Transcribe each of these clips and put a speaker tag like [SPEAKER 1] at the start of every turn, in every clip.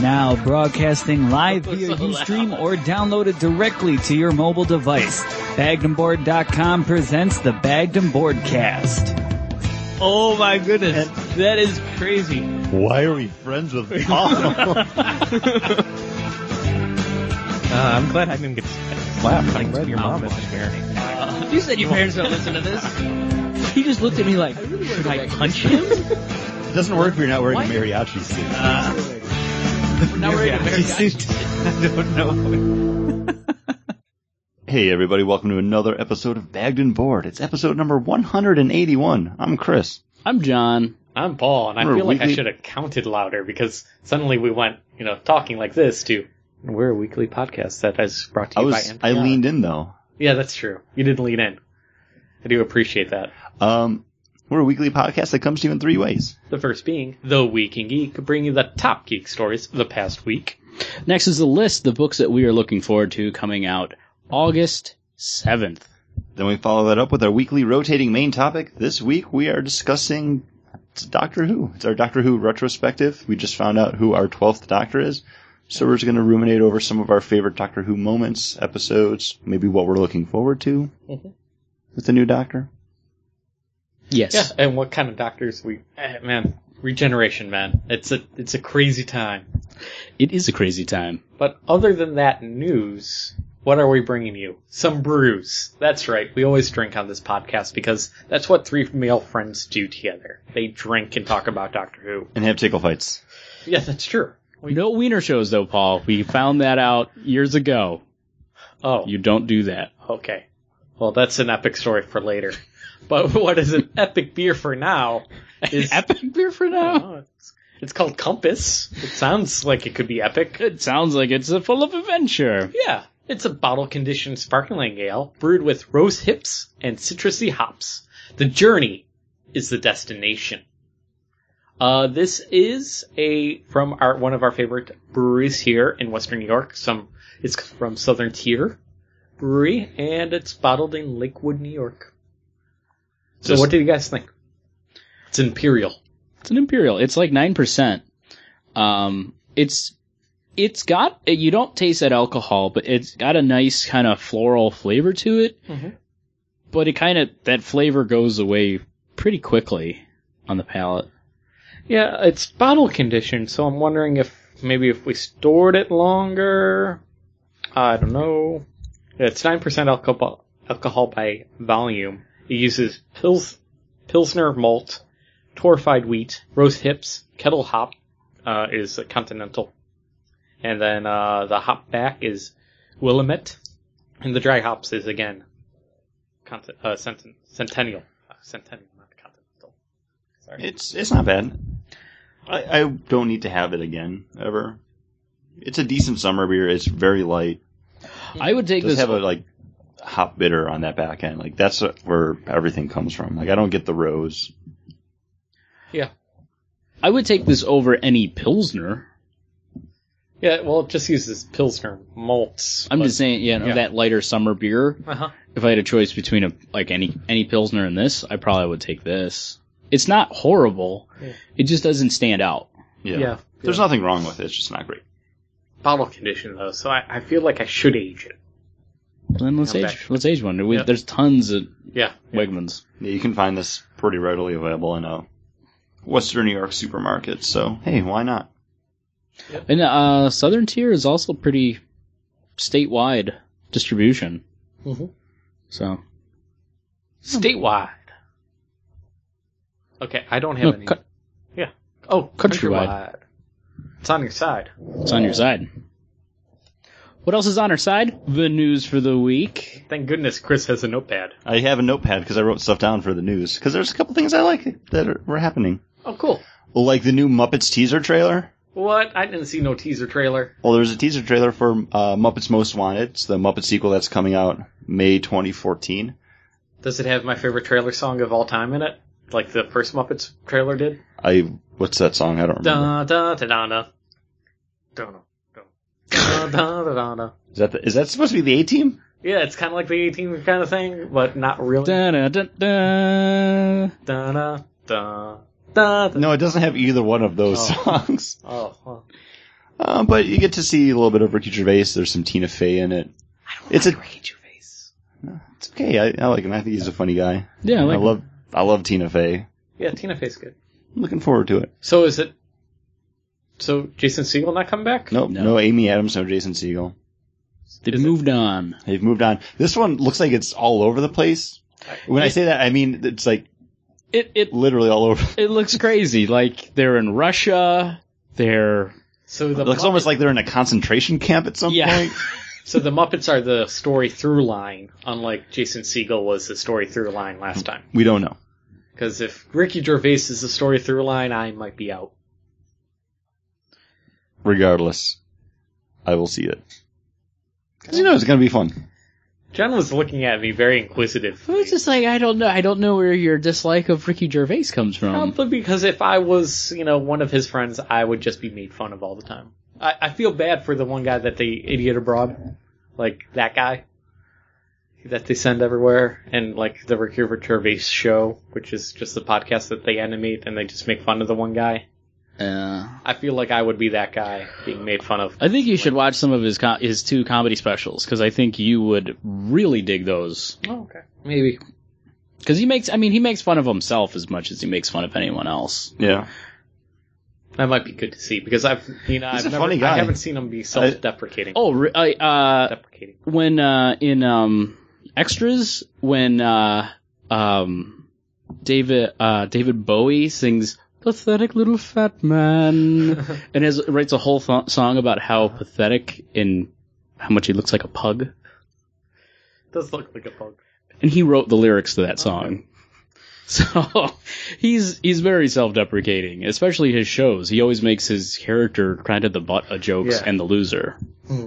[SPEAKER 1] Now broadcasting live via
[SPEAKER 2] So loud.
[SPEAKER 1] Ustream or downloaded directly to your mobile device. Bagdenboard.com presents the Bagden Boardcast.
[SPEAKER 2] Oh my goodness, that is crazy.
[SPEAKER 3] Why are we friends with Paul?
[SPEAKER 4] Uh, I'm glad I didn't get slapped. I'm glad your mom isn't here.
[SPEAKER 2] You said your parents don't listen to this. He just looked at me like, should I punch him?
[SPEAKER 3] it doesn't work if you're not wearing
[SPEAKER 2] Why?
[SPEAKER 3] a mariachi suit.
[SPEAKER 2] Now we're in America.
[SPEAKER 4] I don't know.
[SPEAKER 3] hey everybody, welcome to another episode of Bagden Board. It's episode number 181. I'm Chris.
[SPEAKER 5] I'm John.
[SPEAKER 6] I'm Paul, and I
[SPEAKER 3] We're
[SPEAKER 6] feel like I
[SPEAKER 3] weekly-
[SPEAKER 6] should have counted louder because suddenly we went, you know, talking like this to we're a weekly podcast that is brought to
[SPEAKER 3] I
[SPEAKER 6] you
[SPEAKER 3] was,
[SPEAKER 6] by
[SPEAKER 3] I
[SPEAKER 6] NPR.
[SPEAKER 3] leaned in though.
[SPEAKER 6] Yeah, that's true. You did lean in. I do appreciate that.
[SPEAKER 3] Um, we're a weekly podcast that comes to you in three ways.
[SPEAKER 6] The first being the Week in Geek, bringing you the top geek stories of the past week.
[SPEAKER 5] Next is the list, the books that we are looking forward to coming out August 7th.
[SPEAKER 3] Then we follow that up with our weekly rotating main topic. This week we are discussing Doctor Who. It's our Doctor Who retrospective. We just found out who our 12th Doctor is. So we're just going to ruminate over some of our favorite Doctor Who moments, episodes, maybe what we're looking forward to
[SPEAKER 6] Mhm.
[SPEAKER 3] with the new Doctor.
[SPEAKER 6] Yeah,
[SPEAKER 5] Yes.
[SPEAKER 6] and what kind of doctors we? eh, man, regeneration, man. It's a it's a crazy time.
[SPEAKER 5] It is a crazy time.
[SPEAKER 6] But other than that news, what are we bringing you? Some brews. That's right. We always drink on this podcast because that's what three male friends do together. They drink and talk about Doctor Who.
[SPEAKER 3] And have tickle fights.
[SPEAKER 6] Yeah, that's true.
[SPEAKER 5] No wiener shows, though, Paul. We found that out years ago.
[SPEAKER 6] Oh,
[SPEAKER 5] You don't do that.
[SPEAKER 6] okay. Well, that's an epic story for later. But what is an epic beer for now is
[SPEAKER 5] Epic beer for
[SPEAKER 2] Uh-huh.
[SPEAKER 5] now?
[SPEAKER 6] Oh, it's- it's called Compass. It sounds like it could be epic.
[SPEAKER 5] It sounds like it's a full of adventure.
[SPEAKER 6] Yeah, it's a bottle conditioned sparkling ale brewed with rose hips and citrusy hops. The journey is the destination. Uh, this is a from our one of our favorite breweries here in Western New York. Some it's from Southern Tier Brewery, and it's bottled in Lakewood, New York. So,
[SPEAKER 3] Just-
[SPEAKER 6] what do you guys think? It's imperial.
[SPEAKER 5] It's an imperial. It's like 9%. Um, it's, it's got, you don't taste that alcohol, but it's got a nice kind of floral flavor to it.
[SPEAKER 6] Mhm.
[SPEAKER 5] But it kind of, that flavor goes away pretty quickly on the palate.
[SPEAKER 6] Yeah, it's bottle conditioned, so I'm wondering if maybe if we stored it longer. I don't know. It's nine percent alcohol alcohol by volume. It uses pils, pilsner malt, torrified wheat, rose hips, kettle hop uh, is a continental, and then uh, the hop back is Willamette, and the dry hops is again cont- uh, centen- centennial, uh, centennial, not continental. Sorry.
[SPEAKER 3] It's it's not bad. I, I don't need to have it again ever. It's a decent summer beer. It's very light.
[SPEAKER 5] I would take
[SPEAKER 3] Just
[SPEAKER 5] this.
[SPEAKER 3] have a like hop bitter on that back end. Like that's where everything comes from. Like I don't get the rose.
[SPEAKER 6] yeah.
[SPEAKER 5] I would take this over any pilsner.
[SPEAKER 6] Yeah, well, it just uses Pilsner malts.
[SPEAKER 5] I'm just saying, you know,
[SPEAKER 6] yeah.
[SPEAKER 5] that lighter summer beer.
[SPEAKER 6] Uh huh.
[SPEAKER 5] If I had a choice between a like any any pilsner and this, I probably would take this. It's not horrible.
[SPEAKER 6] Yeah.
[SPEAKER 5] It just doesn't stand out.
[SPEAKER 3] Yeah.
[SPEAKER 6] Yeah.
[SPEAKER 3] There's nothing wrong with it. It's just not great.
[SPEAKER 6] Bottle condition, though, so I, I feel like I should age it.
[SPEAKER 5] Then let's
[SPEAKER 6] I'm
[SPEAKER 5] age.
[SPEAKER 6] back.
[SPEAKER 5] Let's age one. We,
[SPEAKER 6] Yeah.
[SPEAKER 5] There's tons of
[SPEAKER 6] Yeah.
[SPEAKER 5] Wegmans.
[SPEAKER 3] Yeah, you can find this pretty readily available in a Western New York supermarket. So hey, why not?
[SPEAKER 5] And uh, Southern Tier is also pretty statewide distribution.
[SPEAKER 6] Mhm.
[SPEAKER 5] So
[SPEAKER 6] Statewide. Okay, I don't have
[SPEAKER 5] no,
[SPEAKER 6] any.
[SPEAKER 5] cut-
[SPEAKER 6] yeah. Oh,
[SPEAKER 5] Countrywide.
[SPEAKER 6] It's on your side.
[SPEAKER 5] it's on your side. What else is on our side? The news for the week.
[SPEAKER 6] Thank goodness Chris has a notepad.
[SPEAKER 3] I have a notepad because I wrote stuff down for the news. Because there's a couple things I like that are, were happening.
[SPEAKER 6] Oh, cool.
[SPEAKER 3] Well, like the new Muppets teaser trailer.
[SPEAKER 6] What? I didn't see no teaser trailer.
[SPEAKER 3] Well, there's a teaser trailer for uh, Muppets Most Wanted. It's the Muppet sequel that's coming out May 2014.
[SPEAKER 6] Does it have my favorite trailer song of all time in it? Like the first Muppets trailer did?
[SPEAKER 3] I what's that song? I don't remember.
[SPEAKER 6] Da da da da da. Don't know. Da da da da da.
[SPEAKER 3] Is that the, is that supposed to be the A Team?
[SPEAKER 6] Yeah, it's kind of like the 18 kind of thing, but not really. Da,
[SPEAKER 5] Da-da-da-da.
[SPEAKER 6] da, da, da, da.
[SPEAKER 3] No, it doesn't have either one of those
[SPEAKER 6] Oh.
[SPEAKER 3] songs.
[SPEAKER 6] Oh, well.
[SPEAKER 3] Uh, but you get to see a little bit of Ricky Gervais. There's some Tina Fey in it. It's a
[SPEAKER 6] Ricky Gervais.
[SPEAKER 3] it's okay. I, I like him. I think he's a funny guy.
[SPEAKER 5] Yeah, I like
[SPEAKER 3] I love I love Tina Fey.
[SPEAKER 6] Yeah, Tina Fey's good.
[SPEAKER 3] I'm looking forward to it.
[SPEAKER 6] So is it? So Jason Segel not coming back?
[SPEAKER 3] Nope, no,
[SPEAKER 5] No.
[SPEAKER 3] Amy Adams, no Jason Siegel.
[SPEAKER 5] They've
[SPEAKER 6] Is it-
[SPEAKER 5] moved on.
[SPEAKER 3] They've moved on. This one looks like it's all over the place. When I say that, I mean it's like
[SPEAKER 5] It it
[SPEAKER 3] literally all over.
[SPEAKER 5] it looks crazy. Like they're in Russia. They're
[SPEAKER 6] So the
[SPEAKER 3] It looks
[SPEAKER 6] Muppet-
[SPEAKER 3] almost like they're in a concentration camp at some
[SPEAKER 5] Yeah.
[SPEAKER 3] point.
[SPEAKER 6] so the Muppets are the story through line, unlike Jason Segel was the story through line last time.
[SPEAKER 3] We don't know.
[SPEAKER 6] Because if Ricky Gervais is the story through line, I might be out.
[SPEAKER 3] Regardless, I will see it because you know it's going to be fun.
[SPEAKER 6] John was looking at me very inquisitive.
[SPEAKER 5] I was just like I don't know. I don't know where your dislike of Ricky Gervais comes from.
[SPEAKER 6] Probably because if I was, you know, one of his friends, I would just be made fun of all the time. I, I feel bad for the one guy that they idiot abroad, like that guy that they send everywhere, and like the Ricky Gervais show, which is just the podcast that they animate and they just make fun of the one guy.
[SPEAKER 5] Uh,
[SPEAKER 6] I feel like I would be that guy being made fun of.
[SPEAKER 5] I think you should watch some of his com- his two comedy specials because I think you would really dig those.
[SPEAKER 6] Oh, okay, maybe.
[SPEAKER 5] Because he makes, I mean, he makes fun of himself as much as he makes fun of anyone else.
[SPEAKER 3] Yeah,
[SPEAKER 6] That might be good to see because I've, you know,
[SPEAKER 3] He's
[SPEAKER 6] I've
[SPEAKER 3] a
[SPEAKER 6] never,
[SPEAKER 3] funny guy.
[SPEAKER 6] I haven't seen him be self-deprecating.
[SPEAKER 5] Oh, re- I, uh,
[SPEAKER 6] deprecating.
[SPEAKER 5] when uh, in um, extras, when uh, um, David uh, David Bowie sings "Pathetic Little Fat Man" and has writes a whole th- song about how pathetic and how much he looks like a pug,
[SPEAKER 6] Does look like a punk.
[SPEAKER 5] and he wrote the lyrics to that song. So he's he's very self-deprecating, especially his shows. He always makes his character kind of the butt of jokes
[SPEAKER 6] Yeah.
[SPEAKER 5] and the loser.
[SPEAKER 6] Hmm.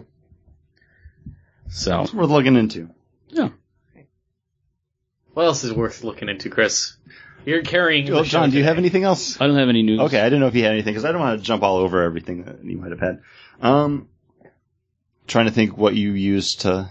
[SPEAKER 5] So
[SPEAKER 3] it's worth looking into.
[SPEAKER 5] yeah,
[SPEAKER 6] What else is worth looking into, Chris? You're carrying.
[SPEAKER 3] Well,
[SPEAKER 6] the show
[SPEAKER 3] Oh, John, do you
[SPEAKER 6] today.
[SPEAKER 3] have anything else?
[SPEAKER 5] I don't have any news.
[SPEAKER 3] Okay, I didn't know if you had anything because I don't want to jump all over everything that you might have had. Um, trying to think what you used to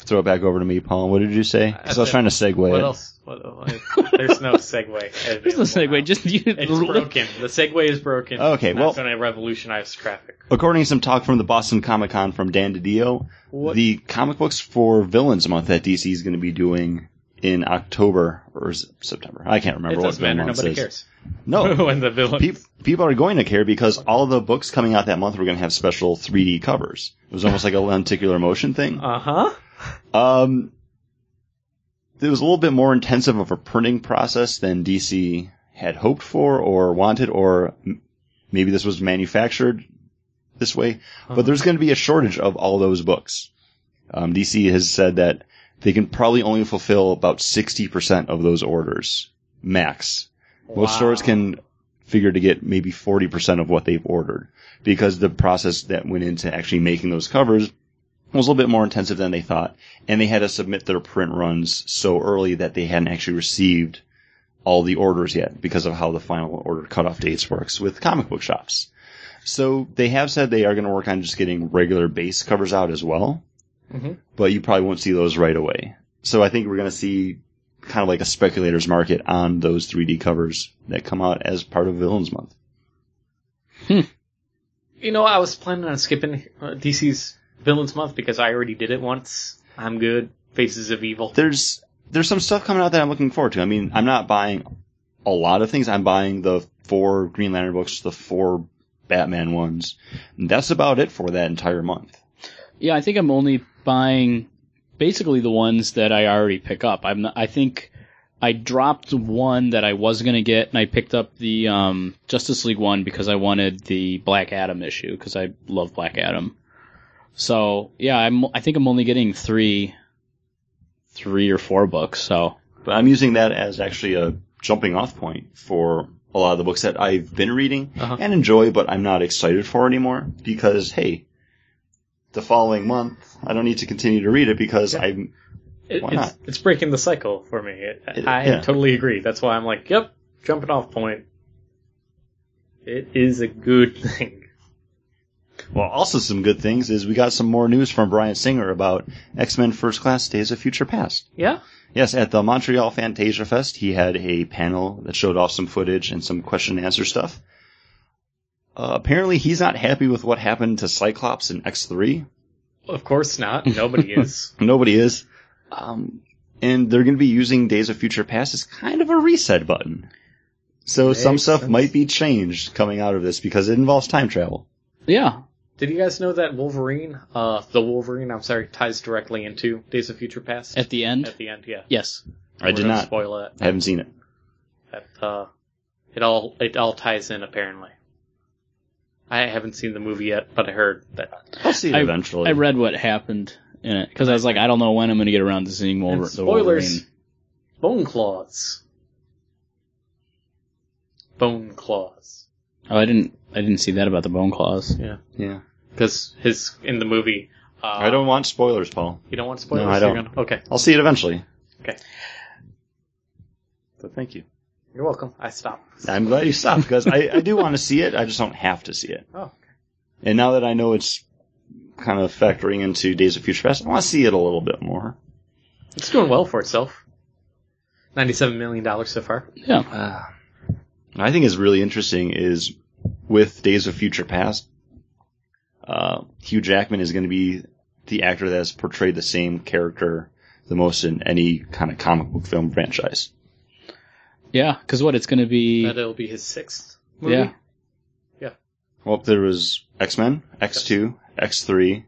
[SPEAKER 3] throw it back over to me, Paul. What did you say? Because I was trying to segue.
[SPEAKER 6] What
[SPEAKER 3] it.
[SPEAKER 6] else? What, what- there's no segue.
[SPEAKER 5] There's no segue. Just you.
[SPEAKER 6] it's broken. The segue is broken.
[SPEAKER 3] Okay, well-
[SPEAKER 6] that's going to revolutionize traffic.
[SPEAKER 3] According to some talk from the Boston Comic Con from Dan DiDio,
[SPEAKER 6] What-
[SPEAKER 3] the comic books for Villains Month that DC is going to be doing in October or is it September. I can't
[SPEAKER 6] It
[SPEAKER 3] remember what
[SPEAKER 6] doesn't
[SPEAKER 3] Villain
[SPEAKER 6] matter.
[SPEAKER 3] Month
[SPEAKER 6] Nobody
[SPEAKER 3] is.
[SPEAKER 6] cares.
[SPEAKER 3] No,
[SPEAKER 6] when the villain.
[SPEAKER 3] peop people are going to care because all the books coming out that month were going to have special 3D covers. It was almost like a lenticular motion thing.
[SPEAKER 6] Uh huh.
[SPEAKER 3] Um, it was a little bit more intensive of a printing process than DC had hoped for or wanted, or m- maybe this was manufactured this way. But there's going to be a shortage of all those books. Um, DC has said that they can probably only fulfill about 60% of those orders, max. Most
[SPEAKER 6] Wow.
[SPEAKER 3] stores can figure to get maybe 40% of what they've ordered because the process that went into actually making those covers was a little bit more intensive than they thought. And they had to submit their print runs so early that they hadn't actually received all the orders yet because of how the final order cutoff dates works with comic book shops. So they have said they are going to work on just getting regular base covers out as well,
[SPEAKER 6] Mhm.
[SPEAKER 3] but you probably won't see those right away. So I think we're going to see kind of like a speculator's market on those 3D covers that come out as part of Villains Month.
[SPEAKER 6] You know, I was planning on skipping uh, DC's Villains Month because I already did it once. I'm good. Faces of Evil.
[SPEAKER 3] There's there's some stuff coming out that I'm looking forward to. I mean, I'm not buying a lot of things. I'm buying the four Green Lantern books, the four Batman ones. And that's about it for that entire month.
[SPEAKER 5] Yeah, I think I'm only buying basically the ones that I already pick up. I'm not, I think I dropped one that I was gonna get, and I picked up the um, Justice League one because I wanted the Black Adam issue because I love Black Adam. So yeah, I'm I think I'm only getting three, three or four books. So
[SPEAKER 3] But I'm using that as actually a jumping off point for a lot of the books that I've been reading
[SPEAKER 6] Uh-huh.
[SPEAKER 3] and enjoy, but I'm not excited for anymore because, hey, the following month, I don't need to continue to read it because I'm,
[SPEAKER 6] It,
[SPEAKER 3] Why
[SPEAKER 6] it's, it's breaking the cycle for me. It,
[SPEAKER 3] It-
[SPEAKER 6] I
[SPEAKER 3] yeah.
[SPEAKER 6] totally agree. That's why I'm like, yep, jumping off point. It is a good thing.
[SPEAKER 3] well, also some good things is we got some more news from Brian Singer about X-Men First Class Days of Future Past.
[SPEAKER 6] Yeah.
[SPEAKER 3] Yes, at the Montreal Fantasia Fest, he had a panel that showed off some footage and some question and answer stuff. Uh, apparently, he's not happy with what happened to Cyclops in X3.
[SPEAKER 6] Of course not. Nobody is.
[SPEAKER 3] Nobody is. Um, and they're going to be using Days of Future Past as kind of a reset button. So some
[SPEAKER 6] Makes
[SPEAKER 3] stuff
[SPEAKER 6] sense.
[SPEAKER 3] might be changed coming out of this because it involves time travel.
[SPEAKER 5] Yeah.
[SPEAKER 6] Did you guys know that Wolverine, uh, the Wolverine, I'm sorry, ties directly into Days of Future Past
[SPEAKER 5] At the end.
[SPEAKER 6] At the end? Yeah.
[SPEAKER 5] Yes.
[SPEAKER 3] I did
[SPEAKER 6] We're gonna
[SPEAKER 3] not.
[SPEAKER 6] spoil it.
[SPEAKER 3] I haven't seen it.
[SPEAKER 6] That, uh, it all it all ties in apparently. I haven't seen the movie yet, but I heard that
[SPEAKER 3] I'll see it
[SPEAKER 5] I-
[SPEAKER 3] eventually.
[SPEAKER 5] I read what happened in it because I was like, I don't know when I'm going to get around to seeing Wolver-
[SPEAKER 6] And
[SPEAKER 5] the
[SPEAKER 6] spoilers.
[SPEAKER 5] Wolverine.
[SPEAKER 6] Bone Claws. Bone Claws.
[SPEAKER 5] Oh, I didn't. I didn't see that about the bone claws.
[SPEAKER 3] yeah.
[SPEAKER 6] Because his in the movie. Uh,
[SPEAKER 3] I don't want spoilers, Paul.
[SPEAKER 6] You don't want spoilers.
[SPEAKER 3] No, I
[SPEAKER 6] You're
[SPEAKER 3] don't.
[SPEAKER 6] gonna- okay,
[SPEAKER 3] I'll see it eventually.
[SPEAKER 6] Okay.
[SPEAKER 3] So thank you.
[SPEAKER 6] you're welcome. I stopped.
[SPEAKER 3] I'm glad you stopped because I, I do want to see it. I just don't have to see it.
[SPEAKER 6] Oh, okay.
[SPEAKER 3] And now that I know it's kind of factoring into Days of Future Past, I want to see it a little bit more.
[SPEAKER 6] it's doing well for itself. Ninety-seven million dollars so far.
[SPEAKER 5] Yeah.
[SPEAKER 3] Uh, what I think is really interesting is with Days of Future Past, uh, Hugh Jackman is going to be the actor that has portrayed the same character the most in any kind of comic book film franchise.
[SPEAKER 5] Yeah. Because what it's going to be.
[SPEAKER 6] That it'll be his sixth. Movie.
[SPEAKER 5] yeah.
[SPEAKER 3] Well, there was X Men, X Two, X Three,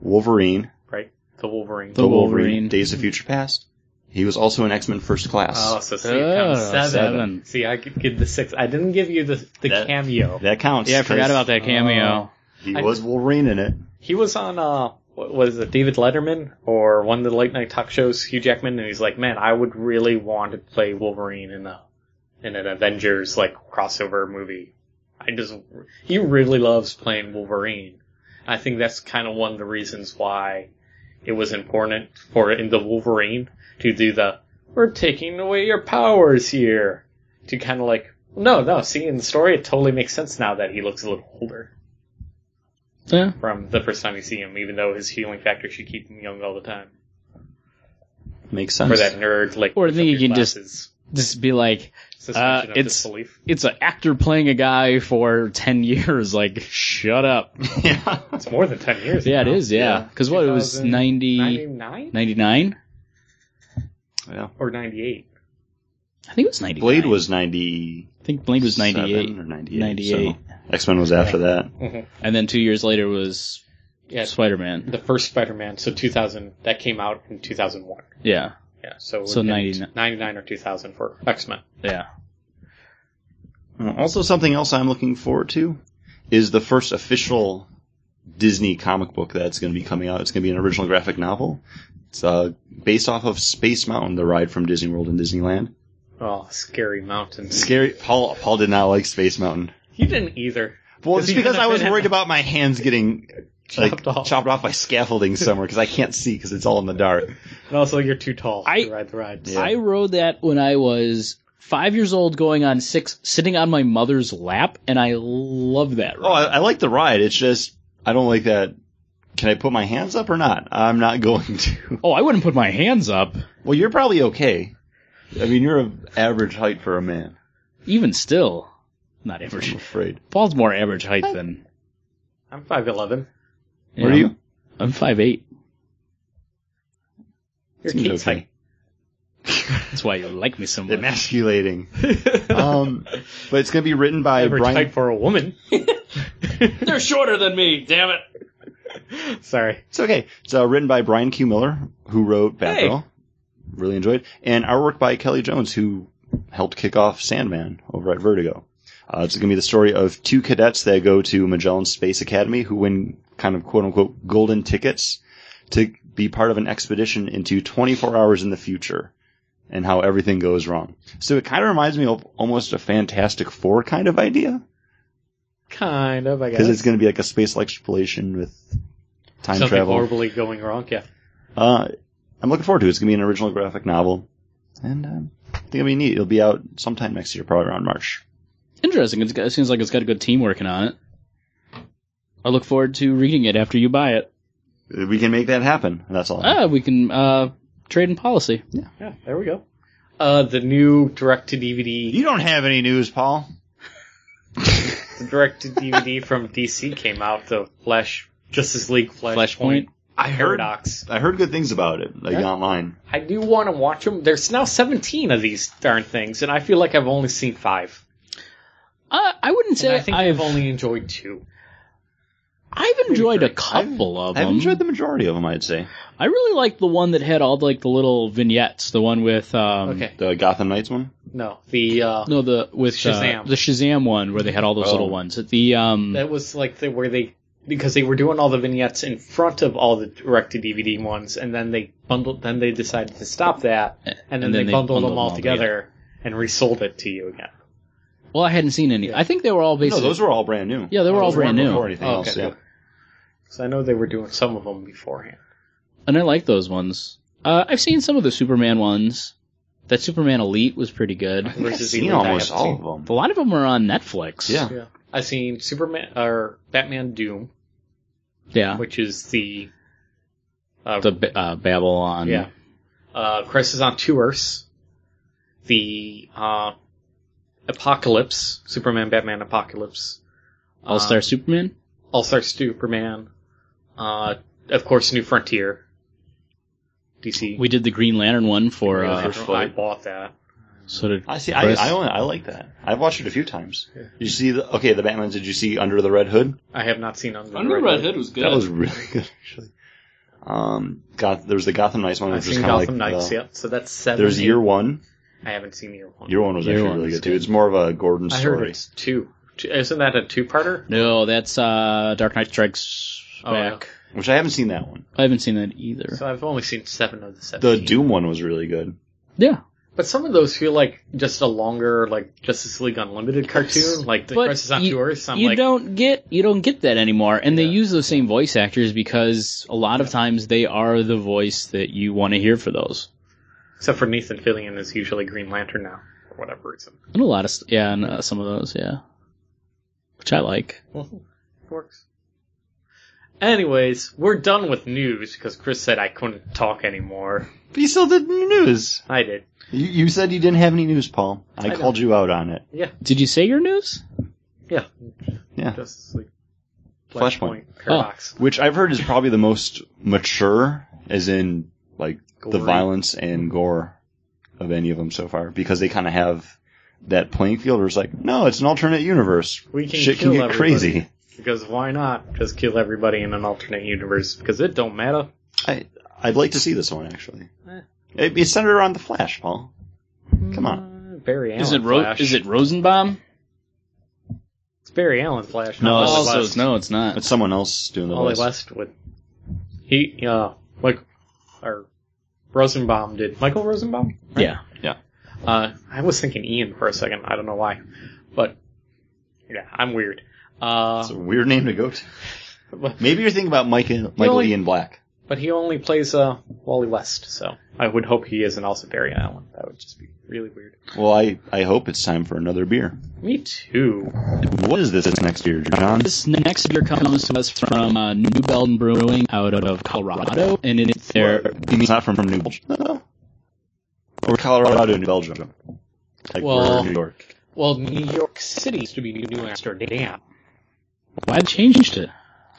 [SPEAKER 3] Wolverine,
[SPEAKER 6] Right. The Wolverine.
[SPEAKER 5] The- Wolverine.
[SPEAKER 3] Days of Future Past. He was also in X Men First Class.
[SPEAKER 6] Oh, so see,
[SPEAKER 5] Oh,
[SPEAKER 6] it counts seven.
[SPEAKER 5] seven.
[SPEAKER 6] See, I could give the six. I didn't give you the the
[SPEAKER 3] That-
[SPEAKER 6] cameo.
[SPEAKER 3] That counts.
[SPEAKER 5] Yeah. I forgot
[SPEAKER 3] 'cause
[SPEAKER 5] about that
[SPEAKER 6] Oh.
[SPEAKER 5] cameo.
[SPEAKER 3] He
[SPEAKER 6] I-
[SPEAKER 3] was Wolverine in it.
[SPEAKER 6] He was on uh what was it, David Letterman or one of the late night talk shows, Hugh Jackman, and he's like, Man, I would really want to play Wolverine in a in an Avengers like crossover movie. I just he really loves playing Wolverine. I think that's kind of one of the reasons why it was important for in the Wolverine to do the we're taking away your powers here to kind of like no no see in the story it totally makes sense now that he looks a little older
[SPEAKER 5] yeah.
[SPEAKER 6] from the first time you see him, even though his healing factor should keep him young all the time.
[SPEAKER 3] Makes
[SPEAKER 6] For
[SPEAKER 3] sense.
[SPEAKER 6] that nerd, like,
[SPEAKER 5] Or I think
[SPEAKER 6] picks up
[SPEAKER 5] you
[SPEAKER 6] your
[SPEAKER 5] can just-
[SPEAKER 6] glasses,
[SPEAKER 5] Just be like, uh,
[SPEAKER 6] suspension of
[SPEAKER 5] it's-
[SPEAKER 6] disbelief.
[SPEAKER 5] it's an actor playing a guy for ten years. Like, shut up.
[SPEAKER 3] yeah.
[SPEAKER 6] It's more than ten years.
[SPEAKER 5] Yeah, it is. Yeah. Because what it was 90,
[SPEAKER 6] 99
[SPEAKER 5] 99?
[SPEAKER 3] yeah.
[SPEAKER 6] or ninety-eight.
[SPEAKER 5] I think it was ninety.
[SPEAKER 3] Blade was ninety.
[SPEAKER 5] I think Blade was ninety eight.
[SPEAKER 3] Seven or 98.
[SPEAKER 5] 98.
[SPEAKER 3] X Men was after that.
[SPEAKER 5] And then two years later was
[SPEAKER 6] Yeah,
[SPEAKER 5] Spider Man.
[SPEAKER 6] the first Spider-Man. So two thousand that came out in two thousand one.
[SPEAKER 5] Yeah.
[SPEAKER 6] Yeah, so it would
[SPEAKER 5] So
[SPEAKER 6] have been
[SPEAKER 5] 99.
[SPEAKER 6] 99 or two thousand for X-Men.
[SPEAKER 5] Yeah.
[SPEAKER 3] Uh, Also, something else I'm looking forward to is the first official Disney comic book that's going to be coming out. It's going to be an original graphic novel. It's uh, based off of Space Mountain, the ride from Disney World and Disneyland.
[SPEAKER 6] Oh, scary mountains.
[SPEAKER 3] Scary. Paul Paul did not like Space Mountain.
[SPEAKER 6] You didn't either.
[SPEAKER 3] Well,
[SPEAKER 6] Does
[SPEAKER 3] it's
[SPEAKER 6] he
[SPEAKER 3] because I was
[SPEAKER 6] benefit?
[SPEAKER 3] worried about my hands getting like,
[SPEAKER 6] Chopped off.
[SPEAKER 3] chopped off by scaffolding somewhere because I can't see because it's all in the dark.
[SPEAKER 6] And also, you're too tall
[SPEAKER 5] I-
[SPEAKER 6] to ride the rides.
[SPEAKER 5] I rode that when I was five years old, going on six, sitting on my mother's lap, and I love that.
[SPEAKER 3] Oh, I,
[SPEAKER 5] Ride.
[SPEAKER 3] I like the ride. It's just I don't like that. Can I put my hands up or not? I'm not going to.
[SPEAKER 5] Oh, I wouldn't put my hands up.
[SPEAKER 3] Well, you're probably okay. I mean, you're of average height for a man.
[SPEAKER 5] Even still, not
[SPEAKER 3] I'm
[SPEAKER 5] average.
[SPEAKER 3] afraid.
[SPEAKER 5] Paul's more average height than.
[SPEAKER 6] I'm five eleven.
[SPEAKER 5] you
[SPEAKER 3] What are
[SPEAKER 5] know,
[SPEAKER 3] you?
[SPEAKER 5] I'm five eight.
[SPEAKER 6] You're
[SPEAKER 3] Seems
[SPEAKER 6] Kate's height.
[SPEAKER 3] okay.
[SPEAKER 5] That's why you like me so much.
[SPEAKER 3] Emasculating. um, but it's gonna be written by
[SPEAKER 6] Average
[SPEAKER 3] Brian.
[SPEAKER 6] height for a woman.
[SPEAKER 5] They're shorter than me. Damn it.
[SPEAKER 6] Sorry.
[SPEAKER 3] It's okay. It's uh, written by Brian Q. Miller, who wrote Batgirl. Really enjoyed, it. and artwork by Kelly Jones, who helped kick off Sandman over at Vertigo. Uh, it's going to be the story of two cadets that go to Magellan Space Academy, who win kind of quote unquote golden tickets to be part of an expedition into 24 hours in the future, and how everything goes wrong. So it kind of reminds me of almost a Fantastic Four kind of idea,
[SPEAKER 6] Kind of, I guess.
[SPEAKER 3] because it's going to be like a space exploration with time
[SPEAKER 6] Something
[SPEAKER 3] travel.
[SPEAKER 6] horribly going wrong. Yeah.
[SPEAKER 3] Uh, I'm looking forward to it. It's gonna be an original graphic novel, and um, I think it'll be neat. It'll be out sometime next year, probably around March.
[SPEAKER 5] Interesting. It's got, it seems like it's got a good team working on it. I look forward to reading it after you buy it.
[SPEAKER 3] We can make that happen. That's all.
[SPEAKER 5] Ah, we can uh, trade in policy.
[SPEAKER 6] Yeah. There we go. Uh, the new direct to DVD.
[SPEAKER 3] You don't have any news, Paul.
[SPEAKER 6] the direct to DVD from DC came out, the Flash Justice League Flash
[SPEAKER 5] Flashpoint.
[SPEAKER 3] I heard
[SPEAKER 6] Paradox.
[SPEAKER 3] I heard good things about it, like
[SPEAKER 6] Yeah.
[SPEAKER 3] online.
[SPEAKER 6] I do want to watch them. There's now 17 of these darn things, and I feel like I've only seen five.
[SPEAKER 5] Uh, I wouldn't
[SPEAKER 6] And
[SPEAKER 5] say
[SPEAKER 6] I think
[SPEAKER 5] I've
[SPEAKER 6] I've only enjoyed two.
[SPEAKER 5] I've enjoyed a
[SPEAKER 6] Maybe
[SPEAKER 5] couple of
[SPEAKER 3] I've
[SPEAKER 5] them.
[SPEAKER 3] enjoyed the majority of them, I'd say.
[SPEAKER 5] I really liked the one that had all like the little vignettes. The one with um,
[SPEAKER 6] Okay.
[SPEAKER 3] The Gotham Knights one.
[SPEAKER 6] No, the uh,
[SPEAKER 5] no the with Shazam.
[SPEAKER 6] Shazam.
[SPEAKER 5] the Shazam one where they had all those
[SPEAKER 3] Oh.
[SPEAKER 5] little ones. The um,
[SPEAKER 6] that was like the where they because they were doing all the vignettes in front of all the direct to DVD ones, and then they bundled. Then they decided to stop that, Eh, and
[SPEAKER 5] then
[SPEAKER 6] then, they,
[SPEAKER 5] they
[SPEAKER 6] bundled,
[SPEAKER 5] bundled
[SPEAKER 6] them all together and resold it to you again.
[SPEAKER 5] well, I hadn't seen any. I think they were all
[SPEAKER 3] No,
[SPEAKER 5] basically
[SPEAKER 3] those were all brand new.
[SPEAKER 5] Yeah, they were all
[SPEAKER 3] Those
[SPEAKER 5] brand
[SPEAKER 3] weren't
[SPEAKER 5] new.
[SPEAKER 3] Before anything
[SPEAKER 6] Oh,
[SPEAKER 3] else,
[SPEAKER 6] okay.
[SPEAKER 3] yeah.
[SPEAKER 6] Because I know they were doing some of them beforehand.
[SPEAKER 5] and I like those ones. Uh, I've seen some of the Superman ones. That Superman Elite was pretty good.
[SPEAKER 3] I've
[SPEAKER 6] Versus
[SPEAKER 3] seen
[SPEAKER 6] Elite, I
[SPEAKER 3] almost
[SPEAKER 6] haven't
[SPEAKER 3] all
[SPEAKER 6] seen.
[SPEAKER 3] of
[SPEAKER 5] A
[SPEAKER 3] them.
[SPEAKER 5] lot of them were on Netflix.
[SPEAKER 3] Yeah.
[SPEAKER 6] Yeah, I seen Superman or Batman Doom,
[SPEAKER 5] yeah.
[SPEAKER 6] which is the uh,
[SPEAKER 5] The Ba- uh, Babylon.
[SPEAKER 6] Yeah. Uh, Crisis on Two Earths, the uh, Apocalypse, Superman, Batman, Apocalypse,
[SPEAKER 5] All Star
[SPEAKER 6] Um,
[SPEAKER 5] Superman.
[SPEAKER 6] All Star Superman, uh, of course, New Frontier, DC.
[SPEAKER 5] We did the Green Lantern one for.
[SPEAKER 6] I
[SPEAKER 5] Uh,
[SPEAKER 3] Lantern.
[SPEAKER 6] don't- I
[SPEAKER 3] Flight.
[SPEAKER 6] bought that.
[SPEAKER 5] so did
[SPEAKER 3] I see. I,
[SPEAKER 5] Chris.
[SPEAKER 3] I, only, I like that. I've watched it a few times. You see the okay, the Batman. Did you see Under the Red Hood?
[SPEAKER 6] I have not seen Under,
[SPEAKER 2] Under
[SPEAKER 6] the
[SPEAKER 2] Red Hood was good.
[SPEAKER 3] That was really good, actually. Um, Goth, there was the Gotham Knights one,
[SPEAKER 6] I've
[SPEAKER 3] which was
[SPEAKER 6] seen
[SPEAKER 3] kind of like
[SPEAKER 6] Gotham Knights.
[SPEAKER 3] the,
[SPEAKER 6] Yep. So that's seven.
[SPEAKER 3] There's year one.
[SPEAKER 6] I haven't seen year one.
[SPEAKER 3] Year one was
[SPEAKER 5] Year
[SPEAKER 3] actually
[SPEAKER 5] one
[SPEAKER 3] really
[SPEAKER 5] was
[SPEAKER 3] good too.
[SPEAKER 5] good.
[SPEAKER 3] It's more of a Gordon
[SPEAKER 6] I
[SPEAKER 3] story.
[SPEAKER 6] heard it's two. two. Isn't that a two-parter?
[SPEAKER 5] no, that's uh, Dark Knight Strikes
[SPEAKER 6] Oh,
[SPEAKER 5] Back.
[SPEAKER 3] Which I haven't seen that one.
[SPEAKER 5] I haven't seen that either.
[SPEAKER 6] So I've only seen seven of the seven.
[SPEAKER 3] The Doom one was really good.
[SPEAKER 5] yeah,
[SPEAKER 6] But some of those feel like just a longer, like Justice League Unlimited cartoon, like the
[SPEAKER 5] But
[SPEAKER 6] Crisis on
[SPEAKER 5] you-
[SPEAKER 6] Two Earths. I'm
[SPEAKER 5] you
[SPEAKER 6] like,
[SPEAKER 5] don't get you don't get that anymore, and they use those same voice actors because a lot of times they are the voice that you want to hear for those.
[SPEAKER 6] except for Nathan Fillion is usually Green Lantern now for whatever reason.
[SPEAKER 5] And a lot of st- yeah, and uh, some of those yeah, which I like.
[SPEAKER 6] It works. Anyways, we're done with news because Chris said I couldn't talk anymore.
[SPEAKER 3] But you still did the news.
[SPEAKER 6] I did.
[SPEAKER 3] You, you said you didn't have any news, Paul. I,
[SPEAKER 6] know.
[SPEAKER 3] called you out on it.
[SPEAKER 5] Did you say your news?
[SPEAKER 6] Yeah.
[SPEAKER 3] Yeah.
[SPEAKER 6] Justice League.
[SPEAKER 3] Flashpoint.
[SPEAKER 6] Paradox.
[SPEAKER 3] Which I've heard is probably the most mature, as in like the
[SPEAKER 6] Gory.
[SPEAKER 3] violence and gore of any of them so far, because they kind of have that playing field where it's like, no, it's an alternate universe.
[SPEAKER 6] We can
[SPEAKER 3] Shit
[SPEAKER 6] kill
[SPEAKER 3] can get
[SPEAKER 6] everybody.
[SPEAKER 3] crazy.
[SPEAKER 6] Because why not just kill everybody in an alternate universe? Because it don't matter.
[SPEAKER 3] I I'd like to see this one actually.
[SPEAKER 6] Eh.
[SPEAKER 3] It'd be centered around the Flash, Paul. Come on.
[SPEAKER 6] Uh, Barry Allen.
[SPEAKER 5] is it Ro-
[SPEAKER 6] Flash.
[SPEAKER 5] is it Rosenbaum?
[SPEAKER 6] It's Barry Allen Oh, Flash.
[SPEAKER 3] No,
[SPEAKER 6] not
[SPEAKER 3] it's
[SPEAKER 6] Wally
[SPEAKER 5] also
[SPEAKER 6] West.
[SPEAKER 5] no, it's not.
[SPEAKER 3] It's someone else doing the
[SPEAKER 6] Wally
[SPEAKER 3] voice.
[SPEAKER 6] Westwood. He, uh, like, or Rosenbaum did. Michael Rosenbaum?
[SPEAKER 5] Yeah,
[SPEAKER 6] Uh, I was thinking Ian for a second. I don't know why. But, yeah, I'm weird. Uh,
[SPEAKER 3] It's a weird name to go to.
[SPEAKER 6] but,
[SPEAKER 3] Maybe you're thinking about Mike and, Michael
[SPEAKER 6] only-
[SPEAKER 3] Ian Black.
[SPEAKER 6] but he only plays, uh, Wally West, so I would hope he isn't also Barry Allen. That would just be really weird.
[SPEAKER 3] Well, I, I hope it's time for another beer.
[SPEAKER 6] Me too.
[SPEAKER 3] What is this next beer, John?
[SPEAKER 5] This next beer comes to us from uh, New Belden Brewing out of Colorado, and it's their
[SPEAKER 3] You mean it's not from, from New Belgium? No. Or Colorado, New Belgium. Like
[SPEAKER 6] Well-
[SPEAKER 3] we're New York.
[SPEAKER 6] Well, New York City used to be New Amsterdam.
[SPEAKER 5] Why they changed it?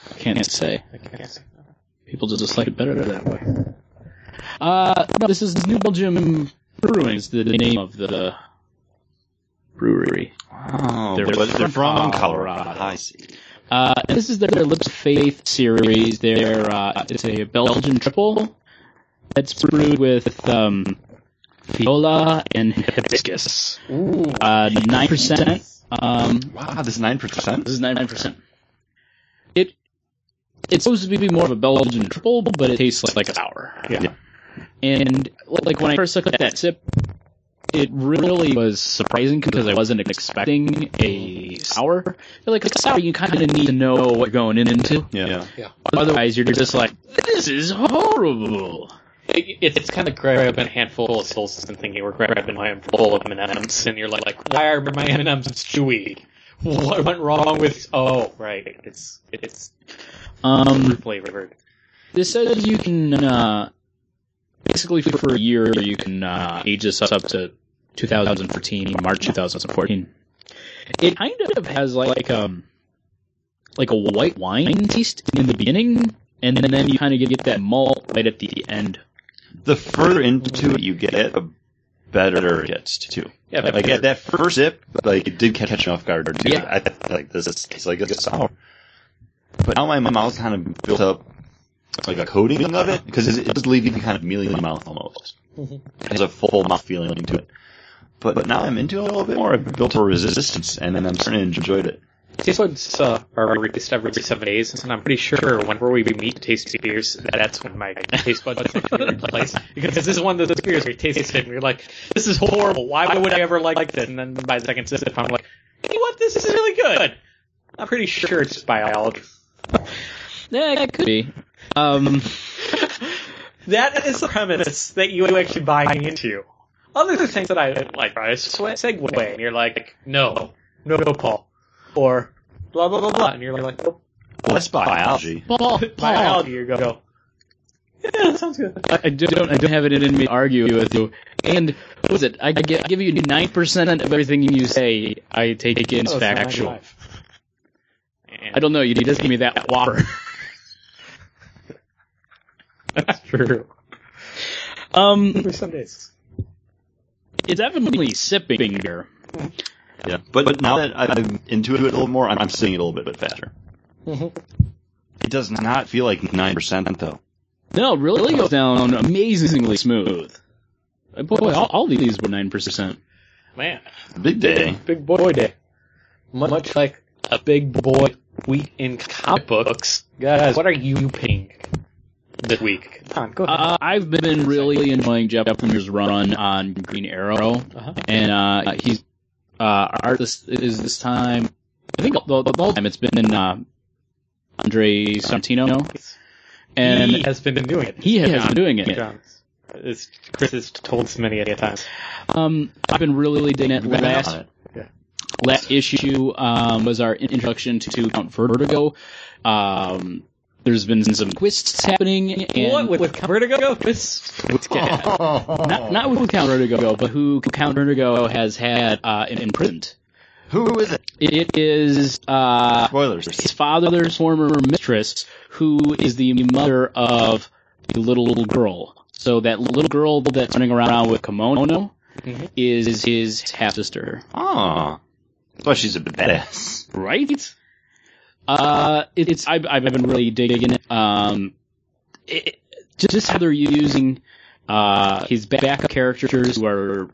[SPEAKER 5] I can't say.
[SPEAKER 6] I guess.
[SPEAKER 5] People just like it better that way. Uh, no, this is New Belgium Brewing is the name of the brewery.
[SPEAKER 3] Oh,
[SPEAKER 5] They're
[SPEAKER 3] but they're
[SPEAKER 5] from
[SPEAKER 3] from Colorado.
[SPEAKER 5] Colorado.
[SPEAKER 3] I see.
[SPEAKER 5] Uh, and this is their, their Lips of Faith series. Their uh, it's a Belgian triple that's brewed with um, viola and hibiscus. Uh,
[SPEAKER 6] Ooh.
[SPEAKER 5] Nine percent. Um,
[SPEAKER 3] Wow, this nine percent.
[SPEAKER 5] This is nine percent. It it's supposed to be more of a Belgian triple, but it tastes like, like a sour.
[SPEAKER 3] Yeah.
[SPEAKER 5] And like when I first looked at that sip, it really was surprising because I wasn't expecting a sour. But, like a sour, you kind of need to know what you're going in into.
[SPEAKER 3] Yeah. yeah.
[SPEAKER 5] Otherwise, you're just like, this is horrible.
[SPEAKER 6] It- It's, it's kind of grabbing a handful of souls and thinking we're grabbing a handful of M&Ms, and you're like, like why are my M&Ms chewy? What went wrong with? Oh, right, it's it's
[SPEAKER 5] Um,
[SPEAKER 6] flavored.
[SPEAKER 5] This says you can uh, basically for a year you can uh, age this up to 2014, March 2014. It kind of has like, like um like a white wine taste in the beginning, and then you kind of get that malt right at the end.
[SPEAKER 3] The further into it you get, the better it gets too.
[SPEAKER 6] Yeah,
[SPEAKER 3] like, like at that first sip, like it did catch me off guard too.
[SPEAKER 5] Yeah.
[SPEAKER 3] I thought, like this is it's like it's sour. But now my mouth kind of built up like a coating of it because it, it was leaving kind of mealy in my mouth almost. It has a full mouth feeling to it. But but now I'm into it a little bit more. I've built a resistance and then I'm starting to enjoy it.
[SPEAKER 6] Taste buds uh, are replaced every seven days, and I'm pretty sure whenever we meet tasty beers, that's when my taste buds are replaced. Because this is one of those beers we tasted and we are like, this is horrible. Why would I ever like this? And then by the second sip, I'm like, you know what? This is really good. I'm pretty sure it's just biology.
[SPEAKER 5] Yeah, it could be. Um,
[SPEAKER 6] That is the premise that you are actually buying into. Other things that I like are a sweat segue, and you're like, no, no, no, Paul, or blah blah blah blah, and you're like, oh, nope,
[SPEAKER 3] Well, that's biology.
[SPEAKER 5] Paul, Paul,
[SPEAKER 6] biology. You go, yeah, that sounds good.
[SPEAKER 5] I I don't, I don't have it in me to argue with you. And what is it? I get, I give you nine percent of everything you say. I take it as
[SPEAKER 6] Oh, it's not
[SPEAKER 5] factual.
[SPEAKER 6] live.
[SPEAKER 5] I don't know. You just give me that whopper.
[SPEAKER 6] That's true.
[SPEAKER 5] Um,
[SPEAKER 6] For some days.
[SPEAKER 5] it's definitely sipping beer.
[SPEAKER 3] Yeah. But but now that I'm into it a little more, I'm, I'm seeing it a little bit faster. Mm-hmm. It does not feel like nine percent though.
[SPEAKER 5] No, it really goes down amazingly smooth. Uh, Boy, all, all these were nine percent.
[SPEAKER 6] Man,
[SPEAKER 3] Big day.
[SPEAKER 6] big boy day. Mu- Much like a big boy week in comic books. Guys, what are you paying this week? Come on, go ahead.
[SPEAKER 5] Uh, I've been really enjoying Jeff Lemmire's run on Green Arrow,
[SPEAKER 6] Uh-huh.
[SPEAKER 5] and uh, he's uh, our artist is this time. I think the, the whole time it's been in, uh, Andre Santino, and
[SPEAKER 6] he has been doing it.
[SPEAKER 5] he has been doing it.
[SPEAKER 6] John. It's- Chris has told us many a times.
[SPEAKER 5] Um, I've been really digging it. Last
[SPEAKER 3] Wow.
[SPEAKER 5] last issue um, was our introduction to Count Vertigo. Um, there's been some twists happening. And
[SPEAKER 6] what with, with Vertigo? Chris?
[SPEAKER 3] Oh.
[SPEAKER 5] Not, not with Count Vertigo, but who Count Vertigo has had uh, in- imprisoned.
[SPEAKER 3] Who is it?
[SPEAKER 5] It is uh,
[SPEAKER 3] Spoilers.
[SPEAKER 5] his father's former mistress, who is the mother of the little, little girl. So that little girl that's running around with kimono
[SPEAKER 6] Mhm.
[SPEAKER 5] is his half sister.
[SPEAKER 3] Oh. That's why she's a badass.
[SPEAKER 5] Right? Uh, it, it's, I've, I've been really digging it. Um, it, just, just how they're using, uh, his ba- backup characters who are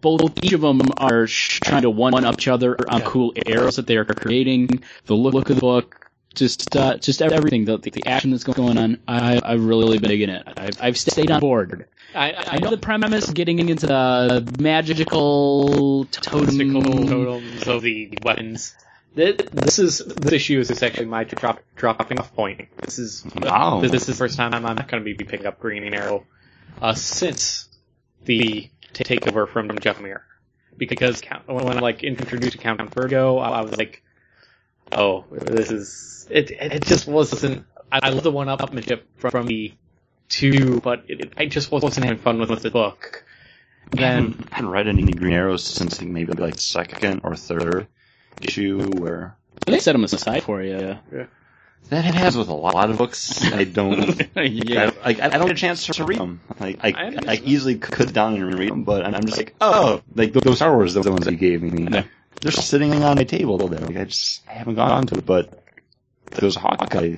[SPEAKER 5] both, each of them are sh- trying to one up each other on cool arrows that they're creating, the look, look of the book, just, uh, just everything, the, the action that's going on. I, I've really been digging it. I've, I've stayed on board.
[SPEAKER 6] I, I,
[SPEAKER 5] I know the premise, getting into the magical totem.
[SPEAKER 6] mystical totems of the weapons. Th- This is this issue is actually my drop, dropping off point. This is
[SPEAKER 3] Wow.
[SPEAKER 6] this, is the first time I'm not going to be picking up Green Arrow uh, since the t- takeover from Jeff Muir. Because Count, when I'm like introduced to Count Virgo, I, I was like, oh, this is it. It it just wasn't. I, I love the one upmanship from, from the two, but it, I just wasn't having fun with, with the book. Then
[SPEAKER 3] Hmm. I hadn't read any Green Arrows since like, maybe like second or third issue where
[SPEAKER 5] They set them aside for you.
[SPEAKER 3] that happens with a lot of books. I don't, yeah. I, like, I don't get a chance to read them. Like, I,
[SPEAKER 6] I
[SPEAKER 3] I,
[SPEAKER 6] understand.
[SPEAKER 3] easily could down and read them, but I'm, I'm just like, oh, like th- those Star Wars, those are the ones that you gave me.
[SPEAKER 5] Yeah.
[SPEAKER 3] They're sitting on my table there. Like, I just I haven't gone on to it, but those Hawkeye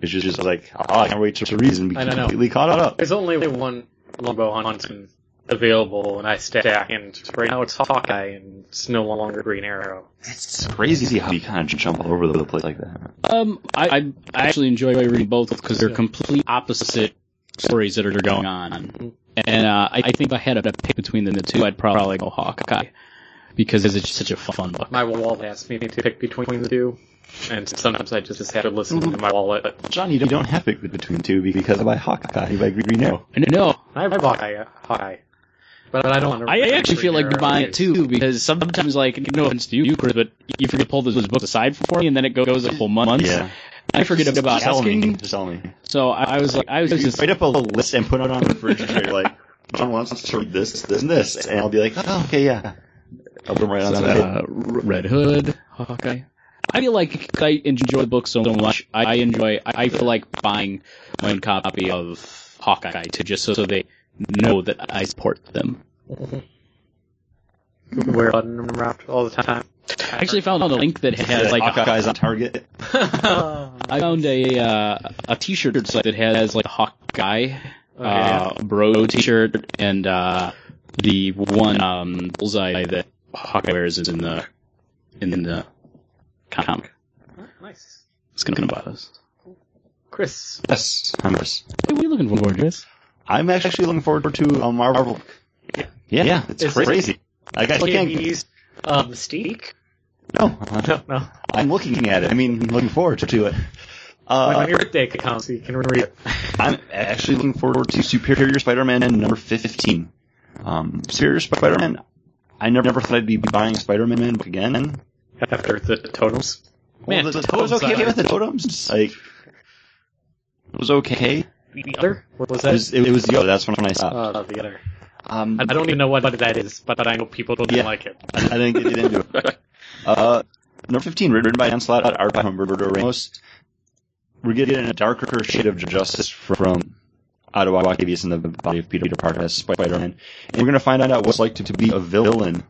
[SPEAKER 3] is just, just like, oh, I can't wait to, to read and be
[SPEAKER 6] I don't know.
[SPEAKER 3] completely caught up.
[SPEAKER 6] There's only one longbow huntsman available, and I stack. And right now it's Hawkeye, and it's no longer Green Arrow.
[SPEAKER 3] It's crazy how you kind of jump all over the place like that.
[SPEAKER 5] Um, I, I I actually enjoy reading both because they're complete opposite stories that are going
[SPEAKER 3] Mm-hmm.
[SPEAKER 5] on, and uh, I, I think if I had a pick between the two, I'd probably go Hawkeye because it's just such a fun book.
[SPEAKER 6] My wallet asked me to pick between the two, and sometimes I just, just have to listen to my wallet. But
[SPEAKER 3] Johnny, you don't have to pick between two because I buy Hawkeye, you buy Green Arrow.
[SPEAKER 5] And no,
[SPEAKER 6] I buy Hawkeye, Hawkeye, but I don't want to.
[SPEAKER 5] I actually feel like buying it too because sometimes, like, no offense to you, Chris, but you forget to pull those books aside for me, and then it goes a whole month.
[SPEAKER 3] Yeah.
[SPEAKER 5] I forget about
[SPEAKER 3] tell me.
[SPEAKER 5] asking.
[SPEAKER 3] Just tell me.
[SPEAKER 5] So I, I was like, I was
[SPEAKER 3] You
[SPEAKER 5] just
[SPEAKER 3] write up a list and put it on the refrigerator. like, John wants us to read this, this, and this. And I'll be like, oh, okay, yeah. I'll put 'em right on that.
[SPEAKER 5] Uh, Red Hood, Hawkeye. I feel like I enjoy the book so much. I I enjoy. I I feel like buying my own copy of Hawkeye to just so, so they know that I support them.
[SPEAKER 6] Wear button wrapped all the time.
[SPEAKER 5] I actually found a link that has like
[SPEAKER 3] like
[SPEAKER 5] a,
[SPEAKER 3] Hawkeye's on target.
[SPEAKER 5] I found a uh, a T-shirt site that has like a Hawkeye uh, bro T-shirt and uh, the one um, bullseye that Hawkeye wears is in the in the comic.
[SPEAKER 6] Nice.
[SPEAKER 5] It's gonna gonna buy those.
[SPEAKER 6] Chris.
[SPEAKER 3] Yes, I'm Chris.
[SPEAKER 5] What are you looking for, Chris?
[SPEAKER 3] I'm actually looking forward to a Marvel. Yeah, yeah, it's
[SPEAKER 6] Is it-
[SPEAKER 3] crazy. Like I can't.
[SPEAKER 6] Katie's uh, Mystique?
[SPEAKER 3] No,
[SPEAKER 6] No.
[SPEAKER 3] I'm looking at it. I mean, looking forward to it.
[SPEAKER 6] When-
[SPEAKER 3] Uh,
[SPEAKER 6] when your birthday comes, you can read it.
[SPEAKER 3] I'm actually looking forward to Superior Spider-Man number 15. Um, Superior Spider-Man, I never, never thought I'd be buying a Spider-Man book again.
[SPEAKER 6] After the totems. Man,
[SPEAKER 3] well, the, the, I
[SPEAKER 6] totems
[SPEAKER 3] was okay
[SPEAKER 6] are-
[SPEAKER 3] with the totems. Like, it was okay.
[SPEAKER 6] The other? What was
[SPEAKER 3] It
[SPEAKER 6] that?
[SPEAKER 3] was, it was the other. That's when I stopped.
[SPEAKER 6] uh, the other.
[SPEAKER 3] Um,
[SPEAKER 6] I don't even know what that is, but I know people don't
[SPEAKER 3] Yeah.
[SPEAKER 6] like it.
[SPEAKER 3] I, I didn't get it into it. Uh, number 15, written by Dan Slott, art by Humberto Ramos. We're getting a darker shade of justice from Ottawa Octavius in the body of Peter Parker as Spider-Man. And we're going to find out what it's like to, to be a villain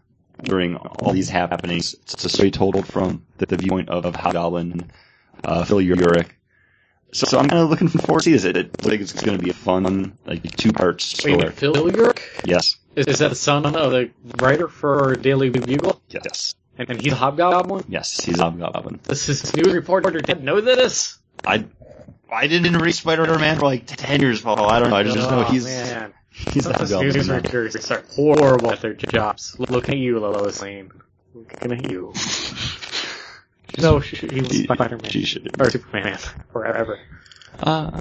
[SPEAKER 3] during all these happenings. It's a story told from the, the viewpoint of, of Hobgoblin, uh, Phil Urich. So, so I'm kind of looking forward to this. It, it, I think it's going to be a fun, like, two-part story.
[SPEAKER 6] Wait, Phil York?
[SPEAKER 3] Yes.
[SPEAKER 6] Is, is that the son of the writer for Daily Bugle?
[SPEAKER 3] Yes.
[SPEAKER 6] And, and he's a hobgoblin?
[SPEAKER 3] Yes, he's Hobgoblin.
[SPEAKER 6] This is new reporter didn't know this?
[SPEAKER 3] I I didn't read Spider Man for like ten years, Paul. I don't know. I just know he's
[SPEAKER 6] Oh, man.
[SPEAKER 3] he's the
[SPEAKER 6] Sometimes
[SPEAKER 3] Hobgoblin
[SPEAKER 6] news
[SPEAKER 3] now.
[SPEAKER 6] reporters are horrible at their jobs. Look at you, Lois Lane. Looking at you. no, she, he was
[SPEAKER 3] She-
[SPEAKER 6] Spider-Man.
[SPEAKER 3] she should-
[SPEAKER 6] Or Superman. Forever.
[SPEAKER 3] Uh,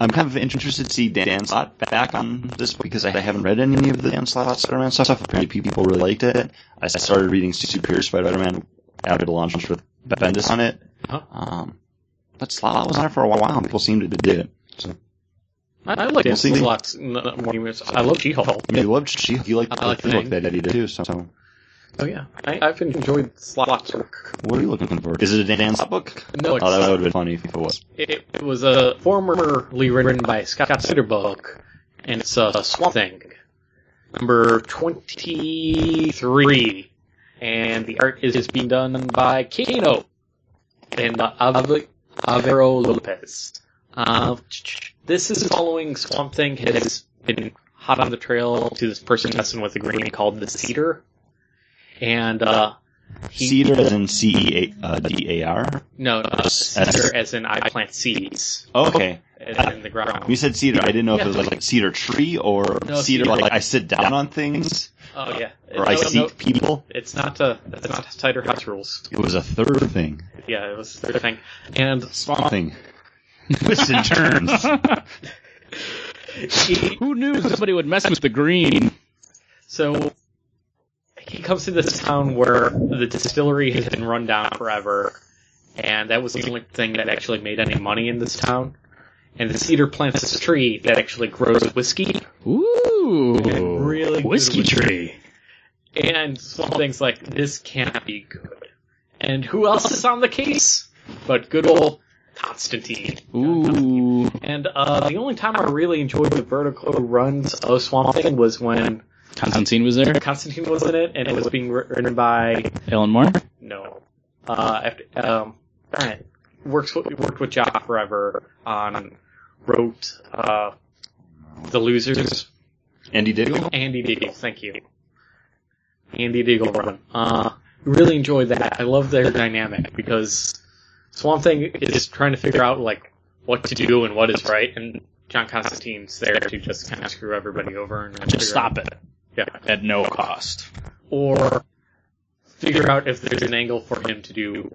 [SPEAKER 3] I'm kind of interested to see Dan Slott back on this book because I haven't read any of the Dan Slott Spider Man stuff. Apparently, people really liked it. I started reading Superior Spider Man after the launch with Bendis on it.
[SPEAKER 6] Huh.
[SPEAKER 3] Um, but Slott was on it for a while. and People seemed to dig it. So,
[SPEAKER 6] I, I like
[SPEAKER 3] We'll
[SPEAKER 6] it
[SPEAKER 3] see.
[SPEAKER 6] a lot more. humorous. I love She-Hulk.
[SPEAKER 3] I mean, you loved she. You liked
[SPEAKER 6] I
[SPEAKER 3] the
[SPEAKER 6] like
[SPEAKER 3] book
[SPEAKER 6] Fang.
[SPEAKER 3] that Eddie did too. So, so
[SPEAKER 6] Oh yeah, I, I've enjoyed Slot's work.
[SPEAKER 3] what are you looking for? Is it a Dan Slott book?
[SPEAKER 6] No,
[SPEAKER 3] Oh, that
[SPEAKER 6] it's-
[SPEAKER 3] would have been funny if it was.
[SPEAKER 6] It, it was a formerly written by Scott Suderbuck, and it's a Swamp Thing, number twenty-three, and the art is, is being done by Kano and uh, Ave- Avero Lopez. Uh, this is following Swamp Thing has been hot on the trail to this person messing with a green called the Cedar, and uh, he-
[SPEAKER 3] Cedar as in C E A uh, D A R.
[SPEAKER 6] No, uh,
[SPEAKER 3] S- S.
[SPEAKER 6] cedar as in I plant seeds
[SPEAKER 3] Okay.
[SPEAKER 6] as
[SPEAKER 3] I-
[SPEAKER 6] in the ground.
[SPEAKER 3] When you said cedar, I didn't know if it was
[SPEAKER 6] Yeah.
[SPEAKER 3] like, cedar tree or
[SPEAKER 6] No,
[SPEAKER 3] cedar,
[SPEAKER 6] cedar.
[SPEAKER 3] like I sit down on things
[SPEAKER 6] Oh yeah,
[SPEAKER 3] Uh, or I
[SPEAKER 6] No,
[SPEAKER 3] seek
[SPEAKER 6] no,
[SPEAKER 3] people.
[SPEAKER 6] it's not uh, it's not tighter house rules.
[SPEAKER 3] It was a third thing.
[SPEAKER 6] Yeah, it was the third thing, and
[SPEAKER 3] Swamp thing. Twists and turns.
[SPEAKER 6] he,
[SPEAKER 5] Who knew somebody would mess with the green?
[SPEAKER 6] so he comes to this town where the distillery has been run down forever, and that was the only thing that actually made any money in this town. And the cedar plants this tree that actually grows whiskey.
[SPEAKER 5] Ooh,
[SPEAKER 6] And really good
[SPEAKER 5] whiskey
[SPEAKER 6] whiskey.
[SPEAKER 5] tree.
[SPEAKER 6] And some things like this can't be good. And who else is on the case? But good old Constantine.
[SPEAKER 5] Ooh,
[SPEAKER 6] And uh, the only time I really enjoyed the vertical runs of Swamp Thing was when
[SPEAKER 5] Constantine was there.
[SPEAKER 6] Constantine was in it, and it was being written by
[SPEAKER 5] Ellen Moore.
[SPEAKER 6] no, uh, after, um, darn it, works with- worked with Jock forever on wrote uh, the losers
[SPEAKER 3] Andy Diggle?
[SPEAKER 6] Andy Deagle, thank you. Andy Deagle run. Uh, really enjoyed that. I love their dynamic because Swamp Thing is trying to figure out like what to do and what is right, and John Constantine's there to just kind of screw everybody over and
[SPEAKER 5] Just stop it
[SPEAKER 6] Yeah,
[SPEAKER 5] at no cost.
[SPEAKER 6] or figure out if there's an angle for him to do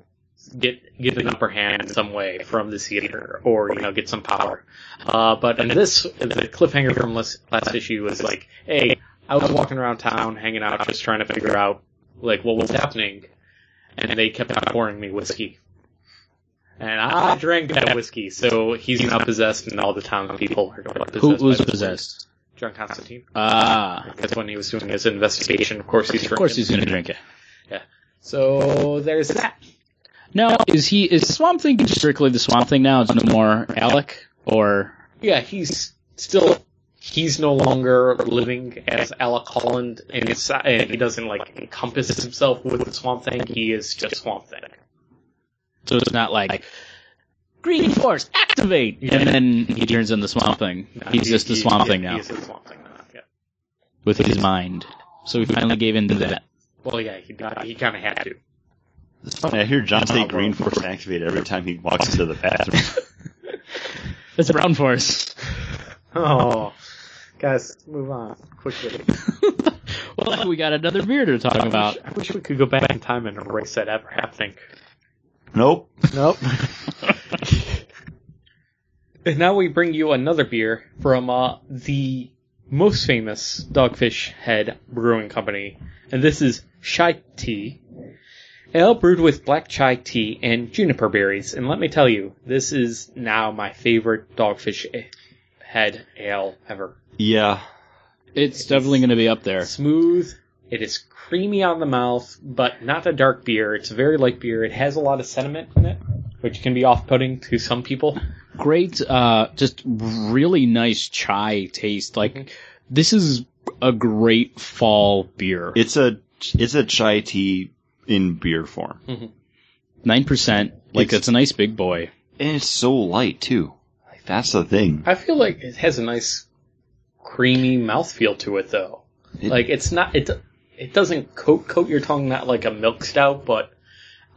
[SPEAKER 6] get get an upper hand in some way from the theater or you know get some power. Uh, but in this, the cliffhanger from last, last issue was like, hey, I was walking around town, hanging out, just trying to figure out like what was happening, and they kept on pouring me whiskey. And I drank that whiskey, so he's now possessed, and all the town people are possessed.
[SPEAKER 5] Who
[SPEAKER 6] by
[SPEAKER 5] was
[SPEAKER 6] this
[SPEAKER 5] possessed?
[SPEAKER 6] John Constantine.
[SPEAKER 5] Ah,
[SPEAKER 6] That's when he was doing his investigation. Of course, he's
[SPEAKER 5] of course he's gonna drink it.
[SPEAKER 6] So there's that.
[SPEAKER 5] Now is he is Swamp Thing strictly the Swamp Thing now? It's no more Alec or
[SPEAKER 6] Yeah, he's still. He's no longer living as Alec Holland, and, it's, and he doesn't like encompass himself with the Swamp Thing. He is just Swamp Thing.
[SPEAKER 5] so it's not like Green Force activate and then he turns into Swamp Thing. he's
[SPEAKER 6] He-
[SPEAKER 5] just the
[SPEAKER 6] he-
[SPEAKER 5] Swamp
[SPEAKER 6] he-
[SPEAKER 5] Thing now
[SPEAKER 6] He's the Swamp Thing now. Yeah.
[SPEAKER 5] with his mind. So he finally gave in to that.
[SPEAKER 6] Well, yeah, he got, he kind of had to.
[SPEAKER 3] It's funny. I hear John say Green Force activate every time he walks into the bathroom.
[SPEAKER 5] It's Brown Force.
[SPEAKER 6] Oh, guys, move on quickly.
[SPEAKER 5] well, we got another beer to talk about.
[SPEAKER 6] I wish we could go back in time and erase that ever happening.
[SPEAKER 3] nope.
[SPEAKER 6] Nope. and now we bring you another beer from uh, the most famous Dogfish Head Brewing Company, and this is Chai Tea. Ale brewed with black chai tea and juniper berries, and let me tell you, this is now my favorite Dogfish eh, Head ale ever.
[SPEAKER 3] Yeah.
[SPEAKER 5] It's definitely going to be up there.
[SPEAKER 6] smooth. It is creamy on the mouth, but not a dark beer. It's a very light beer. It has a lot of sediment in it, which can be off-putting to some people.
[SPEAKER 5] Great, uh, just really nice chai taste. Like,
[SPEAKER 3] Mm-hmm.
[SPEAKER 5] this is a great fall beer.
[SPEAKER 3] It's a it's a chai tea in beer form,
[SPEAKER 5] 9%. Like,
[SPEAKER 3] It's-
[SPEAKER 5] that's a nice big boy.
[SPEAKER 3] and it's so light too. Like that's the thing.
[SPEAKER 6] I feel like it has a nice creamy mouthfeel to it, though.
[SPEAKER 3] It-
[SPEAKER 6] like it's not it it doesn't coat coat your tongue not like a milk stout, but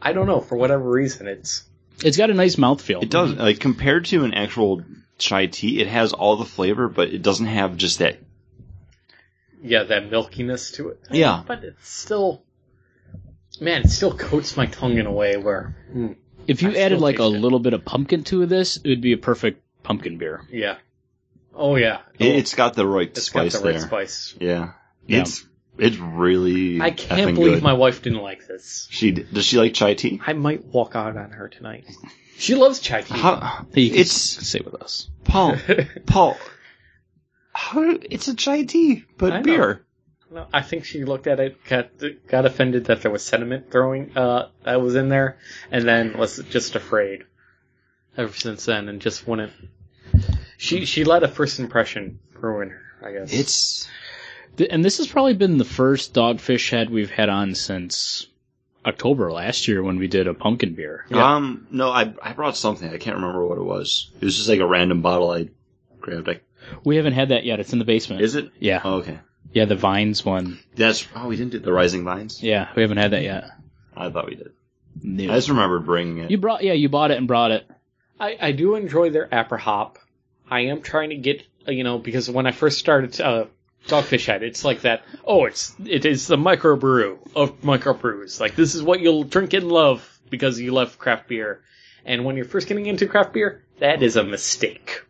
[SPEAKER 6] I don't know for whatever reason it's
[SPEAKER 5] It's got a nice mouthfeel.
[SPEAKER 3] It does like compared to an actual chai tea, it has all the flavor, but it doesn't have just that.
[SPEAKER 6] yeah that milkiness to it.
[SPEAKER 3] Yeah.
[SPEAKER 6] but it's still man, it still coats my tongue in a way where
[SPEAKER 5] If you
[SPEAKER 6] I
[SPEAKER 5] added
[SPEAKER 6] still
[SPEAKER 5] like a
[SPEAKER 6] taste it.
[SPEAKER 5] little bit of pumpkin to this, it would be a perfect pumpkin beer.
[SPEAKER 6] yeah, oh yeah, Oh,
[SPEAKER 3] It, it's got the right
[SPEAKER 6] It's
[SPEAKER 3] spice
[SPEAKER 6] got the right
[SPEAKER 3] there.
[SPEAKER 6] spice.
[SPEAKER 3] Yeah.
[SPEAKER 5] Yeah.
[SPEAKER 3] It's it's really.
[SPEAKER 6] I can't
[SPEAKER 3] effing
[SPEAKER 6] believe
[SPEAKER 3] good.
[SPEAKER 6] my wife didn't like this.
[SPEAKER 3] She does she like chai tea?
[SPEAKER 6] I might walk out on her tonight. She loves chai tea.
[SPEAKER 3] How,
[SPEAKER 5] That you can
[SPEAKER 3] it's
[SPEAKER 5] s- say with us.
[SPEAKER 3] Paul. Paul. How, it's a chai tea, but
[SPEAKER 6] I know.
[SPEAKER 3] beer.
[SPEAKER 6] No, I think she looked at it, got got offended that there was sediment throwing uh, that was in there, and then was just afraid. Ever since then, and just wouldn't. She she let a first impression ruin her. I guess
[SPEAKER 3] It's
[SPEAKER 5] Th- And this has probably been the first dogfish head we've had on since October last year when we did a pumpkin beer.
[SPEAKER 6] Yeah.
[SPEAKER 3] um no. I I brought something. I can't remember what it was. It was just like a random bottle I grabbed. I,
[SPEAKER 5] We haven't had that yet. It's in the basement.
[SPEAKER 3] is it?
[SPEAKER 5] Yeah.
[SPEAKER 3] Oh, okay.
[SPEAKER 5] Yeah, the vines one.
[SPEAKER 3] That's oh we didn't do the rising vines.
[SPEAKER 5] Yeah, we haven't had that yet.
[SPEAKER 3] I thought we did.
[SPEAKER 5] No.
[SPEAKER 3] I just remember bringing it.
[SPEAKER 5] You brought, yeah, you bought it and brought it.
[SPEAKER 6] I, I do enjoy their apper hop. I am trying to get uh, you know because when I first started uh, Dogfish Head, it's like that. Oh, it's it is the microbrew of microbrews. Like this is what you'll drink and love because you love craft beer. And when you're first getting into craft beer, that is a mistake.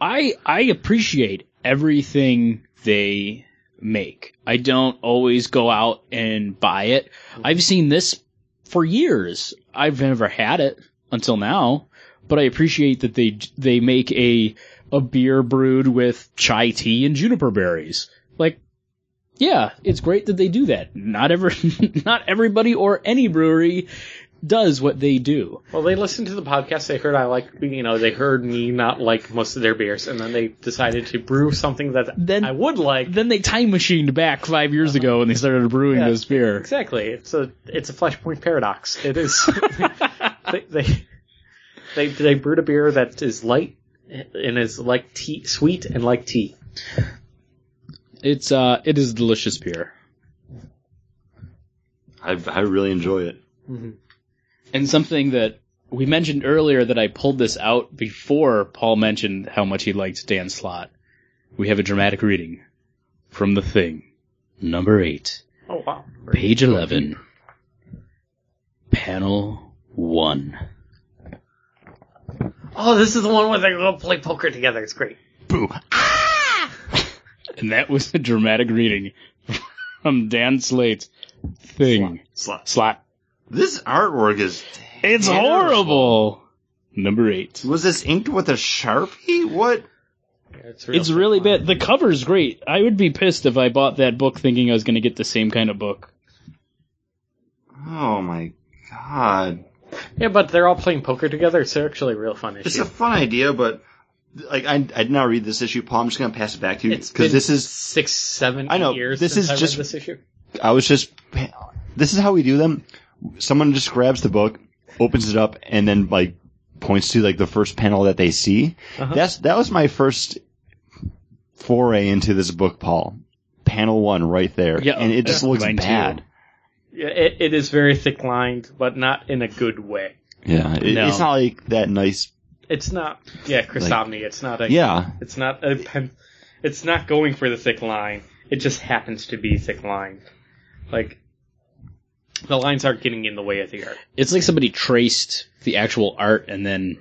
[SPEAKER 5] I, I appreciate everything they make. I don't always go out and buy it. I've seen this for years. I've never had it until now, but I appreciate that they, they make a, a beer brewed with chai tea and juniper berries. Like, yeah, it's great that they do that. Not ever, not everybody or any brewery does what they do.
[SPEAKER 6] Well, they listened to the podcast. They heard I like you know they heard me not like most of their beers, and then they decided to brew something that
[SPEAKER 5] Then-
[SPEAKER 6] I would like.
[SPEAKER 5] Then they time machined back five years ago when they started brewing
[SPEAKER 6] Yeah.
[SPEAKER 5] this beer.
[SPEAKER 6] Exactly. It's a it's a flashpoint paradox. It is. they, they they they brewed a beer that is light and is like tea, sweet and like tea.
[SPEAKER 5] It's uh, it is delicious beer.
[SPEAKER 3] I I really enjoy it.
[SPEAKER 5] And something that we mentioned earlier that I pulled this out before Paul mentioned how much he liked Dan Slott. We have a dramatic reading from The Thing, number eight,
[SPEAKER 6] Oh wow!
[SPEAKER 5] page eleven, panel one.
[SPEAKER 6] Oh, this is the one where they go play poker together. It's great.
[SPEAKER 3] Boo.
[SPEAKER 5] And that was a dramatic reading from Dan Slate's Thing
[SPEAKER 3] Slot.
[SPEAKER 5] Slot.
[SPEAKER 3] This artwork is.
[SPEAKER 5] It's
[SPEAKER 3] terrible.
[SPEAKER 5] horrible. Number eight.
[SPEAKER 3] Was this inked with a sharpie? What?
[SPEAKER 6] It's, real
[SPEAKER 5] it's really
[SPEAKER 6] fun.
[SPEAKER 5] bad. The cover's great. I would be pissed if I bought that book thinking I was going to get the same kind of book.
[SPEAKER 3] Oh my god.
[SPEAKER 6] Yeah, but they're all playing poker together. It's actually a real fun
[SPEAKER 3] It's
[SPEAKER 6] issue.
[SPEAKER 3] a fun idea, but like I, I did not read this issue, Paul. I'm just gonna pass it back to you
[SPEAKER 6] It's
[SPEAKER 3] because
[SPEAKER 6] been
[SPEAKER 3] this is
[SPEAKER 6] six, seven
[SPEAKER 3] I know,
[SPEAKER 6] years
[SPEAKER 3] this
[SPEAKER 6] since
[SPEAKER 3] is
[SPEAKER 6] I read
[SPEAKER 3] just-
[SPEAKER 6] this issue.
[SPEAKER 3] I was just. This is how we do them. Someone just grabs the book, opens it up, and then like points to like the first panel that they see.
[SPEAKER 5] Uh-huh.
[SPEAKER 3] That's that was my first foray into this book, Paul. Panel one, right there,
[SPEAKER 5] Yeah,
[SPEAKER 3] and it just
[SPEAKER 5] yeah,
[SPEAKER 3] looks
[SPEAKER 5] mine too.
[SPEAKER 3] bad.
[SPEAKER 6] Yeah, it, it is very thick lined, but not in a good way.
[SPEAKER 3] Yeah, it-
[SPEAKER 5] No.
[SPEAKER 3] it's not like that nice.
[SPEAKER 6] It's not, yeah, Chris
[SPEAKER 3] Like-
[SPEAKER 6] Omni. It's not a,
[SPEAKER 3] Yeah,
[SPEAKER 6] it's not a pen. It's not going for the thick line. It just happens to be thick lined. Like the lines aren't getting in the way of the art.
[SPEAKER 5] It's like somebody traced the actual art and then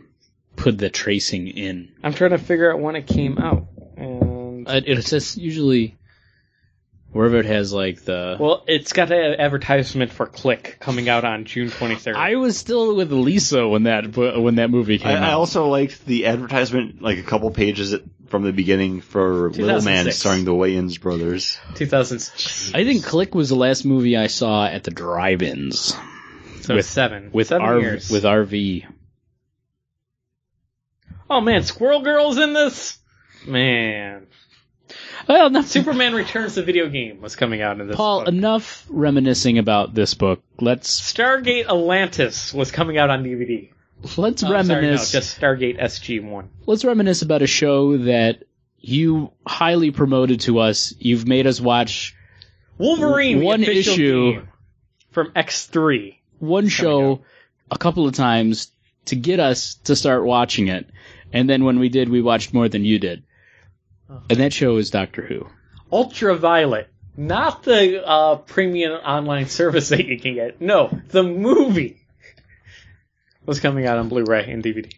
[SPEAKER 5] put the tracing in.
[SPEAKER 6] I'm trying to figure out when it came out. And
[SPEAKER 5] It, it says usually wherever it has like the.
[SPEAKER 6] well, it's got an advertisement for Click coming out on June 23rd.
[SPEAKER 5] I was still with Lisa when that bu- when that movie came
[SPEAKER 3] I,
[SPEAKER 5] out.
[SPEAKER 3] I also liked the advertisement, like a couple pages at, from the beginning for Little Man
[SPEAKER 6] 2006.
[SPEAKER 3] starring the Wayans brothers.
[SPEAKER 6] 2006.
[SPEAKER 5] I think Click was the last movie I saw at the drive-ins
[SPEAKER 6] So
[SPEAKER 5] With-
[SPEAKER 6] seven.
[SPEAKER 5] with
[SPEAKER 6] seven
[SPEAKER 5] RV
[SPEAKER 6] years.
[SPEAKER 5] with RV.
[SPEAKER 6] oh man, Squirrel Girl's in this. Man,
[SPEAKER 5] Well, not super.
[SPEAKER 6] Superman Returns the video game was coming out in this.
[SPEAKER 5] Paul, uh,
[SPEAKER 6] book.
[SPEAKER 5] enough reminiscing about this book. Let's
[SPEAKER 6] Stargate Atlantis was coming out on DVD.
[SPEAKER 5] let's
[SPEAKER 6] Oh, sorry, no,
[SPEAKER 5] reminisce.
[SPEAKER 6] just Stargate SG One.
[SPEAKER 5] Let's reminisce about a show that you highly promoted to us. You've made us watch
[SPEAKER 6] Wolverine. the
[SPEAKER 5] One
[SPEAKER 6] official
[SPEAKER 5] issue.
[SPEAKER 6] game from X Three.
[SPEAKER 5] one show a couple of times to get us to start watching it, and then when we did, we watched more than you did. And that show is Doctor Who.
[SPEAKER 6] Ultraviolet. Not the uh, premium online service that you can get. No, the movie was coming out on Blu-ray and DVD.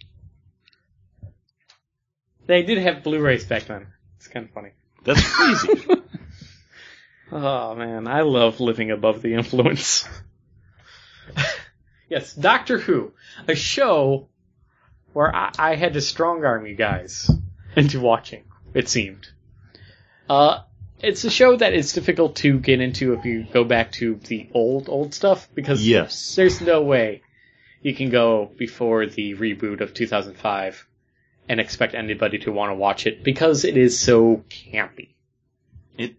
[SPEAKER 6] They did have Blu-rays back then. It's kind of funny.
[SPEAKER 3] That's crazy.
[SPEAKER 6] Oh man, I love living above the influence. yes, Doctor Who, a show where I, I had to strong arm you guys into watching. It seemed. Uh, it's a show that is difficult to get into if you go back to the old old stuff because
[SPEAKER 3] yes.
[SPEAKER 6] there's no way you can go before the reboot of 2005 and expect anybody to want to watch it because it is so campy.
[SPEAKER 3] It,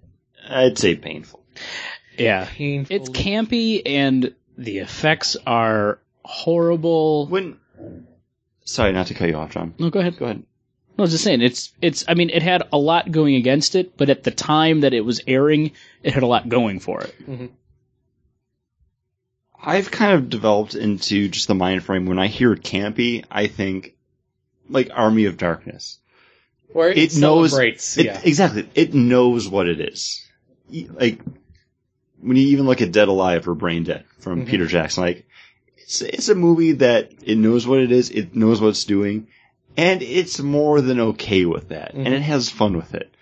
[SPEAKER 3] I'd say painful.
[SPEAKER 5] Yeah,
[SPEAKER 6] Painful.
[SPEAKER 5] it's campy, and the effects are horrible.
[SPEAKER 3] When, sorry, not to cut you off, John.
[SPEAKER 5] No, go ahead.
[SPEAKER 3] Go ahead.
[SPEAKER 5] No, I was just saying it's it's. I mean, it had a lot going against it, but at the time that it was airing, it had a lot going for it.
[SPEAKER 3] I've kind of developed into just the mind frame when I hear campy, I think like Army of Darkness.
[SPEAKER 6] where it,
[SPEAKER 3] It knows
[SPEAKER 6] celebrates.
[SPEAKER 3] it-
[SPEAKER 6] yeah.
[SPEAKER 3] exactly. It knows what it is. E- Like when you even look at Dead Alive or Brain Dead from Peter Jackson, like it's, it's a movie that it knows what it is, it knows what it's doing, and it's more than okay with that, and it has fun with it.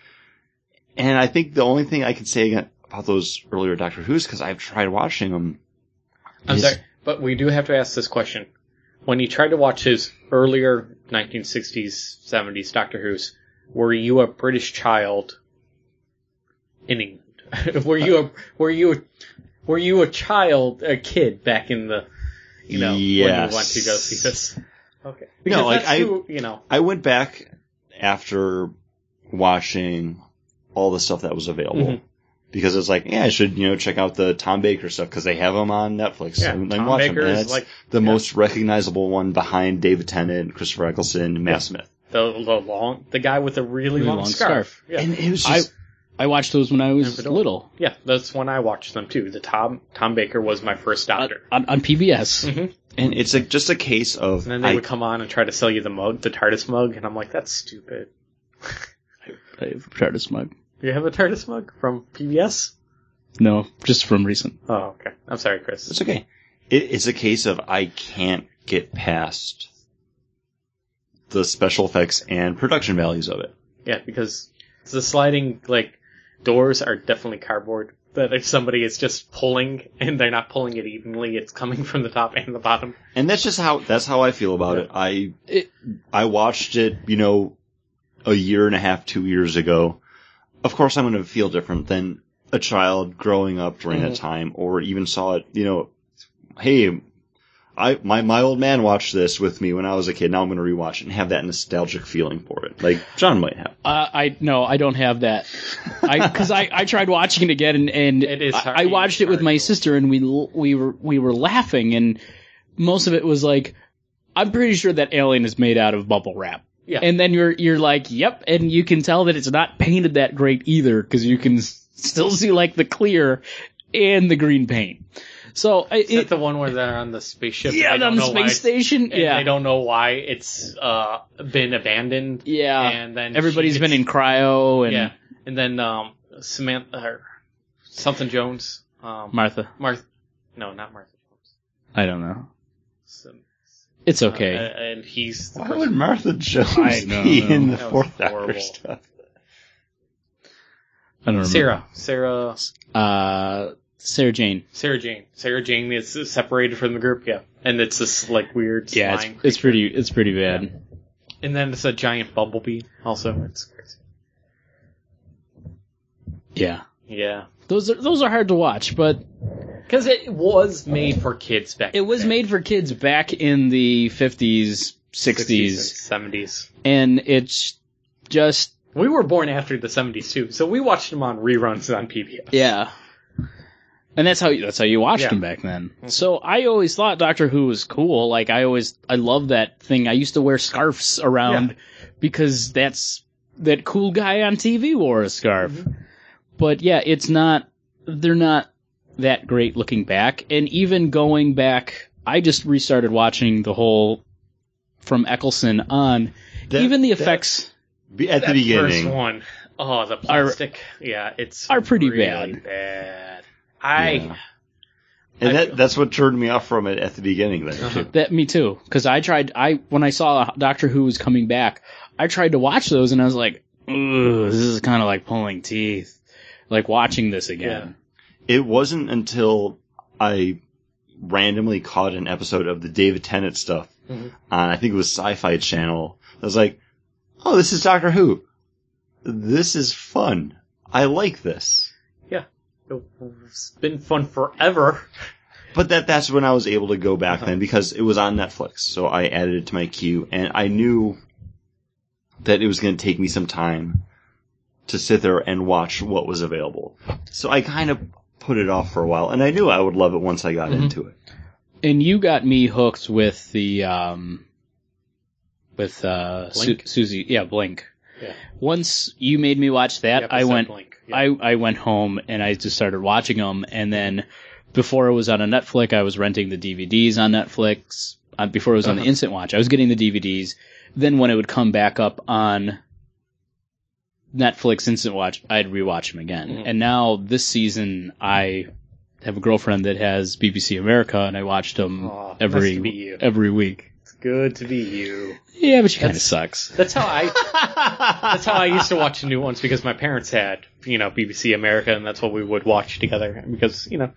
[SPEAKER 3] And I think the only thing I can say again about those earlier Doctor Who's because I've tried watching them.
[SPEAKER 6] I'm
[SPEAKER 3] is-
[SPEAKER 6] sorry, but we do have to ask this question. When you tried to watch his earlier 1960s, 70s Doctor Who's, were you a British child in England? were you a were you a, were you a child, a kid back in the you know when
[SPEAKER 3] Yes.
[SPEAKER 6] you went to go see this? Okay, because
[SPEAKER 3] No, like,
[SPEAKER 6] that's
[SPEAKER 3] I-
[SPEAKER 6] who, you know.
[SPEAKER 3] I went back after watching all the stuff that was available
[SPEAKER 6] Mm-hmm.
[SPEAKER 3] because it's like, yeah, I should you know check out the Tom Baker stuff because they have them on Netflix.
[SPEAKER 6] Yeah,
[SPEAKER 3] and
[SPEAKER 6] Tom
[SPEAKER 3] watch 'em.
[SPEAKER 6] Baker
[SPEAKER 3] And
[SPEAKER 6] is
[SPEAKER 3] that's
[SPEAKER 6] like-
[SPEAKER 3] the
[SPEAKER 6] yeah.
[SPEAKER 3] most recognizable one behind David Tennant, Christopher Eccleston, Matt Smith,
[SPEAKER 6] The, the long the guy with the really, long,
[SPEAKER 5] long
[SPEAKER 6] scarf.
[SPEAKER 5] scarf.
[SPEAKER 6] Yeah.
[SPEAKER 3] and it was
[SPEAKER 5] I
[SPEAKER 3] just
[SPEAKER 5] I watched those when I was
[SPEAKER 6] Never done.
[SPEAKER 5] little
[SPEAKER 6] yeah, that's when I watched them too. The Tom Tom Baker was my first
[SPEAKER 3] Uh,
[SPEAKER 5] on,
[SPEAKER 6] doctor.
[SPEAKER 5] on, on PBS.
[SPEAKER 3] and it's like just a case of
[SPEAKER 6] And then they
[SPEAKER 3] I-
[SPEAKER 6] would come on and try to sell you the mug, the TARDIS mug, and I'm like, that's stupid.
[SPEAKER 5] I've tried to smoke.
[SPEAKER 6] Do you have a TARDIS mug from PBS?
[SPEAKER 5] No, just from recent.
[SPEAKER 6] Oh, okay. I'm sorry, Chris.
[SPEAKER 3] It's okay. It, it's a case of I can't get past the special effects and production values of it.
[SPEAKER 6] Yeah, because the sliding like doors are definitely cardboard. That if somebody is just pulling and they're not pulling it evenly, it's coming from the top and the bottom.
[SPEAKER 3] And that's just how that's how I feel about it. I
[SPEAKER 5] It-
[SPEAKER 3] I watched it, you know, a year and a half, two years ago, of course I'm going to feel different than a child growing up during that
[SPEAKER 5] Mm-hmm.
[SPEAKER 3] time or even saw it, you know, hey, I, my, my old man watched this with me when I was a kid. Now I'm going to rewatch it and have that nostalgic feeling for it. Like John might have.
[SPEAKER 5] Uh, I no, I don't have that. I because I, I tried watching it again and, and
[SPEAKER 6] It is
[SPEAKER 5] I-
[SPEAKER 6] hard-
[SPEAKER 5] I
[SPEAKER 6] it is
[SPEAKER 5] watched it with
[SPEAKER 6] hard
[SPEAKER 5] my
[SPEAKER 6] to-
[SPEAKER 5] sister and we l- we were we were laughing and most of it was like I'm pretty sure that alien is made out of bubble wrap.
[SPEAKER 6] Yeah.
[SPEAKER 5] And then you're you're like, yep, and you can tell that it's not painted that great either because you can s- still see like the clear and the green paint. So I-
[SPEAKER 6] Is that
[SPEAKER 5] it,
[SPEAKER 6] the one where they're on the spaceship? and
[SPEAKER 5] yeah,
[SPEAKER 6] they don't
[SPEAKER 5] on the
[SPEAKER 6] know why-
[SPEAKER 5] space station.
[SPEAKER 6] and
[SPEAKER 5] Yeah.
[SPEAKER 6] They don't know why it's uh, been abandoned.
[SPEAKER 5] yeah.
[SPEAKER 6] and then
[SPEAKER 5] Everybody's
[SPEAKER 6] she
[SPEAKER 5] been
[SPEAKER 6] gets-
[SPEAKER 5] in cryo and
[SPEAKER 6] Yeah, and then um, Samantha or something Jones. Um,
[SPEAKER 5] Martha.
[SPEAKER 6] Martha. No, not Martha. Jones.
[SPEAKER 5] I don't know.
[SPEAKER 6] Some-
[SPEAKER 5] It's
[SPEAKER 6] uh,
[SPEAKER 5] okay.
[SPEAKER 6] and he's the
[SPEAKER 3] Why
[SPEAKER 6] person-
[SPEAKER 3] would Martha Jones
[SPEAKER 5] I know.
[SPEAKER 3] be in the
[SPEAKER 6] That was
[SPEAKER 3] fourth Doctor
[SPEAKER 6] horrible.
[SPEAKER 3] stuff?
[SPEAKER 5] I don't remember.
[SPEAKER 6] Sarah. Sarah.
[SPEAKER 5] Uh, Sarah Jane.
[SPEAKER 6] Sarah Jane. Sarah Jane is separated from the group. Yeah, and it's this like weird.
[SPEAKER 5] Yeah, it's,
[SPEAKER 6] slime
[SPEAKER 5] it's
[SPEAKER 6] creature.
[SPEAKER 5] pretty. It's pretty bad.
[SPEAKER 6] And then it's a giant bumblebee. Also, it's crazy.
[SPEAKER 5] Yeah,
[SPEAKER 6] Yeah,
[SPEAKER 5] those are those are hard to watch, but
[SPEAKER 6] because it was made for kids back.
[SPEAKER 5] it was made for kids back in the fifties, sixties,
[SPEAKER 6] seventies.
[SPEAKER 5] and it's just
[SPEAKER 6] We were born after the seventies too, so we watched them on reruns on PBS.
[SPEAKER 5] yeah. And that's how you, that's how you watched
[SPEAKER 6] Yeah.
[SPEAKER 5] them back then.
[SPEAKER 3] Mm-hmm.
[SPEAKER 5] So I always thought Doctor Who was cool. Like I always I love that thing. I used to wear scarves around because that's that cool guy on TV wore a scarf.
[SPEAKER 3] Mm-hmm.
[SPEAKER 5] But yeah, it's not they're not that great looking back. And even going back, I just restarted watching the whole from Eccleston on.
[SPEAKER 3] That-
[SPEAKER 5] even the
[SPEAKER 3] that-
[SPEAKER 5] effects
[SPEAKER 3] Be- at the
[SPEAKER 6] That
[SPEAKER 3] beginning.
[SPEAKER 6] First one. Oh, the plastic. yeah, it's
[SPEAKER 5] are pretty
[SPEAKER 6] really
[SPEAKER 5] bad.
[SPEAKER 6] bad. I
[SPEAKER 3] Yeah. And that, that's what turned me off from it at the beginning there. too.
[SPEAKER 5] That me too, because I tried. I when I saw Doctor Who was coming back, I tried to watch those, and I was like, "Ooh, this is kind of like pulling teeth, like watching this again."
[SPEAKER 3] It wasn't until I randomly caught an episode of the David Tennant stuff on, I think it was Sci-Fi Channel. I was like, oh, this is Doctor Who. This is fun. I like this.
[SPEAKER 6] it's been fun forever.
[SPEAKER 3] But that that's when I was able to go
[SPEAKER 6] Uh-huh.
[SPEAKER 3] back then because it was on Netflix. So I added it to my queue and I knew that it was going to take me some time to sit there and watch what was available. So I kind of put it off for a while and I knew I would love it once I got
[SPEAKER 6] Mm-hmm.
[SPEAKER 3] into it.
[SPEAKER 5] And you got me hooked with the um, with uh, Su-
[SPEAKER 6] Blink.
[SPEAKER 5] Susie, yeah, Blink.
[SPEAKER 6] Yeah.
[SPEAKER 5] Once you made me watch that,
[SPEAKER 6] The
[SPEAKER 5] I
[SPEAKER 6] episode
[SPEAKER 5] went.
[SPEAKER 6] Blink.
[SPEAKER 5] I I went home and I just started watching them, and then before it was on a Netflix, I was renting the DVDs on Netflix. Uh, before it was on the Instant Watch, I was getting the DVDs. Then when it would come back up on Netflix Instant Watch, I'd rewatch them again. And now this season, I have a girlfriend that has BBC America, and I watched them
[SPEAKER 6] Aw, nice to meet
[SPEAKER 5] every
[SPEAKER 6] you.
[SPEAKER 5] every week.
[SPEAKER 6] It's good to be you.
[SPEAKER 5] Yeah, but she kind of sucks.
[SPEAKER 6] That's how I. that's how I used to watch the new ones because my parents had you know BBC America and that's what we would watch together because you know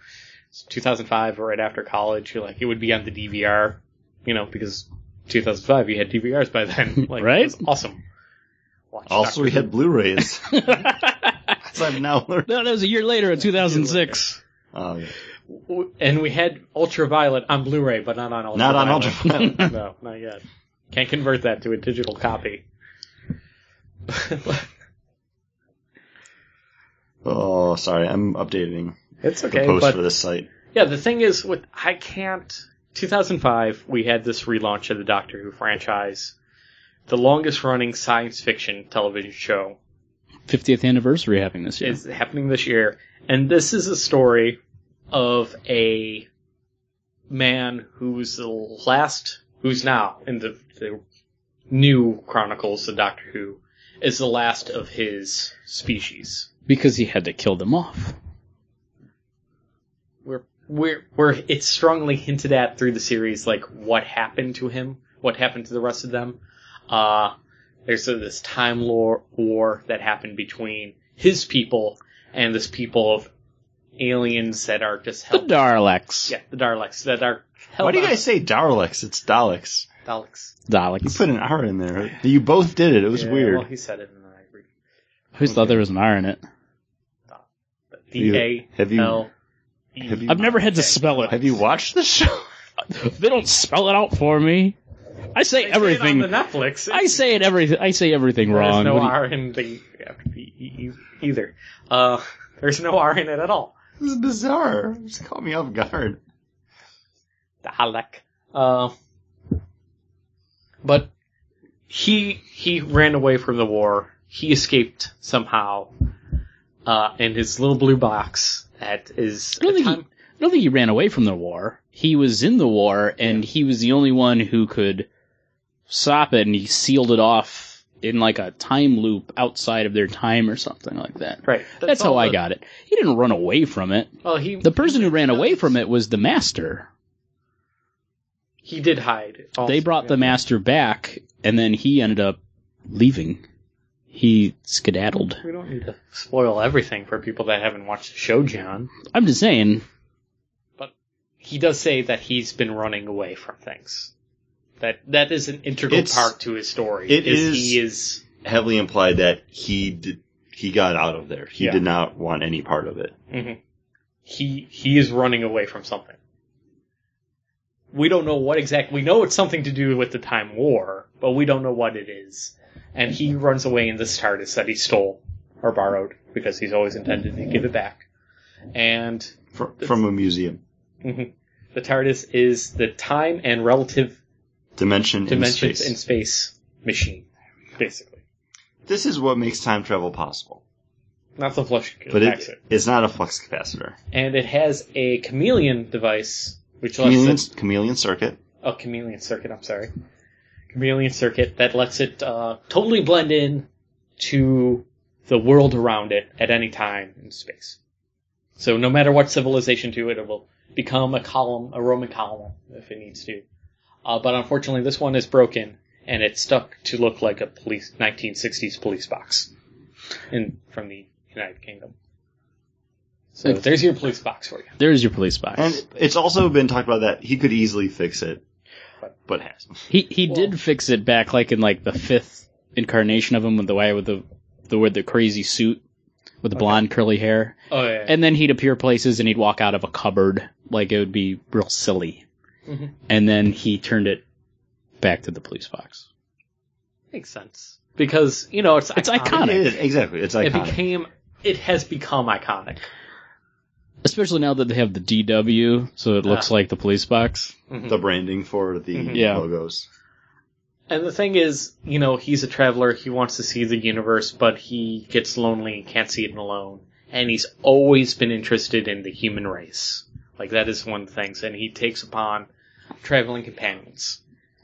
[SPEAKER 6] it's 2005 right after college you're like it would be on the DVR you know because 2005 you had DVRs by then like
[SPEAKER 5] Right?
[SPEAKER 6] it was awesome. Watch
[SPEAKER 3] Also, we
[SPEAKER 6] Doctor
[SPEAKER 3] had Blu-rays. As I've now learned.
[SPEAKER 5] No, that was a year later in 2006.
[SPEAKER 3] Oh, yeah.
[SPEAKER 6] Who. and we had Ultraviolet on Blu-ray but not on Ultraviolet.
[SPEAKER 3] Not on Ultra.
[SPEAKER 6] no, not yet. Can't convert that to a digital copy.
[SPEAKER 3] oh, sorry. I'm updating
[SPEAKER 6] it's
[SPEAKER 3] the
[SPEAKER 6] okay,
[SPEAKER 3] post
[SPEAKER 6] but
[SPEAKER 3] for this site.
[SPEAKER 6] Yeah, the thing is with I can't 2005 we had this relaunch of the Doctor Who franchise, the longest running science fiction television show
[SPEAKER 5] 50th anniversary happening this year.
[SPEAKER 6] is happening this year and this is a story of a man who's the last who's now in the, the new chronicles of Doctor Who is the last of his species.
[SPEAKER 5] because he had to kill them off.
[SPEAKER 6] we're we're we're it's strongly hinted at through the series like what happened to him, what happened to the rest of them. Uh there's uh, this time lore war that happened between his people and this people of aliens that are just
[SPEAKER 5] The
[SPEAKER 6] held
[SPEAKER 5] Daleks.
[SPEAKER 6] yeah, the Daleks that are held
[SPEAKER 3] Why do you
[SPEAKER 6] on-
[SPEAKER 3] guys say Daleks? It's Daleks.
[SPEAKER 6] Daleks.
[SPEAKER 3] You
[SPEAKER 5] Daleks.
[SPEAKER 3] put an hour in there. right? You both did it. It was
[SPEAKER 6] Yeah,
[SPEAKER 3] weird.
[SPEAKER 6] Well, he said it, and then I read
[SPEAKER 5] I always thought there was an R in it.
[SPEAKER 6] it. D
[SPEAKER 3] have
[SPEAKER 6] A
[SPEAKER 3] you-
[SPEAKER 6] L
[SPEAKER 3] have
[SPEAKER 6] E.
[SPEAKER 3] you-
[SPEAKER 5] I've never had to
[SPEAKER 6] Okay.
[SPEAKER 5] spell it.
[SPEAKER 3] Have you watched the show?
[SPEAKER 5] They don't spell it out for me. I say everything.
[SPEAKER 6] on the Netflix.
[SPEAKER 5] I say it everything. I say everything wrong.
[SPEAKER 6] There's no
[SPEAKER 5] What do you-
[SPEAKER 6] R in the e- e- e- either. Uh, there's no R in it at all.
[SPEAKER 3] This is bizarre. It just caught me off guard.
[SPEAKER 6] Dalek. Uh, but he he ran away from the war. He escaped somehow. Uh, in his little blue box that is
[SPEAKER 5] I don't
[SPEAKER 6] a
[SPEAKER 5] think he-
[SPEAKER 6] time-
[SPEAKER 5] I don't think he ran away from the war. He was in the war, and he was the only one who could stop it, and he sealed it off in like a time loop outside of their time or something like that.
[SPEAKER 6] right.
[SPEAKER 5] That's, how
[SPEAKER 6] all
[SPEAKER 5] I
[SPEAKER 6] the-
[SPEAKER 5] got it. He didn't run away from it.
[SPEAKER 6] Well, he
[SPEAKER 5] The person who ran away from it was the master.
[SPEAKER 6] he did hide. also,
[SPEAKER 5] They brought
[SPEAKER 6] yeah.
[SPEAKER 5] the master back, and then he ended up leaving. He skedaddled.
[SPEAKER 6] We don't need to spoil everything for people that haven't watched the show, John.
[SPEAKER 5] I'm just saying,
[SPEAKER 6] He does say that he's been running away from things. That that is an integral
[SPEAKER 3] It's-
[SPEAKER 6] part to his story.
[SPEAKER 3] it is-
[SPEAKER 6] he is
[SPEAKER 3] Heavily implied that he did, he got out of there. He
[SPEAKER 6] Yeah.
[SPEAKER 3] did not want any part of it.
[SPEAKER 6] mhm. he he is running away from something. We don't know what exact. We know it's something to do with the time war, but we don't know what it is. And he runs away in this TARDIS that he stole or borrowed because he's always intended to give it back. And
[SPEAKER 3] From, from a museum.
[SPEAKER 6] Mhm. The TARDIS is the time and relative
[SPEAKER 3] Dimension, in
[SPEAKER 6] dimensions
[SPEAKER 3] space.
[SPEAKER 6] in space machine, basically.
[SPEAKER 3] This is what makes time travel possible.
[SPEAKER 6] Not the flush
[SPEAKER 3] But it,
[SPEAKER 6] exit.
[SPEAKER 3] it's not a flux capacitor.
[SPEAKER 6] And it has a chameleon device, which lets
[SPEAKER 3] Chameleon,
[SPEAKER 6] it
[SPEAKER 3] chameleon circuit.
[SPEAKER 6] a chameleon circuit. I'm sorry, chameleon circuit that lets it uh, totally blend in to the world around it at any time in space. So no matter what civilization to it, it will become a column, a Roman column, if it needs to. Uh, but unfortunately, this one is broken and it's stuck to look like a police 1960s police box, in from the United Kingdom. So
[SPEAKER 5] It's-
[SPEAKER 6] there's your police box for you.
[SPEAKER 5] there's your police box.
[SPEAKER 3] And it's also been talked about that he could easily fix it, but hasn't.
[SPEAKER 5] He he did fix it back like in like the fifth incarnation of him with the guy with the the with the crazy suit with the blonde curly hair.
[SPEAKER 6] Oh yeah.
[SPEAKER 5] And then he'd appear places and he'd walk out of a cupboard like it would be real silly.
[SPEAKER 6] Mhm.
[SPEAKER 5] And then he turned it back to the police box.
[SPEAKER 6] Makes sense because you know it's
[SPEAKER 5] It's iconic.
[SPEAKER 3] It is, exactly. It's
[SPEAKER 6] It
[SPEAKER 3] iconic.
[SPEAKER 6] became. It has become iconic.
[SPEAKER 5] Especially now that they have the DW, so it looks
[SPEAKER 6] Ah.
[SPEAKER 5] like the police box.
[SPEAKER 3] the branding for the
[SPEAKER 5] Yeah.
[SPEAKER 3] logos.
[SPEAKER 6] And the thing is, you know, he's a traveler. He wants to see the universe, but he gets lonely, can't see it alone. And he's always been interested in the human race. Like that is one of the things. And he takes upon traveling companions.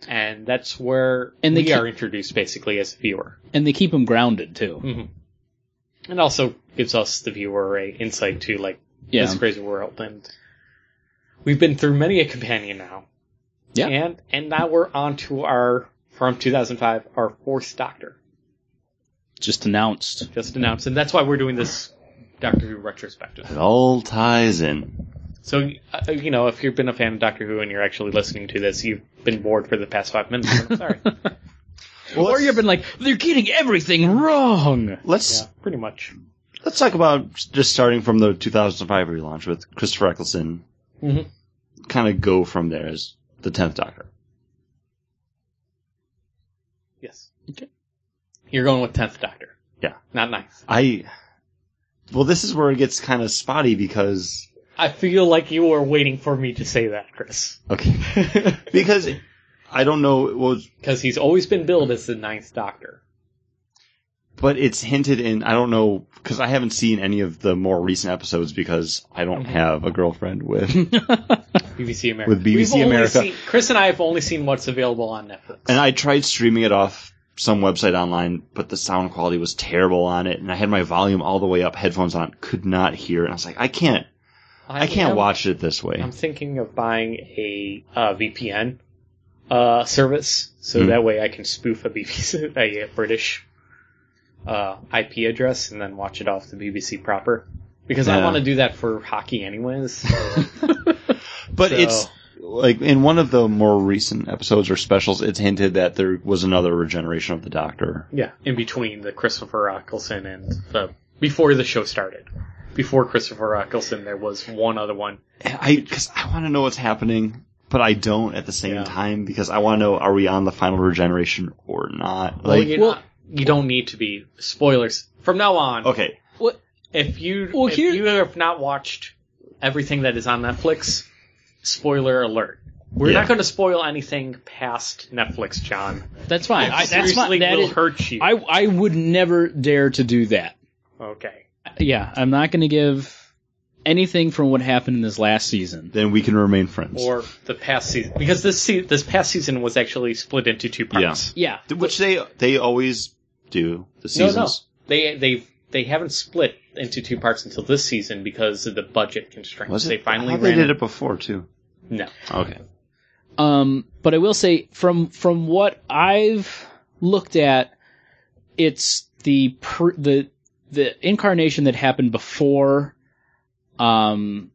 [SPEAKER 6] And that's where
[SPEAKER 5] And they
[SPEAKER 6] we
[SPEAKER 5] keep-
[SPEAKER 6] are introduced basically as a viewer.
[SPEAKER 5] And they keep him grounded
[SPEAKER 6] Mm.
[SPEAKER 5] too.
[SPEAKER 6] And also gives us the viewer a insight to like
[SPEAKER 5] Yeah.
[SPEAKER 6] this crazy world. And we've been through many a companion now.
[SPEAKER 5] Yeah.
[SPEAKER 6] And and now we're on to our from 2005 our fourth Doctor
[SPEAKER 5] Just announced.
[SPEAKER 6] just announced, and that's why we're doing this Doctor Who retrospective.
[SPEAKER 3] It all ties in.
[SPEAKER 6] So uh, you know, if you've been a fan of Doctor Who and you're actually listening to this, you've been bored for the past five minutes. I'm sorry,
[SPEAKER 5] Or you've been like, they're getting everything wrong.
[SPEAKER 3] Let's
[SPEAKER 6] yeah, pretty much.
[SPEAKER 3] let's talk about just starting from the 2005 relaunch with Christopher Eccleston.
[SPEAKER 6] Mhm.
[SPEAKER 3] Kind of go from there as the tenth Doctor.
[SPEAKER 6] Yes.
[SPEAKER 5] Okay.
[SPEAKER 6] You're going with tenth Doctor.
[SPEAKER 3] Yeah.
[SPEAKER 6] Not ninth.
[SPEAKER 3] I well, this is where it gets kind of spotty because
[SPEAKER 6] I feel like you were waiting for me to say that, Chris,
[SPEAKER 3] okay because I don't know what was
[SPEAKER 6] because he's always been billed as the ninth Doctor.
[SPEAKER 3] but it's hinted in i don't know because i haven't seen any of the more recent episodes because i don't have a girlfriend with and
[SPEAKER 6] BBC America.
[SPEAKER 3] With BBC
[SPEAKER 6] only
[SPEAKER 3] America.
[SPEAKER 6] seen- Chris and I have only seen what's available on Netflix.
[SPEAKER 3] i tried streaming it off some website online but the sound quality was terrible on it and i had my volume all the way up headphones on could not hear and i was like i can't i can't
[SPEAKER 6] am-
[SPEAKER 3] watch it this way
[SPEAKER 6] I'm thinking of buying a uh, VPN uh, service, so
[SPEAKER 3] Hmm.
[SPEAKER 6] that way I can spoof a BBC, a British uh, IP address, and then watch it off the BBC proper. Because I
[SPEAKER 3] Yeah.
[SPEAKER 6] want to do that for hockey, anyways.
[SPEAKER 3] but
[SPEAKER 6] so-
[SPEAKER 3] it's like in one of the more recent episodes or specials, it's hinted that there was another regeneration of the Doctor.
[SPEAKER 6] Yeah, in between the Christopher Eccleston and the before the show started. Before Christopher Eccleston, there was one other one.
[SPEAKER 3] I because I want to know what's happening, but I don't at the same
[SPEAKER 6] Yeah.
[SPEAKER 3] time because I want to know are we on the final regeneration or not?
[SPEAKER 6] Well,
[SPEAKER 3] Like
[SPEAKER 6] you're not- you don't need to be spoilers from now on.
[SPEAKER 3] okay,
[SPEAKER 6] If you
[SPEAKER 2] Well,
[SPEAKER 6] if
[SPEAKER 2] here-
[SPEAKER 6] you have not watched everything that is on Netflix, spoiler alert. We're
[SPEAKER 3] Yeah.
[SPEAKER 6] not going to spoil anything past Netflix, John.
[SPEAKER 5] That's fine. I, that's
[SPEAKER 6] Seriously,
[SPEAKER 5] fine. That
[SPEAKER 6] will
[SPEAKER 5] is-
[SPEAKER 6] hurt you.
[SPEAKER 5] I I would never dare to do that.
[SPEAKER 6] Okay.
[SPEAKER 5] Yeah, I'm not going to give anything from what happened in this last season.
[SPEAKER 3] then we can remain friends.
[SPEAKER 6] Or the past season, because this se- this past season was actually split into two parts.
[SPEAKER 5] Yeah,
[SPEAKER 3] Which they they always do the
[SPEAKER 6] No,
[SPEAKER 3] seasons.
[SPEAKER 6] no, they they they haven't split into two parts until this season because of the budget constraints.
[SPEAKER 3] Was it?
[SPEAKER 6] They finally
[SPEAKER 3] I thought they
[SPEAKER 6] ran
[SPEAKER 3] did it before too.
[SPEAKER 6] No.
[SPEAKER 3] Okay.
[SPEAKER 5] Um, but I will say from from what I've looked at, it's the pr- the the incarnation that happened before um,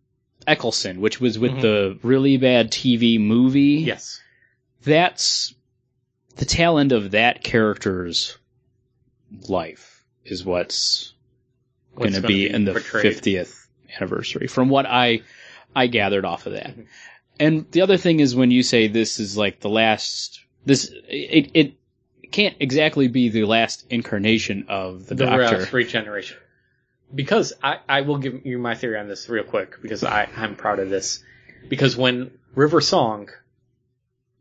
[SPEAKER 5] Eccleston, which was with
[SPEAKER 6] Mhm.
[SPEAKER 5] the really bad TV movie.
[SPEAKER 6] Yes.
[SPEAKER 5] that's the tail end of that character's life is what's going
[SPEAKER 6] What's
[SPEAKER 5] to
[SPEAKER 6] gonna
[SPEAKER 5] be in the
[SPEAKER 6] portrayed.
[SPEAKER 5] 50th anniversary from what i i gathered off of
[SPEAKER 6] Mm-hmm.
[SPEAKER 5] that and the other thing is when you say this is like the last this it it can't exactly be the last incarnation of the,
[SPEAKER 6] the
[SPEAKER 5] doctor
[SPEAKER 6] Rouse regeneration. Because I, I will give you my theory on this real quick because I, I'm proud of this. Because when River Song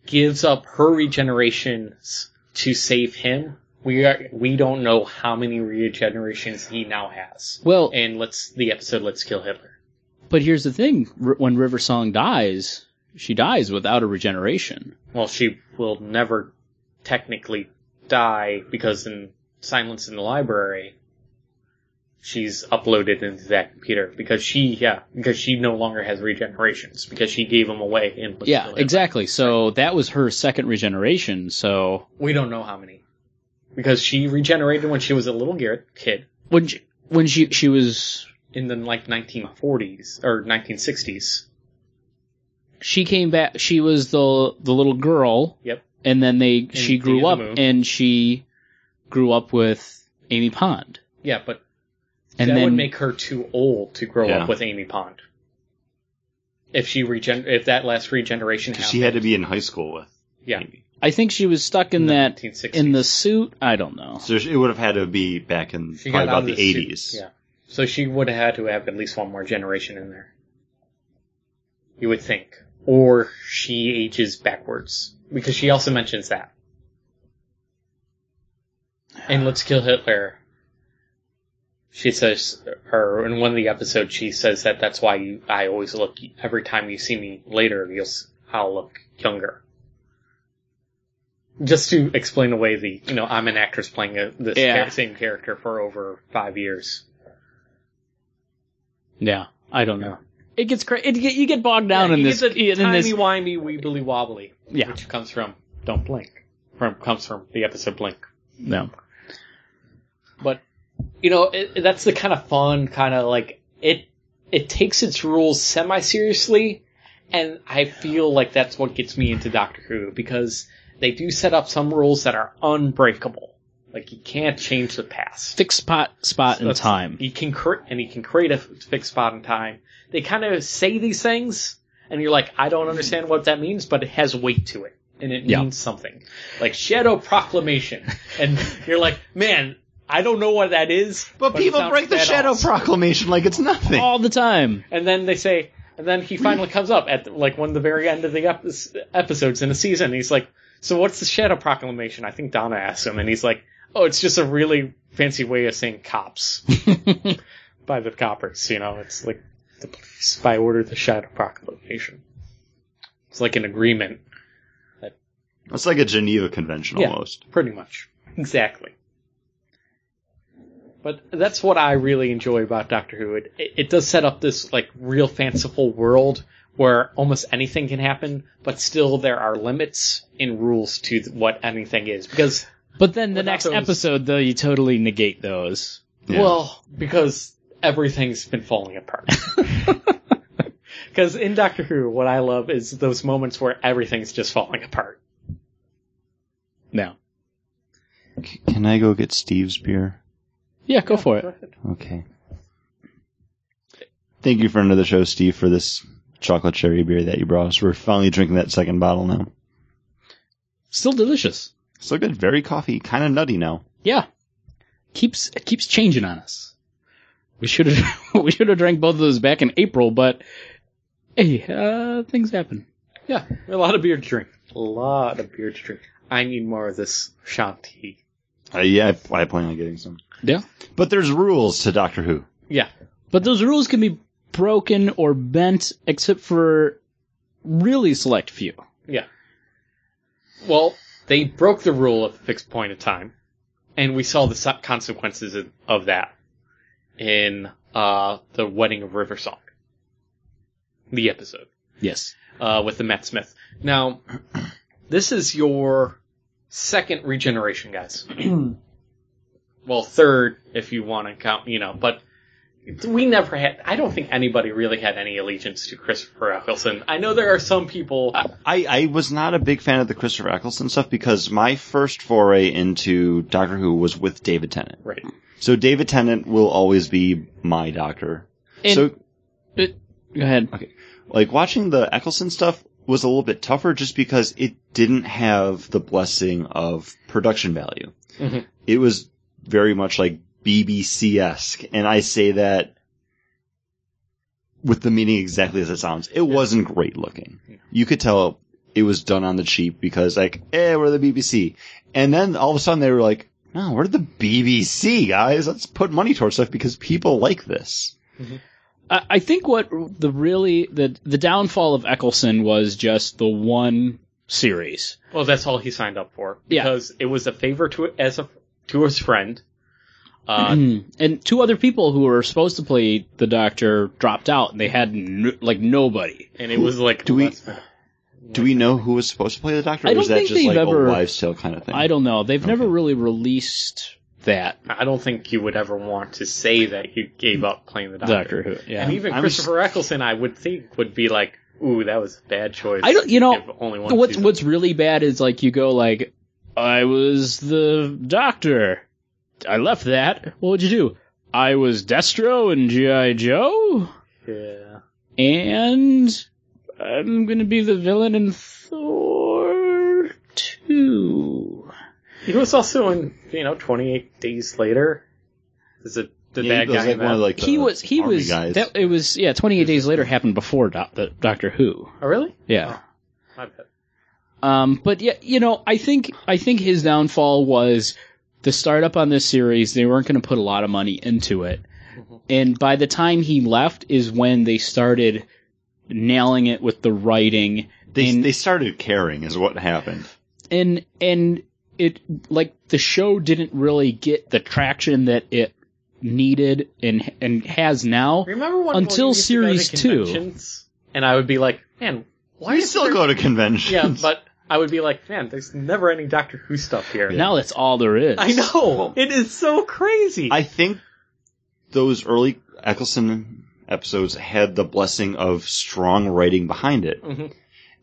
[SPEAKER 6] gives up her regenerations to save him, we are we don't know how many regenerations he now has.
[SPEAKER 5] well
[SPEAKER 6] And let's the episode Let's Kill Hitler.
[SPEAKER 5] but here's the thing R- when river song dies she dies without a regeneration
[SPEAKER 6] Well, she will never technically die because in Silence in the Library, she's uploaded into that computer because she, yeah, because she no longer has regenerations because she gave them away. In
[SPEAKER 5] yeah exactly so that was her second regeneration so
[SPEAKER 6] We don't know how many because she regenerated when she was a little Garrett kid
[SPEAKER 5] when she, when she she was
[SPEAKER 6] in the like 1940s or 1960s.
[SPEAKER 5] she came back she was the the little girl
[SPEAKER 6] Yep.
[SPEAKER 5] and then they she
[SPEAKER 6] the end
[SPEAKER 5] grew
[SPEAKER 6] of
[SPEAKER 5] up
[SPEAKER 6] the movie.
[SPEAKER 5] and she grew up with Amy Pond
[SPEAKER 6] Yeah, but
[SPEAKER 5] and
[SPEAKER 6] that
[SPEAKER 5] then
[SPEAKER 6] would make her too old to grow
[SPEAKER 3] Yeah.
[SPEAKER 6] up with Amy Pond. If she regen, if that last regeneration happened,
[SPEAKER 3] She had to be in high school with.
[SPEAKER 6] yeah,
[SPEAKER 5] I think she was stuck in
[SPEAKER 6] the
[SPEAKER 5] that
[SPEAKER 6] 1960s.
[SPEAKER 5] in the suit I don't know
[SPEAKER 3] So it would have had to be back in probably
[SPEAKER 6] She got out
[SPEAKER 3] about
[SPEAKER 6] of
[SPEAKER 3] the
[SPEAKER 6] suit,
[SPEAKER 3] eighties.
[SPEAKER 6] Yeah. So she would have had to have at least one more generation in there. You would think. Or she ages backwards. Because she also mentions that. And Let's Kill Hitler. She says, or in one of the episodes, she says that that's why you, I always look, every time you see me later, you'll, s- I'll look younger. Just to explain away the, you know, I'm an actress playing a, this
[SPEAKER 5] Yeah.
[SPEAKER 6] cha- same character for over five years.
[SPEAKER 5] yeah I don't know it gets cra- it, get- you get bogged down in this in this
[SPEAKER 6] timey-wimey, weebly wobbly,
[SPEAKER 5] yeah
[SPEAKER 6] which comes from Don't Blink. From comes from the episode Blink.
[SPEAKER 5] no
[SPEAKER 6] But you know, it, that's the kind of fun, kind of like it. It takes its rules semi seriously, and I feel like that's what gets me into Doctor Who because they do set up some rules that are unbreakable. Like you can't change the past.
[SPEAKER 5] fixed spot spot in
[SPEAKER 6] That's-
[SPEAKER 5] time
[SPEAKER 6] He can cre- and he can create a fixed spot in time. They kind of say these things, and you're like, I don't understand what that means, but it has weight to it, and it
[SPEAKER 5] Yeah.
[SPEAKER 6] means something. Like Shadow Proclamation, and you're like, man, I don't know what that is.
[SPEAKER 3] But,
[SPEAKER 6] it
[SPEAKER 3] people
[SPEAKER 6] sounds
[SPEAKER 3] break the
[SPEAKER 6] badass."
[SPEAKER 3] Shadow Proclamation like it's nothing.
[SPEAKER 5] all the time
[SPEAKER 6] And then they say, and then he finally comes up at the, like one of the very end of the epi- episodes in a season. and he's like, so what's the Shadow Proclamation? I think Donna asked him, and he's like, oh, it's just a really fancy way of saying cops. by the coppers. You know, it's like the police by order of the Shadow Proclamation. It's like an agreement,
[SPEAKER 3] It's like a Geneva Convention
[SPEAKER 6] Yeah.
[SPEAKER 3] almost.
[SPEAKER 6] pretty much. Exactly. But that's what I really enjoy about Doctor Who. It, it does set up this like real fanciful world where almost anything can happen, but still there are limits and rules to th- what anything is. Because
[SPEAKER 5] but then the
[SPEAKER 6] Without
[SPEAKER 5] next
[SPEAKER 6] those-
[SPEAKER 5] episode though you totally negate those
[SPEAKER 3] Yeah.
[SPEAKER 6] Well, because everything's been falling apart. Because in Doctor Who, what I love is those moments where everything's just falling apart.
[SPEAKER 5] No.
[SPEAKER 3] C- Can I go get Steve's beer?
[SPEAKER 5] Yeah, go for
[SPEAKER 6] Go
[SPEAKER 5] it.
[SPEAKER 6] ahead.
[SPEAKER 3] Okay. Thank you for another show, Steve, for this chocolate cherry beer that you brought us. We're finally drinking that second bottle now.
[SPEAKER 5] Still delicious.
[SPEAKER 3] So good. Very coffee. Kind of nutty now.
[SPEAKER 5] Yeah. Keeps it keeps changing on us. We should have we should have drank both of those back in April, but hey, uh, things happen.
[SPEAKER 6] A lot of beer to drink. A lot of beer to drink. I need more of this shanty.
[SPEAKER 3] Uh, yeah, I, I plan on getting some.
[SPEAKER 5] Yeah.
[SPEAKER 3] But there's rules to Doctor Who.
[SPEAKER 6] Yeah.
[SPEAKER 5] But those rules can be broken or bent, except for really select few.
[SPEAKER 6] Yeah. Well, they broke the rule at a fixed point of time, and we saw the so- consequences of- of that in uh, the Wedding of River Song, the episode
[SPEAKER 5] Yes.
[SPEAKER 6] uh, with the Matt Smith. Now, this is your second regeneration, guys. well, third if you want to count, you know, but. We never had. I don't think anybody really had any allegiance to Christopher Eccleston. I know there are some people.
[SPEAKER 3] I, I was not a big fan of the Christopher Eccleston stuff because my first foray into Doctor Who was with David Tennant.
[SPEAKER 6] right.
[SPEAKER 3] So David Tennant will always be my doctor.
[SPEAKER 5] And-
[SPEAKER 3] so
[SPEAKER 5] Uh, Go ahead.
[SPEAKER 3] like watching the Eccleston stuff was a little bit tougher just because it didn't have the blessing of production value.
[SPEAKER 6] Mhm.
[SPEAKER 3] It was very much like BBC esque, and I say that with the meaning exactly as it sounds. It wasn't great looking. You could tell it was done on the cheap because like, eh, we're the BBC, and then all of a sudden they were like, no, we're the BBC guys. Let's put money towards stuff because people like this.
[SPEAKER 5] I, I think what the really the the downfall of Eccleston was just the one series.
[SPEAKER 6] Well, that's all he signed up for
[SPEAKER 5] Yeah.
[SPEAKER 6] because it was a favor to as a to his friend. Uh,
[SPEAKER 5] and two other people who were supposed to play the Doctor dropped out, and they had n- like nobody.
[SPEAKER 6] and it was like
[SPEAKER 3] Do we-
[SPEAKER 6] last minute.
[SPEAKER 3] Do we know who was supposed to play the Doctor,
[SPEAKER 5] I
[SPEAKER 3] or
[SPEAKER 5] don't
[SPEAKER 3] is that
[SPEAKER 5] think
[SPEAKER 3] just
[SPEAKER 5] they've
[SPEAKER 3] like
[SPEAKER 5] ever-
[SPEAKER 3] a wives' tale kind of thing?
[SPEAKER 5] I don't know. They've never
[SPEAKER 3] Okay.
[SPEAKER 5] really released that
[SPEAKER 6] I don't think you would ever want to say that you gave up playing the
[SPEAKER 5] Doctor
[SPEAKER 6] Doctor.
[SPEAKER 5] Who. Yeah.
[SPEAKER 6] And even
[SPEAKER 3] I'm s-
[SPEAKER 6] Christopher Eccleston, I would think, would be like, "Ooh, that was a bad choice."
[SPEAKER 5] I don't- you know,
[SPEAKER 6] Give only one.
[SPEAKER 5] what's
[SPEAKER 6] season.
[SPEAKER 5] what's really bad is like you go like I was the doctor. I left that. What would you do? I was Destro and GI Joe,
[SPEAKER 6] yeah.
[SPEAKER 5] and I'm gonna be the villain in Thor two.
[SPEAKER 6] He was also in you know Twenty Eight Days Later. Is it the
[SPEAKER 3] Yeah, he
[SPEAKER 6] bad
[SPEAKER 3] was
[SPEAKER 6] guy?
[SPEAKER 3] like
[SPEAKER 6] in
[SPEAKER 3] one of
[SPEAKER 6] that.
[SPEAKER 3] like
[SPEAKER 5] He
[SPEAKER 3] the
[SPEAKER 5] was he
[SPEAKER 3] army
[SPEAKER 5] was
[SPEAKER 3] guys.
[SPEAKER 5] that it was yeah. Twenty eight days later happened before doc, the Doctor Who.
[SPEAKER 6] oh, really?
[SPEAKER 5] Yeah.
[SPEAKER 6] My bad.
[SPEAKER 5] Um, but yeah, you know, I think I think his downfall was the startup on this series. They weren't going to put a lot of money into it,
[SPEAKER 6] Mm-hmm.
[SPEAKER 5] and by the time he left, is when they started nailing it with the writing
[SPEAKER 3] they
[SPEAKER 5] and
[SPEAKER 3] they started caring is what happened.
[SPEAKER 5] and and it like the show didn't really get the traction that it needed and and has now.
[SPEAKER 6] Remember when
[SPEAKER 5] Until
[SPEAKER 6] we used to go to
[SPEAKER 5] series two.
[SPEAKER 6] conventions? And I would be like, man, why
[SPEAKER 3] We
[SPEAKER 6] is
[SPEAKER 3] still
[SPEAKER 6] there-
[SPEAKER 3] go to conventions.
[SPEAKER 6] Yeah, but I would be like, man, there's never any Doctor Who stuff here.
[SPEAKER 5] Now that's all there is.
[SPEAKER 6] I know it is so crazy.
[SPEAKER 3] I think those early Eccleston episodes had the blessing of strong writing behind it.
[SPEAKER 6] Mhm.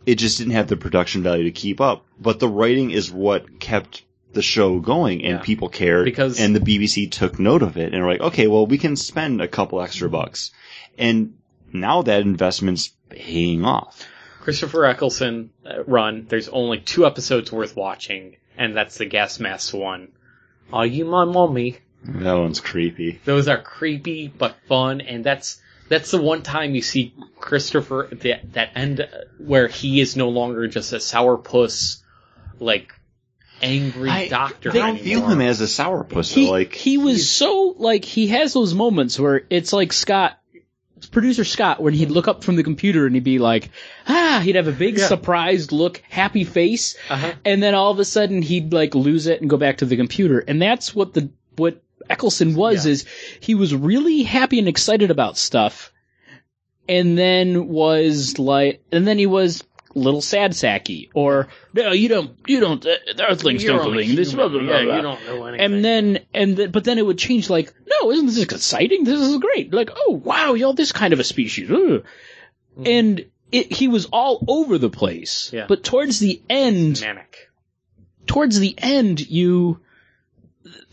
[SPEAKER 3] It just didn't have the production value to keep up, but the writing is what kept the show going and
[SPEAKER 6] Yeah.
[SPEAKER 3] people cared
[SPEAKER 6] Because-
[SPEAKER 3] and the BBC took note of it and were like, okay, well we can spend a couple extra bucks. And now that investment's paying off.
[SPEAKER 6] Christopher Eccleston uh, run. There's only two episodes worth watching, and that's the gas mask one. Are you my mommy?
[SPEAKER 3] That one's creepy.
[SPEAKER 6] Those are creepy but fun, and that's that's the one time you see Christopher at the, that end uh, where he is no longer just a sourpuss, like angry doctor.
[SPEAKER 3] They don't view
[SPEAKER 6] anymore.
[SPEAKER 3] him as a sourpuss.
[SPEAKER 5] he,
[SPEAKER 3] though, like
[SPEAKER 5] he was so like he has those moments where it's like Scott producer Scott when he'd look up from the computer and he'd be like ah he'd have a big surprised look happy face
[SPEAKER 6] Uh-huh.
[SPEAKER 5] and then all of a sudden he'd like lose it and go back to the computer and that's what the what Eccleston was is he was really happy and excited about stuff and then was like and then he was little sad sacky or no you don't you don't uh, the earthlings
[SPEAKER 6] You're
[SPEAKER 5] don't
[SPEAKER 6] only
[SPEAKER 5] believe this blah,
[SPEAKER 6] human.
[SPEAKER 5] blah, blah,
[SPEAKER 6] Yeah,
[SPEAKER 5] blah
[SPEAKER 6] you don't know anything.
[SPEAKER 5] and then and th- but then it would change like no isn't this exciting this is great like oh wow y'all this kind of a species Ugh. and it, he was all over the place.
[SPEAKER 6] Yeah.
[SPEAKER 5] But towards the end,
[SPEAKER 6] manic.
[SPEAKER 5] towards the end, you,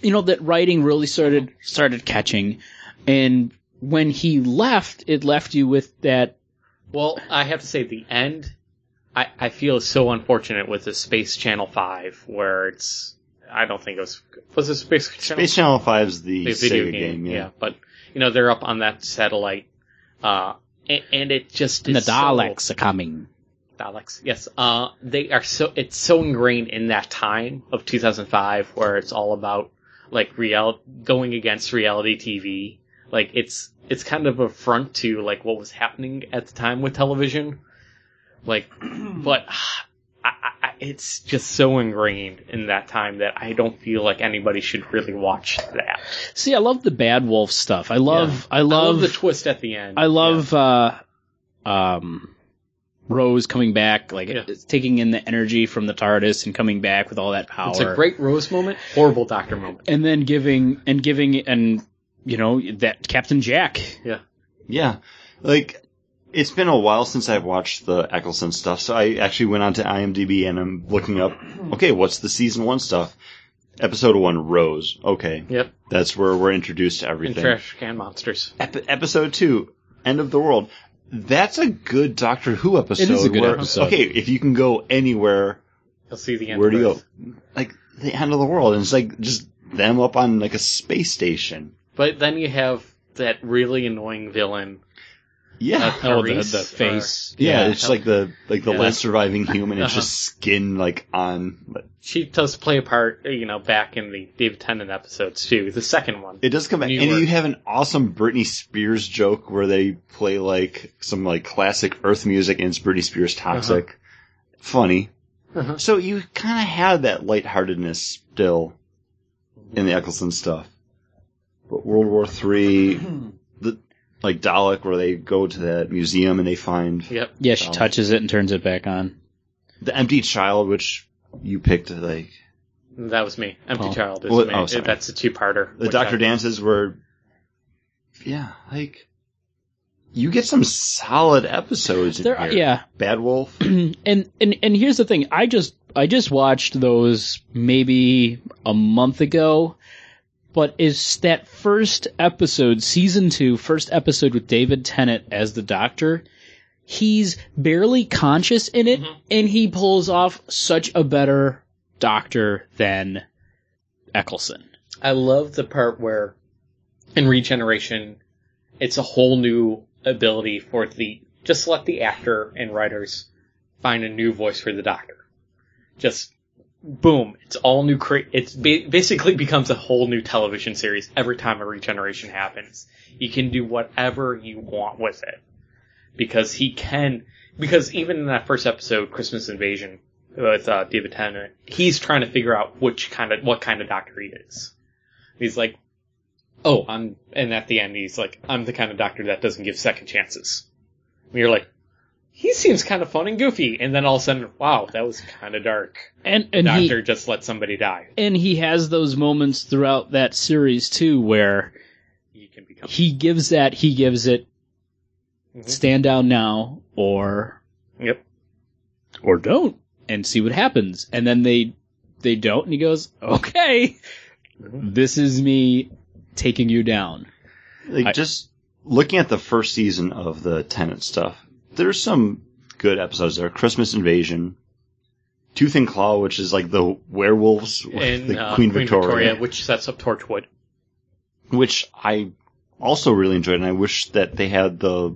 [SPEAKER 5] you know, that writing really started, started catching. And when he left, it left you with that,
[SPEAKER 6] Well, I have to say the end I, I feel is so unfortunate with the Space Channel five where it's I don't think it was was it Space Channel
[SPEAKER 3] Space Channel 5's the,
[SPEAKER 6] the
[SPEAKER 3] Sega
[SPEAKER 6] video
[SPEAKER 3] game,
[SPEAKER 6] game,
[SPEAKER 3] yeah.
[SPEAKER 6] But you know, they're up on that satellite uh and, and it just
[SPEAKER 5] and the
[SPEAKER 6] is so-
[SPEAKER 5] Daleks are coming.
[SPEAKER 6] Daleks, yes. Uh, they are so it's so ingrained in that time of 2005 where it's all about like real going against reality TV. Like it's it's kind of a front to like what was happening at the time with television. Like, but ah, I, I, I- it's just so ingrained in that time that I don't feel like anybody should really watch that.
[SPEAKER 5] See, I love the Bad Wolf stuff. I love, I
[SPEAKER 6] I
[SPEAKER 5] love,
[SPEAKER 6] love the twist at the end.
[SPEAKER 5] I love uh, um, Rose coming back, like
[SPEAKER 6] Yeah.
[SPEAKER 5] it's taking in the energy from the TARDIS and coming back with all that power.
[SPEAKER 6] Yeah. It's a great Rose moment, horrible Doctor moment.
[SPEAKER 5] and then giving and giving and you know that Captain Jack.
[SPEAKER 3] Yeah. Like, it's been a while since I've watched the Eccleston stuff, so I actually went on to IMDb and I'm looking up, okay, what's the season one stuff? Episode one, Rose. Okay.
[SPEAKER 6] Yep,
[SPEAKER 3] That's where we're introduced to
[SPEAKER 6] and
[SPEAKER 3] everything.
[SPEAKER 6] trash can monsters.
[SPEAKER 3] Ep- episode two, End of the World. That's a good Doctor Who episode.
[SPEAKER 5] It is a good
[SPEAKER 3] where-
[SPEAKER 5] episode.
[SPEAKER 3] Okay, if you can go anywhere,
[SPEAKER 6] You'll see the end.
[SPEAKER 3] where do you
[SPEAKER 6] of it.
[SPEAKER 3] go? Like the end of the world, and it's like just them up on like a space station.
[SPEAKER 6] But then you have that really annoying villain.
[SPEAKER 3] Yeah,
[SPEAKER 6] Uh,
[SPEAKER 5] Oh, the,
[SPEAKER 6] Maurice,
[SPEAKER 5] the
[SPEAKER 6] or-
[SPEAKER 5] face.
[SPEAKER 3] yeah, it's like the like the
[SPEAKER 6] Yeah.
[SPEAKER 3] last surviving human. It's
[SPEAKER 6] Uh-huh.
[SPEAKER 3] just skin like on.
[SPEAKER 6] She does play a part, you know, back in the David Tennant episodes too. The second one.
[SPEAKER 3] It does come back,
[SPEAKER 6] New
[SPEAKER 3] and
[SPEAKER 6] York.
[SPEAKER 3] you have an awesome Britney Spears joke where they play like some like classic Earth music, and it's Britney Spears "Toxic." Funny.
[SPEAKER 6] Uh-huh.
[SPEAKER 3] So you kind of had that lightheartedness still in the Eccleston stuff, but World War Three, the like Dalek, where they go to that museum and they find
[SPEAKER 6] Yep.
[SPEAKER 5] Yeah, she
[SPEAKER 3] Oh.
[SPEAKER 5] touches it and turns it back on.
[SPEAKER 3] the empty child, which you picked like
[SPEAKER 6] That was me. Empty
[SPEAKER 5] Oh.
[SPEAKER 6] Child is
[SPEAKER 3] Well,
[SPEAKER 6] me.
[SPEAKER 3] oh, sorry.
[SPEAKER 6] That's a two-parter.
[SPEAKER 3] the
[SPEAKER 6] which
[SPEAKER 3] Doctor
[SPEAKER 6] I-
[SPEAKER 3] dances were, yeah, like you get some solid episodes. In
[SPEAKER 5] There,
[SPEAKER 3] here.
[SPEAKER 5] yeah,
[SPEAKER 3] Bad Wolf.
[SPEAKER 5] and and and here's the thing. I just I just watched those maybe a month ago, but is that first episode, season two, first episode with David Tennant as the Doctor? He's barely conscious in it,
[SPEAKER 6] Mm-hmm.
[SPEAKER 5] and he pulls off such a better Doctor than Eccleston.
[SPEAKER 6] I love the part where in Regeneration, it's a whole new ability for the just let the actor and writers find a new voice for the Doctor. Just boom, it's all new. Cre- it's ba- basically becomes a whole new television series every time a regeneration happens. You can do whatever you want with it because he can. Because even in that first episode, Christmas Invasion with uh, David Tennant, he's trying to figure out which kind of what kind of Doctor he is. He's like, oh, I'm, and at the end he's like, I'm the kind of doctor that doesn't give second chances. And you're like, he seems kind of fun and goofy, and then all of a sudden, wow, that was kind of dark.
[SPEAKER 5] And and he-
[SPEAKER 6] doctor just let somebody die.
[SPEAKER 5] and he has those moments throughout that series too where
[SPEAKER 6] You can become.
[SPEAKER 5] he gives that he gives it stand down now or
[SPEAKER 6] Yep.
[SPEAKER 5] or don't and see what happens and then they they don't and he goes okay this is me taking you down
[SPEAKER 3] Like
[SPEAKER 5] I-
[SPEAKER 3] just looking at the first season of the Tenant stuff, there's some good episodes there. Christmas Invasion, Tooth and Claw, which is like the werewolves, with
[SPEAKER 6] In
[SPEAKER 3] the
[SPEAKER 6] uh,
[SPEAKER 3] Queen, Victoria,
[SPEAKER 6] which sets up Torchwood.
[SPEAKER 3] which I also really enjoyed, and I wish that they had the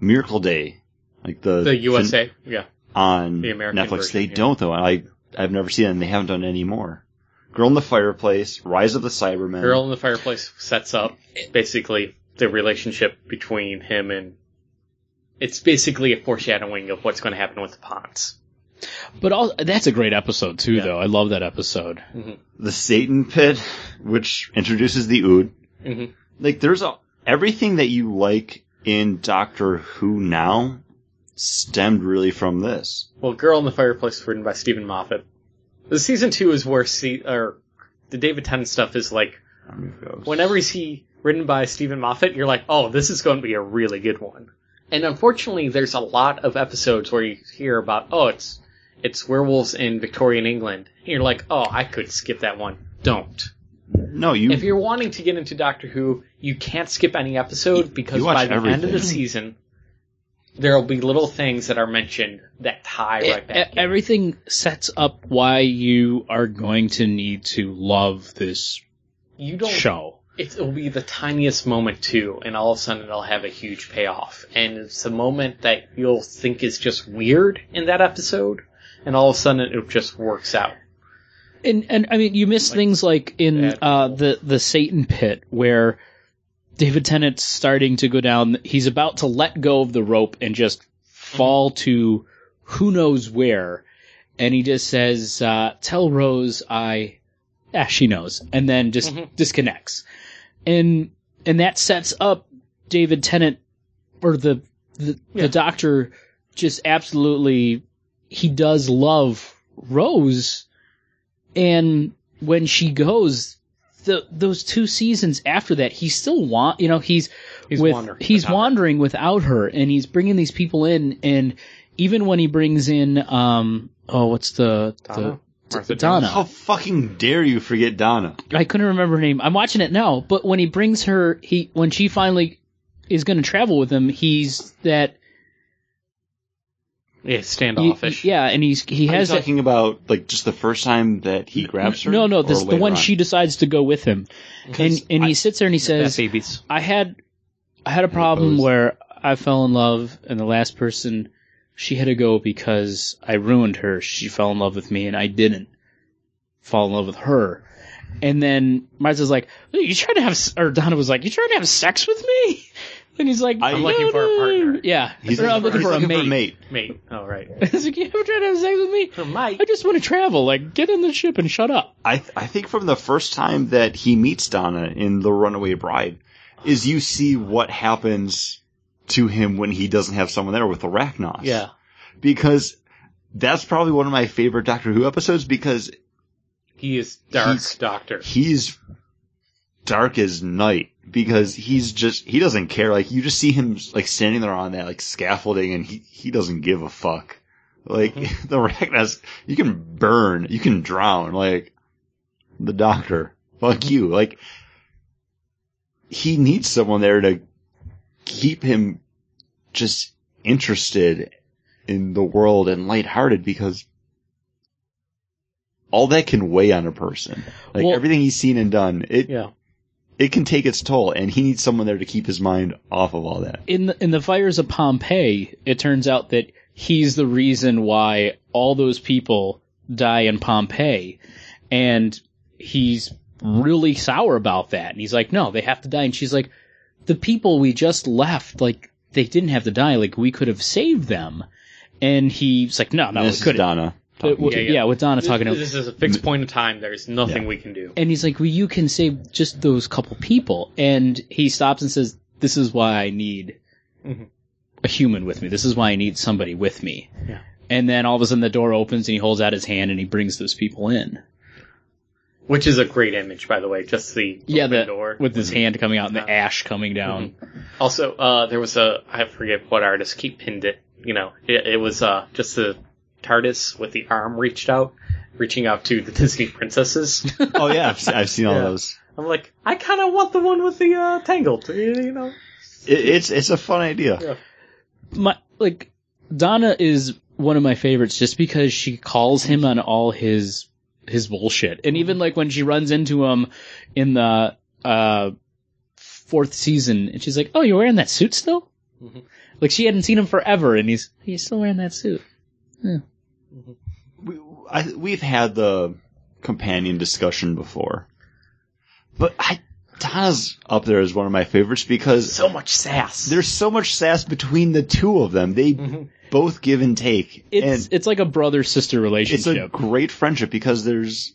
[SPEAKER 3] Miracle Day, like the
[SPEAKER 6] The USA, yeah.
[SPEAKER 3] on
[SPEAKER 6] The American
[SPEAKER 3] Netflix.
[SPEAKER 6] version,
[SPEAKER 3] they
[SPEAKER 6] yeah.
[SPEAKER 3] don't though. and I I've never seen it, and they haven't done any more. Girl in the Fireplace, Rise of the Cybermen.
[SPEAKER 6] Girl in the Fireplace sets up basically the relationship between him and. It's basically a foreshadowing of what's going to happen with the Ponds.
[SPEAKER 5] but all that's a great episode too though i love that episode
[SPEAKER 3] the Satan Pit, which introduces the Ood.
[SPEAKER 6] Mhm.
[SPEAKER 3] Like there's a, everything that you like in Doctor Who now stemmed really from this.
[SPEAKER 6] Well, Girl in the Fireplace was written by Stephen Moffat. The season two is where see or the David Tennant stuff is like whenever you see written by Stephen Moffat, you're like, oh, this is going to be a really good one. and unfortunately, there's a lot of episodes where you hear about, oh, it's it's werewolves in Victorian England. And you're like, oh, I could skip that one. Don't.
[SPEAKER 3] No, you
[SPEAKER 6] If you're wanting to get into Doctor Who, you can't skip any episode because
[SPEAKER 3] you watch
[SPEAKER 6] by the end of the
[SPEAKER 3] everything.
[SPEAKER 6] season, there will be little things that are mentioned that tie right
[SPEAKER 5] E-
[SPEAKER 6] back. in.
[SPEAKER 5] everything sets up why you are going to need to love this
[SPEAKER 6] you don't
[SPEAKER 5] show.
[SPEAKER 6] it will be the tiniest moment too, and all of a sudden it'll have a huge payoff. And it's a moment that you'll think is just weird in that episode, and all of a sudden it just works out.
[SPEAKER 5] And and I mean, you miss things like in
[SPEAKER 6] Bad
[SPEAKER 5] uh, the the Satan pit where David Tennant's starting to go down. He's about to let go of the rope and just fall to who knows where, and he just says, uh, "Tell Rose I." Ah, she knows, and then just
[SPEAKER 6] Mm-hmm.
[SPEAKER 5] disconnects, and and that sets up David Tennant or the the, the Doctor just absolutely he does love Rose, and when she goes, the those two seasons after that, he still want you know he's
[SPEAKER 6] He's
[SPEAKER 5] with-
[SPEAKER 6] wandering
[SPEAKER 5] he's
[SPEAKER 6] without her.
[SPEAKER 5] wandering without her, and he's bringing these people in, and even when he brings in um oh what's the
[SPEAKER 6] Donna?
[SPEAKER 5] the
[SPEAKER 6] Martha
[SPEAKER 5] Donna
[SPEAKER 3] how fucking dare you forget Donna?
[SPEAKER 5] I couldn't remember her name. I'm watching it now, but when he brings her, he when she finally is going to travel with him, he's that
[SPEAKER 6] Yeah,
[SPEAKER 5] y-
[SPEAKER 6] standoffish.
[SPEAKER 5] yeah, and he's he
[SPEAKER 3] Are you
[SPEAKER 5] has that,
[SPEAKER 3] talking about like just the first time that he grabs her?
[SPEAKER 5] no no
[SPEAKER 3] Or
[SPEAKER 5] this the
[SPEAKER 3] later
[SPEAKER 5] one
[SPEAKER 3] on?
[SPEAKER 5] she decides to go with him, and and he sits there and he says,
[SPEAKER 4] babies.
[SPEAKER 5] I had I had a problem
[SPEAKER 3] Elbows.
[SPEAKER 5] where I fell in love and the last person she had to go because I ruined her. She fell in love with me and I didn't fall in love with her. And then Martha's like, "Hey, "You trying to have?" s-" Or Donna was like, "You trying to have sex with me?" And he's like,
[SPEAKER 3] I- I'm
[SPEAKER 5] "No,
[SPEAKER 6] looking for a
[SPEAKER 5] no."
[SPEAKER 6] partner."
[SPEAKER 5] Yeah,
[SPEAKER 3] He's
[SPEAKER 5] Or, I'm looking
[SPEAKER 3] he's
[SPEAKER 5] for a mate.
[SPEAKER 6] Mate. Oh, right.
[SPEAKER 5] he's like, "You ever trying to have sex with me?"
[SPEAKER 6] For Mike.
[SPEAKER 5] I just want to travel. Like, get on the ship and shut up.
[SPEAKER 3] I th- I think from the first time that he meets Donna in The Runaway Bride, is you see what happens to him when he doesn't have someone there with Arachnos.
[SPEAKER 5] Yeah.
[SPEAKER 3] because that's probably one of my favorite Doctor Who episodes because
[SPEAKER 6] He is dark
[SPEAKER 3] He's-
[SPEAKER 6] doctor.
[SPEAKER 3] he's dark as night because he's just he doesn't care like you just see him like standing there on that like scaffolding and he he doesn't give a fuck like the Ragnas you can burn you can drown like the doctor fuck you like he needs someone there to keep him just interested in the world and lighthearted because all that can weigh on a person. Like
[SPEAKER 5] Well-
[SPEAKER 3] everything he's seen and done, it
[SPEAKER 6] Yeah.
[SPEAKER 3] it can take its toll, and he needs someone there to keep his mind off of all that.
[SPEAKER 5] in the, in the fires of Pompeii, it turns out that he's the reason why all those people die in Pompeii, and he's really sour about that. And he's like, "No, they have to die." And she's like, "The people we just left, like they didn't have to die. Like we could have saved them." And he's like, "No, no,
[SPEAKER 3] this
[SPEAKER 5] we
[SPEAKER 3] is
[SPEAKER 5] couldn't."
[SPEAKER 3] Donna.
[SPEAKER 5] But-
[SPEAKER 3] talking
[SPEAKER 5] yeah,
[SPEAKER 3] to-
[SPEAKER 6] yeah.
[SPEAKER 5] with Donna
[SPEAKER 6] This,
[SPEAKER 5] talking to
[SPEAKER 6] this is a fixed point in time. There's nothing we can do.
[SPEAKER 5] and he's like, "Well, you can save just those couple people." And he stops and says, "This is why I need
[SPEAKER 6] Mhm.
[SPEAKER 5] a human with me. This is why I need somebody with me."
[SPEAKER 6] Yeah.
[SPEAKER 5] And then all of a sudden, the door opens and he holds out his hand and he brings those people in.
[SPEAKER 6] Which is a great image, by the way. Just the
[SPEAKER 5] Yeah,
[SPEAKER 6] open
[SPEAKER 5] the,
[SPEAKER 6] door. Mm-hmm.
[SPEAKER 5] with his hand coming out and the
[SPEAKER 6] Yeah. Mm-hmm.
[SPEAKER 5] ash coming down.
[SPEAKER 6] Also, uh, there was a I forget what artist he pinned it. You know, it, it was uh, just the TARDIS with the arm reached out, reaching out to the Disney princesses.
[SPEAKER 3] oh yeah, I've, se- I've seen all
[SPEAKER 6] Yeah.
[SPEAKER 3] those.
[SPEAKER 6] I'm like, I kind of want the one with the uh, tangled. You you know,
[SPEAKER 3] It, it's it's a fun idea.
[SPEAKER 6] Yeah.
[SPEAKER 5] my like Donna is one of my favorites just because she calls him on all his his bullshit. And even like when she runs into him in the uh fourth season and she's like, "Oh, you're wearing that suit still?" Like she hadn't seen him forever and he's Mm-hmm. he's still wearing that suit.
[SPEAKER 3] We, I, we've had the companion discussion before, but I Donna's up there as one of my favorites because
[SPEAKER 6] so much sass.
[SPEAKER 3] there's so much sass between the two of them. They both give and take,
[SPEAKER 5] It's
[SPEAKER 3] and
[SPEAKER 5] it's like a brother-sister
[SPEAKER 3] it's a
[SPEAKER 5] relationship.
[SPEAKER 3] great friendship because there's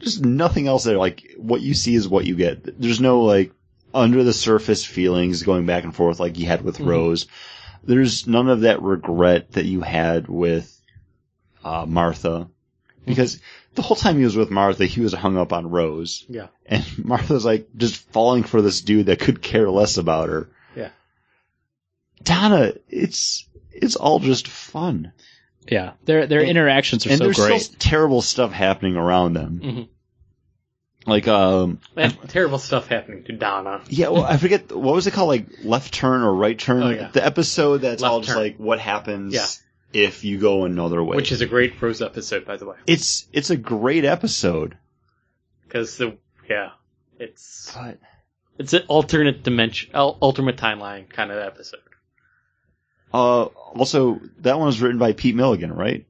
[SPEAKER 3] just nothing else there. Like what you see is what you get. There's no like under the surface feelings going back and forth like you had with Rose. There's none of that regret that you had with uh, Martha because the whole time he was with Martha, he was hung up on Rose.
[SPEAKER 6] Yeah.
[SPEAKER 3] And Martha's like just falling for this dude that could care less about her.
[SPEAKER 6] Yeah.
[SPEAKER 3] Donna, it's it's all just fun,
[SPEAKER 5] Yeah, their their
[SPEAKER 3] And-
[SPEAKER 5] interactions are
[SPEAKER 3] and
[SPEAKER 5] so
[SPEAKER 3] there's
[SPEAKER 5] great.
[SPEAKER 3] still terrible stuff happening around them.
[SPEAKER 6] Mhm. Mm-hmm.
[SPEAKER 3] Like, um,
[SPEAKER 6] And terrible stuff happening to Donna.
[SPEAKER 3] yeah, well, I forget what was it called, like left turn or right turn.
[SPEAKER 6] Oh, yeah.
[SPEAKER 3] The episode that's
[SPEAKER 6] Left
[SPEAKER 3] all just
[SPEAKER 6] Turn.
[SPEAKER 3] like what happens
[SPEAKER 6] Yeah.
[SPEAKER 3] if you go another way.
[SPEAKER 6] Which is a great Rose episode, by the way.
[SPEAKER 3] it's it's a great episode,
[SPEAKER 6] Because the, yeah, it's,
[SPEAKER 3] but
[SPEAKER 6] it's an alternate dimension, al- alternate timeline kind of episode.
[SPEAKER 3] uh, also that one was written by Pete Milligan, right?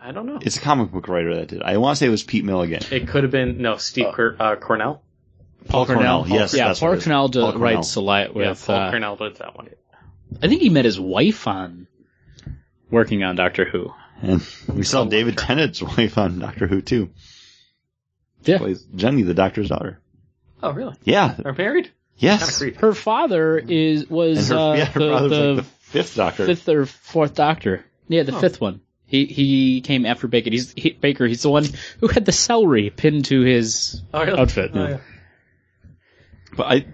[SPEAKER 6] I don't know.
[SPEAKER 3] It's a comic book writer that did. it. I want to say it was Pete Milligan.
[SPEAKER 6] It could have been, no, Steve
[SPEAKER 5] Oh.
[SPEAKER 6] Cor- uh, Cornell.
[SPEAKER 3] Paul Cornell, yes,
[SPEAKER 5] yeah,
[SPEAKER 3] that's
[SPEAKER 5] Paul
[SPEAKER 3] what it is.
[SPEAKER 5] Cornell, do-
[SPEAKER 3] Paul Cornell.
[SPEAKER 5] writes a lot
[SPEAKER 6] Yeah,
[SPEAKER 5] with.
[SPEAKER 6] Paul
[SPEAKER 5] uh,
[SPEAKER 6] Cornell did that one.
[SPEAKER 5] I think he met his wife on working on Doctor Who.
[SPEAKER 3] And we saw David Tennant's wife on Doctor Who too.
[SPEAKER 5] Yeah.
[SPEAKER 3] Plays Jenny, the Doctor's daughter.
[SPEAKER 6] Oh, really?
[SPEAKER 3] Yeah.
[SPEAKER 6] They're married? Kind of
[SPEAKER 3] Yes.
[SPEAKER 6] creepy.
[SPEAKER 5] Her father is
[SPEAKER 3] Mm-hmm. And
[SPEAKER 5] was
[SPEAKER 3] her,
[SPEAKER 5] uh,
[SPEAKER 3] yeah, her
[SPEAKER 5] the,
[SPEAKER 3] brother's
[SPEAKER 5] the
[SPEAKER 3] like the fifth Doctor.
[SPEAKER 5] fifth or fourth Doctor. Yeah, the
[SPEAKER 6] Huh.
[SPEAKER 5] fifth one. He he came after Baker. He's he, Baker. He's the one who had the celery pinned to his
[SPEAKER 6] Oh, really?
[SPEAKER 5] outfit.
[SPEAKER 6] Oh, yeah.
[SPEAKER 3] But I,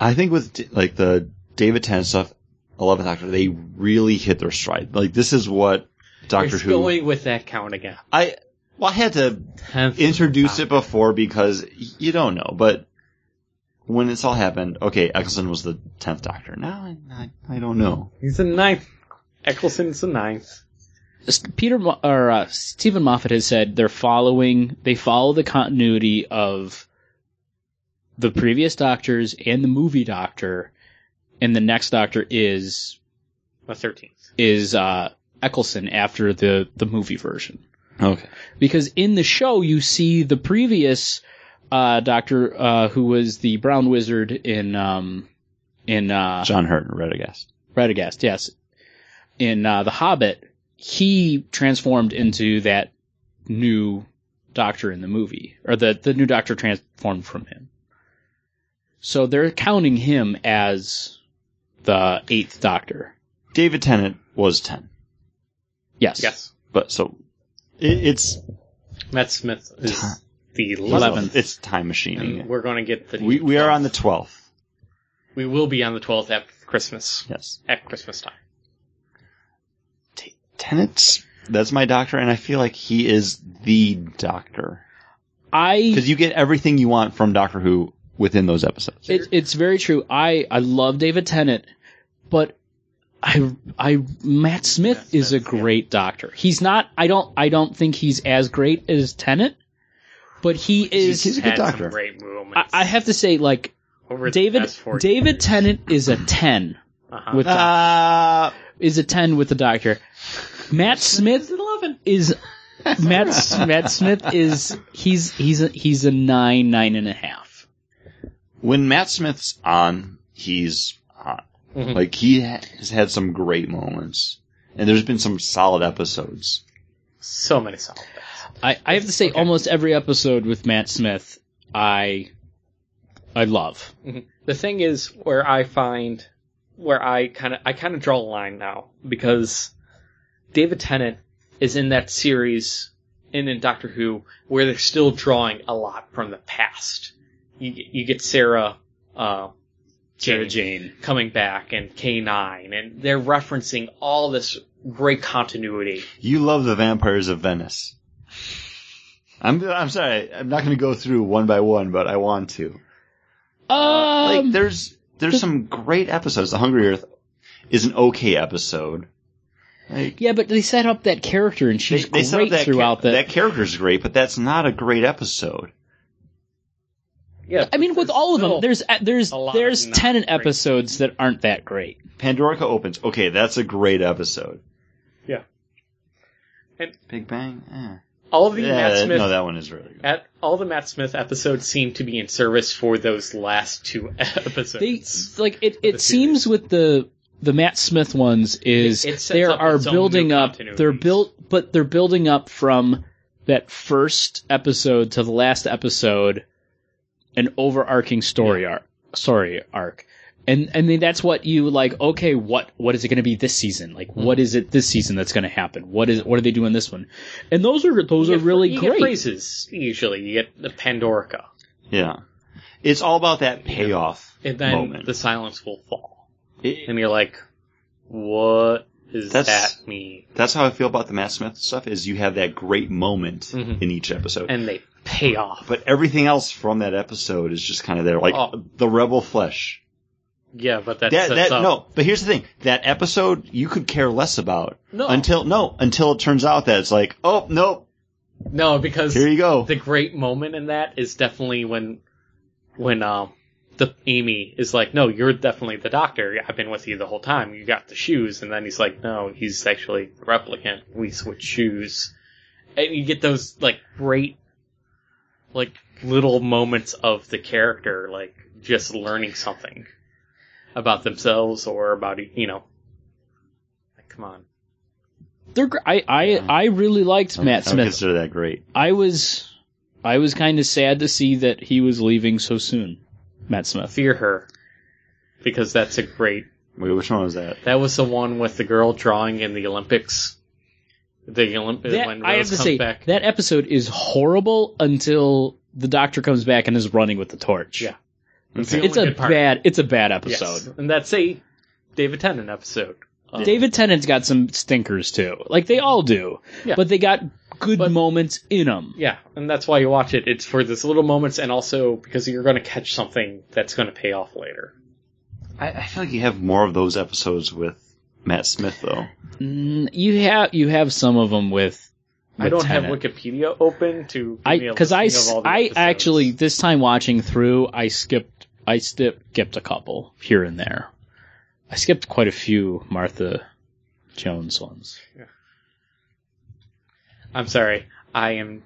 [SPEAKER 3] I think with d- like the David Tennant stuff, Eleventh Doctor, they really hit their stride. Like this is what Doctor
[SPEAKER 6] It's
[SPEAKER 3] Who.
[SPEAKER 6] going with that count again.
[SPEAKER 3] I well, I had to introduce it before because y- you don't know, but when this all happened, okay, Eccleston was the tenth Doctor. Now I, I, I don't know.
[SPEAKER 6] He's the ninth. Eccleston's the ninth.
[SPEAKER 5] S- Peter Mo- or uh, Stephen Moffat has said they're following. They follow the continuity of the previous Doctors and the movie Doctor, and the next Doctor is
[SPEAKER 6] The thirteenth.
[SPEAKER 5] is uh, Eccleston after the the movie version.
[SPEAKER 3] Okay.
[SPEAKER 5] because in the show you see the previous uh, doctor uh, who was the brown wizard in um, in uh,
[SPEAKER 3] John Hurt and Radagast.
[SPEAKER 5] Radagast, yes, in uh, the Hobbit, he transformed into that new doctor in the movie, or the the new doctor transformed from him. So they're counting him as the eighth doctor.
[SPEAKER 3] David Tennant was ten,
[SPEAKER 5] Yes.
[SPEAKER 6] Yes.
[SPEAKER 3] but so it, it's
[SPEAKER 6] Matt Smith is the eleventh.
[SPEAKER 5] Eleventh.
[SPEAKER 3] It's time machining.
[SPEAKER 6] And we're going to get the.
[SPEAKER 3] we we are on the twelfth.
[SPEAKER 6] We will be on the twelfth after Christmas.
[SPEAKER 3] Yes.
[SPEAKER 6] At Christmas time.
[SPEAKER 3] Tennant's that's my doctor, and I feel like he is the doctor
[SPEAKER 5] I
[SPEAKER 3] because you get everything you want from Doctor Who within those episodes.
[SPEAKER 5] It, it's very true. I, I love David Tennant, but I I Matt Smith
[SPEAKER 6] Matt
[SPEAKER 5] is a
[SPEAKER 6] Smith, yeah.
[SPEAKER 5] great doctor. He's not. I don't. I don't think he's as great as Tennant, but he is.
[SPEAKER 3] he's a good
[SPEAKER 6] Had some
[SPEAKER 3] doctor.
[SPEAKER 6] Great moments.
[SPEAKER 5] I, I have to say, like
[SPEAKER 6] over The
[SPEAKER 5] David
[SPEAKER 6] past four
[SPEAKER 5] David
[SPEAKER 6] years.
[SPEAKER 5] Tennant is a ten
[SPEAKER 6] Uh-huh.
[SPEAKER 5] with doc-
[SPEAKER 3] Uh,
[SPEAKER 5] is a ten with the doctor. Matt Smith is Matt S- Matt Smith is he's he's a, he's a nine nine and a half.
[SPEAKER 3] when Matt Smith's on, he's on.
[SPEAKER 5] Mm-hmm.
[SPEAKER 6] Mhm.
[SPEAKER 3] Like he ha- has had some great moments, and there's been some solid episodes.
[SPEAKER 6] so many songs.
[SPEAKER 5] I, I have to say, almost every episode with Matt Smith, I I love.
[SPEAKER 6] The thing is where I find where I kind of I kind of draw a line now because David Tennant is in that series and in Doctor Who where they're still drawing a lot from the past. You you get Sarah uh, Sarah
[SPEAKER 5] Jane.
[SPEAKER 6] coming back and K9 and they're referencing all this great continuity.
[SPEAKER 3] You love the Vampires of Venice. I'm I'm sorry, I'm not going to go through one by one, but I want to. Uh, like
[SPEAKER 5] Um,
[SPEAKER 3] there's there's some great episodes. The Hungry Earth is an okay episode. Like,
[SPEAKER 5] yeah, but they set up that character, and she's
[SPEAKER 3] they- they set up
[SPEAKER 5] great
[SPEAKER 3] that
[SPEAKER 5] throughout
[SPEAKER 3] cha-
[SPEAKER 5] the.
[SPEAKER 3] that character's great, but that's not a great episode.
[SPEAKER 6] Yeah.
[SPEAKER 5] I mean, with all of them, there's uh, there's
[SPEAKER 6] a lot
[SPEAKER 5] there's
[SPEAKER 6] of not
[SPEAKER 5] ten
[SPEAKER 6] great.
[SPEAKER 5] episodes that aren't that great.
[SPEAKER 3] Pandorica opens. Okay, that's a great episode.
[SPEAKER 6] Yeah. And-
[SPEAKER 3] Big Bang. Eh.
[SPEAKER 6] all the
[SPEAKER 3] Yeah,
[SPEAKER 6] Matt Smith
[SPEAKER 3] no, that one is really good.
[SPEAKER 6] at all the Matt Smith episodes seem to be in service for those last two episodes.
[SPEAKER 5] They like it. It
[SPEAKER 6] The series.
[SPEAKER 5] seems with the the Matt Smith ones is
[SPEAKER 6] It- it sets
[SPEAKER 5] they
[SPEAKER 6] up
[SPEAKER 5] are
[SPEAKER 6] its own new
[SPEAKER 5] building up. They're
[SPEAKER 6] continuities.
[SPEAKER 5] built, but they're building up from that first episode to the last episode, an overarching story arc. Story arc. And and then that's what you like. Okay, what what is it going to be this season? Like, what is it this season that's going to happen? What is what are they doing this one? And those are those
[SPEAKER 6] You
[SPEAKER 5] are
[SPEAKER 6] get-
[SPEAKER 5] really
[SPEAKER 6] you Get
[SPEAKER 5] great.
[SPEAKER 6] phrases usually. You get the Pandorica,
[SPEAKER 3] Yeah, it's all about that payoff
[SPEAKER 6] and then
[SPEAKER 3] moment.
[SPEAKER 6] the silence will fall.
[SPEAKER 3] It-
[SPEAKER 6] and you're like, what does
[SPEAKER 3] That's-
[SPEAKER 6] that mean?
[SPEAKER 3] that's how I feel about the Matt Smith stuff. Is you have that great moment
[SPEAKER 6] Mhm.
[SPEAKER 3] in each episode,
[SPEAKER 6] And they pay off.
[SPEAKER 3] but everything else from that episode is just kind of there, like
[SPEAKER 6] Oh.
[SPEAKER 3] the rebel flesh.
[SPEAKER 6] yeah, but that,
[SPEAKER 3] That,
[SPEAKER 6] sets
[SPEAKER 3] that
[SPEAKER 6] up.
[SPEAKER 3] no, but here's the thing: that episode you could care less about
[SPEAKER 6] No.
[SPEAKER 3] until no until it turns out that it's like, oh no,
[SPEAKER 6] No, because
[SPEAKER 3] here you go.
[SPEAKER 6] the great moment in that is definitely when when um the Amy is like, No, you're definitely the doctor. I've been with you the whole time. You got the shoes and then he's like, No, he's actually the replicant. We switch shoes. And you get those like great like little moments of the character, like just learning something about themselves or about you know like, come on.
[SPEAKER 5] They're, gr- I, I, I really liked Matt
[SPEAKER 3] I don't
[SPEAKER 5] Smith.
[SPEAKER 3] consider that great.
[SPEAKER 5] I was, I was kind of sad to see that he was leaving so soon. Matt Smith.
[SPEAKER 6] Fear her. Because that's a great
[SPEAKER 3] Wait, which one was that?
[SPEAKER 6] That was the one with the girl drawing in the Olympics. The Olympics
[SPEAKER 5] That-
[SPEAKER 6] when Rose
[SPEAKER 5] I have to
[SPEAKER 6] comes
[SPEAKER 5] say
[SPEAKER 6] back.
[SPEAKER 5] that episode is horrible until the Doctor comes back and is running with the torch.
[SPEAKER 6] Yeah.
[SPEAKER 3] That's
[SPEAKER 6] the
[SPEAKER 5] it's
[SPEAKER 6] only
[SPEAKER 5] a
[SPEAKER 6] good part.
[SPEAKER 5] bad, it's a bad
[SPEAKER 6] Yes.
[SPEAKER 5] episode.
[SPEAKER 6] And that's a David Tennant episode. Um,
[SPEAKER 5] David Tennant's got some stinkers too. Like they all do.
[SPEAKER 6] Yeah.
[SPEAKER 5] But they got good
[SPEAKER 6] But-
[SPEAKER 5] moments in them.
[SPEAKER 6] Yeah, and that's why you watch it. It's for this little moments and also because you're going to catch something that's going to pay off later.
[SPEAKER 3] I, I feel like you have more of those episodes with Matt Smith, though.
[SPEAKER 5] You have you have some of them with.
[SPEAKER 6] I
[SPEAKER 5] with
[SPEAKER 6] don't
[SPEAKER 5] Tennant.
[SPEAKER 6] have Wikipedia open to give
[SPEAKER 5] I
[SPEAKER 6] me a
[SPEAKER 5] because I
[SPEAKER 6] listing
[SPEAKER 5] s-
[SPEAKER 6] of all the
[SPEAKER 5] I
[SPEAKER 6] episodes.
[SPEAKER 5] actually this time watching through I skipped I skip- skipped a couple here and there. I skipped quite a few Martha Jones ones.
[SPEAKER 6] I'm sorry. I am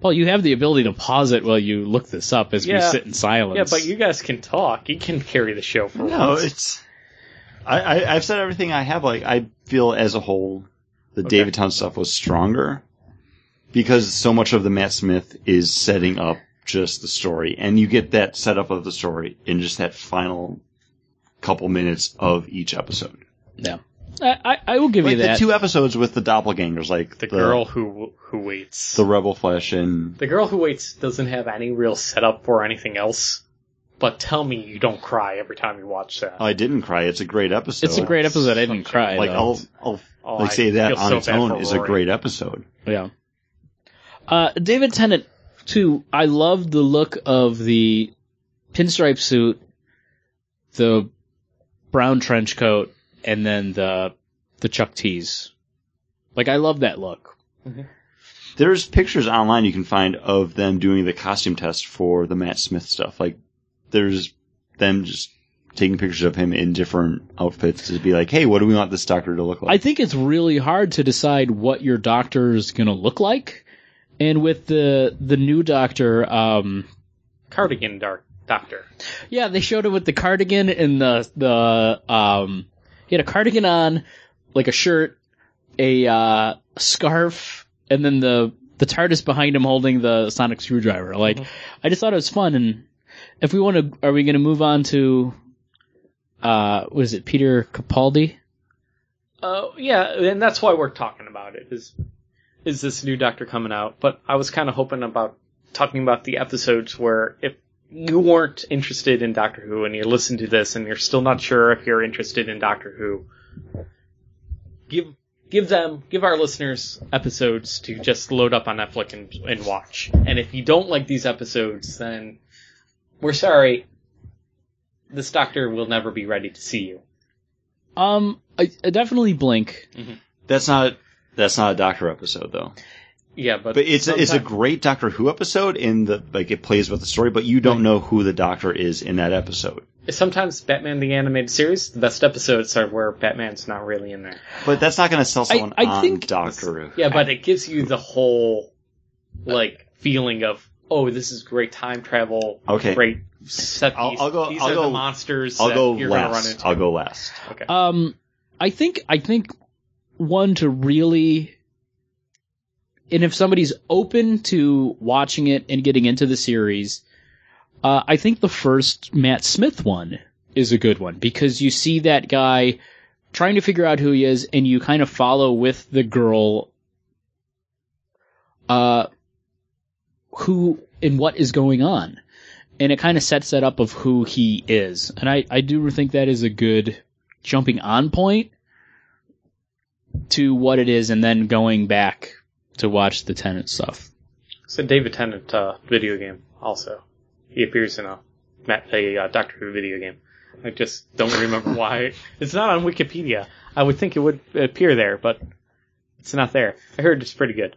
[SPEAKER 5] Paul, you have the ability to pause it while you look this up as we
[SPEAKER 6] Yeah.
[SPEAKER 5] sit in silence.
[SPEAKER 6] Yeah, but you guys can talk. You can carry the show for
[SPEAKER 3] No,
[SPEAKER 6] once.
[SPEAKER 3] it's. I, I, I've said everything I have. Like I feel as a whole, the David Town stuff was stronger because so much of the Matt Smith is setting up just the story, and you get that setup of the story in just that final couple minutes of each episode.
[SPEAKER 5] yeah. I, I, I will give
[SPEAKER 3] Like
[SPEAKER 5] you
[SPEAKER 3] the
[SPEAKER 5] that.
[SPEAKER 3] two episodes with the doppelgangers, like
[SPEAKER 6] the girl who who waits.
[SPEAKER 3] the Rebel Flesh, and
[SPEAKER 6] The girl who waits doesn't have any real setup for anything else. But tell me you don't cry every time you watch that.
[SPEAKER 3] I didn't cry. It's a great episode.
[SPEAKER 5] it's a great episode. I didn't cry.
[SPEAKER 3] Like
[SPEAKER 5] though.
[SPEAKER 3] I'll, I'll
[SPEAKER 6] Oh,
[SPEAKER 3] like
[SPEAKER 6] I
[SPEAKER 3] say that
[SPEAKER 6] feel
[SPEAKER 3] on
[SPEAKER 6] so
[SPEAKER 3] its
[SPEAKER 6] bad
[SPEAKER 3] own
[SPEAKER 6] for
[SPEAKER 3] is a
[SPEAKER 6] Rory.
[SPEAKER 3] great episode.
[SPEAKER 5] Yeah. Uh, David Tennant, too, I love the look of the pinstripe suit, the brown trench coat, and then the, the Chuck tees. Like, I love that look.
[SPEAKER 3] There's pictures online you can find of them doing the costume test for the Matt Smith stuff. Like there's them just taking pictures of him in different outfits to be like, hey, what do we want this doctor to look
[SPEAKER 5] I
[SPEAKER 3] like?
[SPEAKER 5] think it's really hard to decide what your doctor is gonna look like. And with the, the new doctor, um,
[SPEAKER 6] Cardigan dark Doctor.
[SPEAKER 5] Yeah, they showed him with the cardigan and the the um he had a cardigan on, like a shirt, a uh scarf, and then the the TARDIS behind him holding the sonic screwdriver. Like I just thought it was fun and if we want to are we going to move on to uh what is it? Peter Capaldi?
[SPEAKER 6] Oh yeah, and that's why we're talking about it is is this new Doctor coming out? But I was kind of hoping about talking about the episodes where if you weren't interested in Doctor Who and you listen to this and you're still not sure if you're interested in Doctor Who, give give them give our listeners episodes to just load up on Netflix and, and watch. And if you don't like these episodes, then we're sorry. This Doctor will never be ready to see you.
[SPEAKER 5] Um I, I definitely blink.
[SPEAKER 3] that's not that's not a doctor episode though.
[SPEAKER 6] Yeah, but
[SPEAKER 3] But it's a, it's a
[SPEAKER 6] sometime-
[SPEAKER 3] great Doctor Who episode in the like it plays with the story, but you don't know who the doctor is in that episode.
[SPEAKER 6] sometimes Batman the animated series, the best episodes are where Batman's not really in there.
[SPEAKER 3] But that's not going to sell someone
[SPEAKER 5] I
[SPEAKER 3] on
[SPEAKER 5] think-
[SPEAKER 3] Doctor Who.
[SPEAKER 6] Yeah, but it gives you the whole like feeling of oh, this is great time travel.
[SPEAKER 3] Okay.
[SPEAKER 6] great set piece.
[SPEAKER 3] I'll- I'll go-
[SPEAKER 6] These
[SPEAKER 3] I'll
[SPEAKER 6] are
[SPEAKER 3] go-
[SPEAKER 6] the monsters.
[SPEAKER 3] I'll
[SPEAKER 6] that
[SPEAKER 3] go
[SPEAKER 6] you're Gonna run
[SPEAKER 3] last.
[SPEAKER 6] into.
[SPEAKER 3] I'll go last.
[SPEAKER 6] Okay.
[SPEAKER 5] Um I think I think one to really and if somebody's open to watching it and getting into the series, uh, I think the first Matt Smith one is a good one because you see that guy trying to figure out who he is, and you kind of follow with the girl, uh, who and what is going on, and it kind of sets that up of who he is. And I, I do think that is a good jumping on point to what it is and then going back to watch the tenant stuff.
[SPEAKER 6] It's a David Tennant uh, video game. Also, he appears in a Matt a uh, Doctor Who video game. I just don't remember why it's not on Wikipedia. I would think it would appear there, but it's not there. I heard it's pretty good.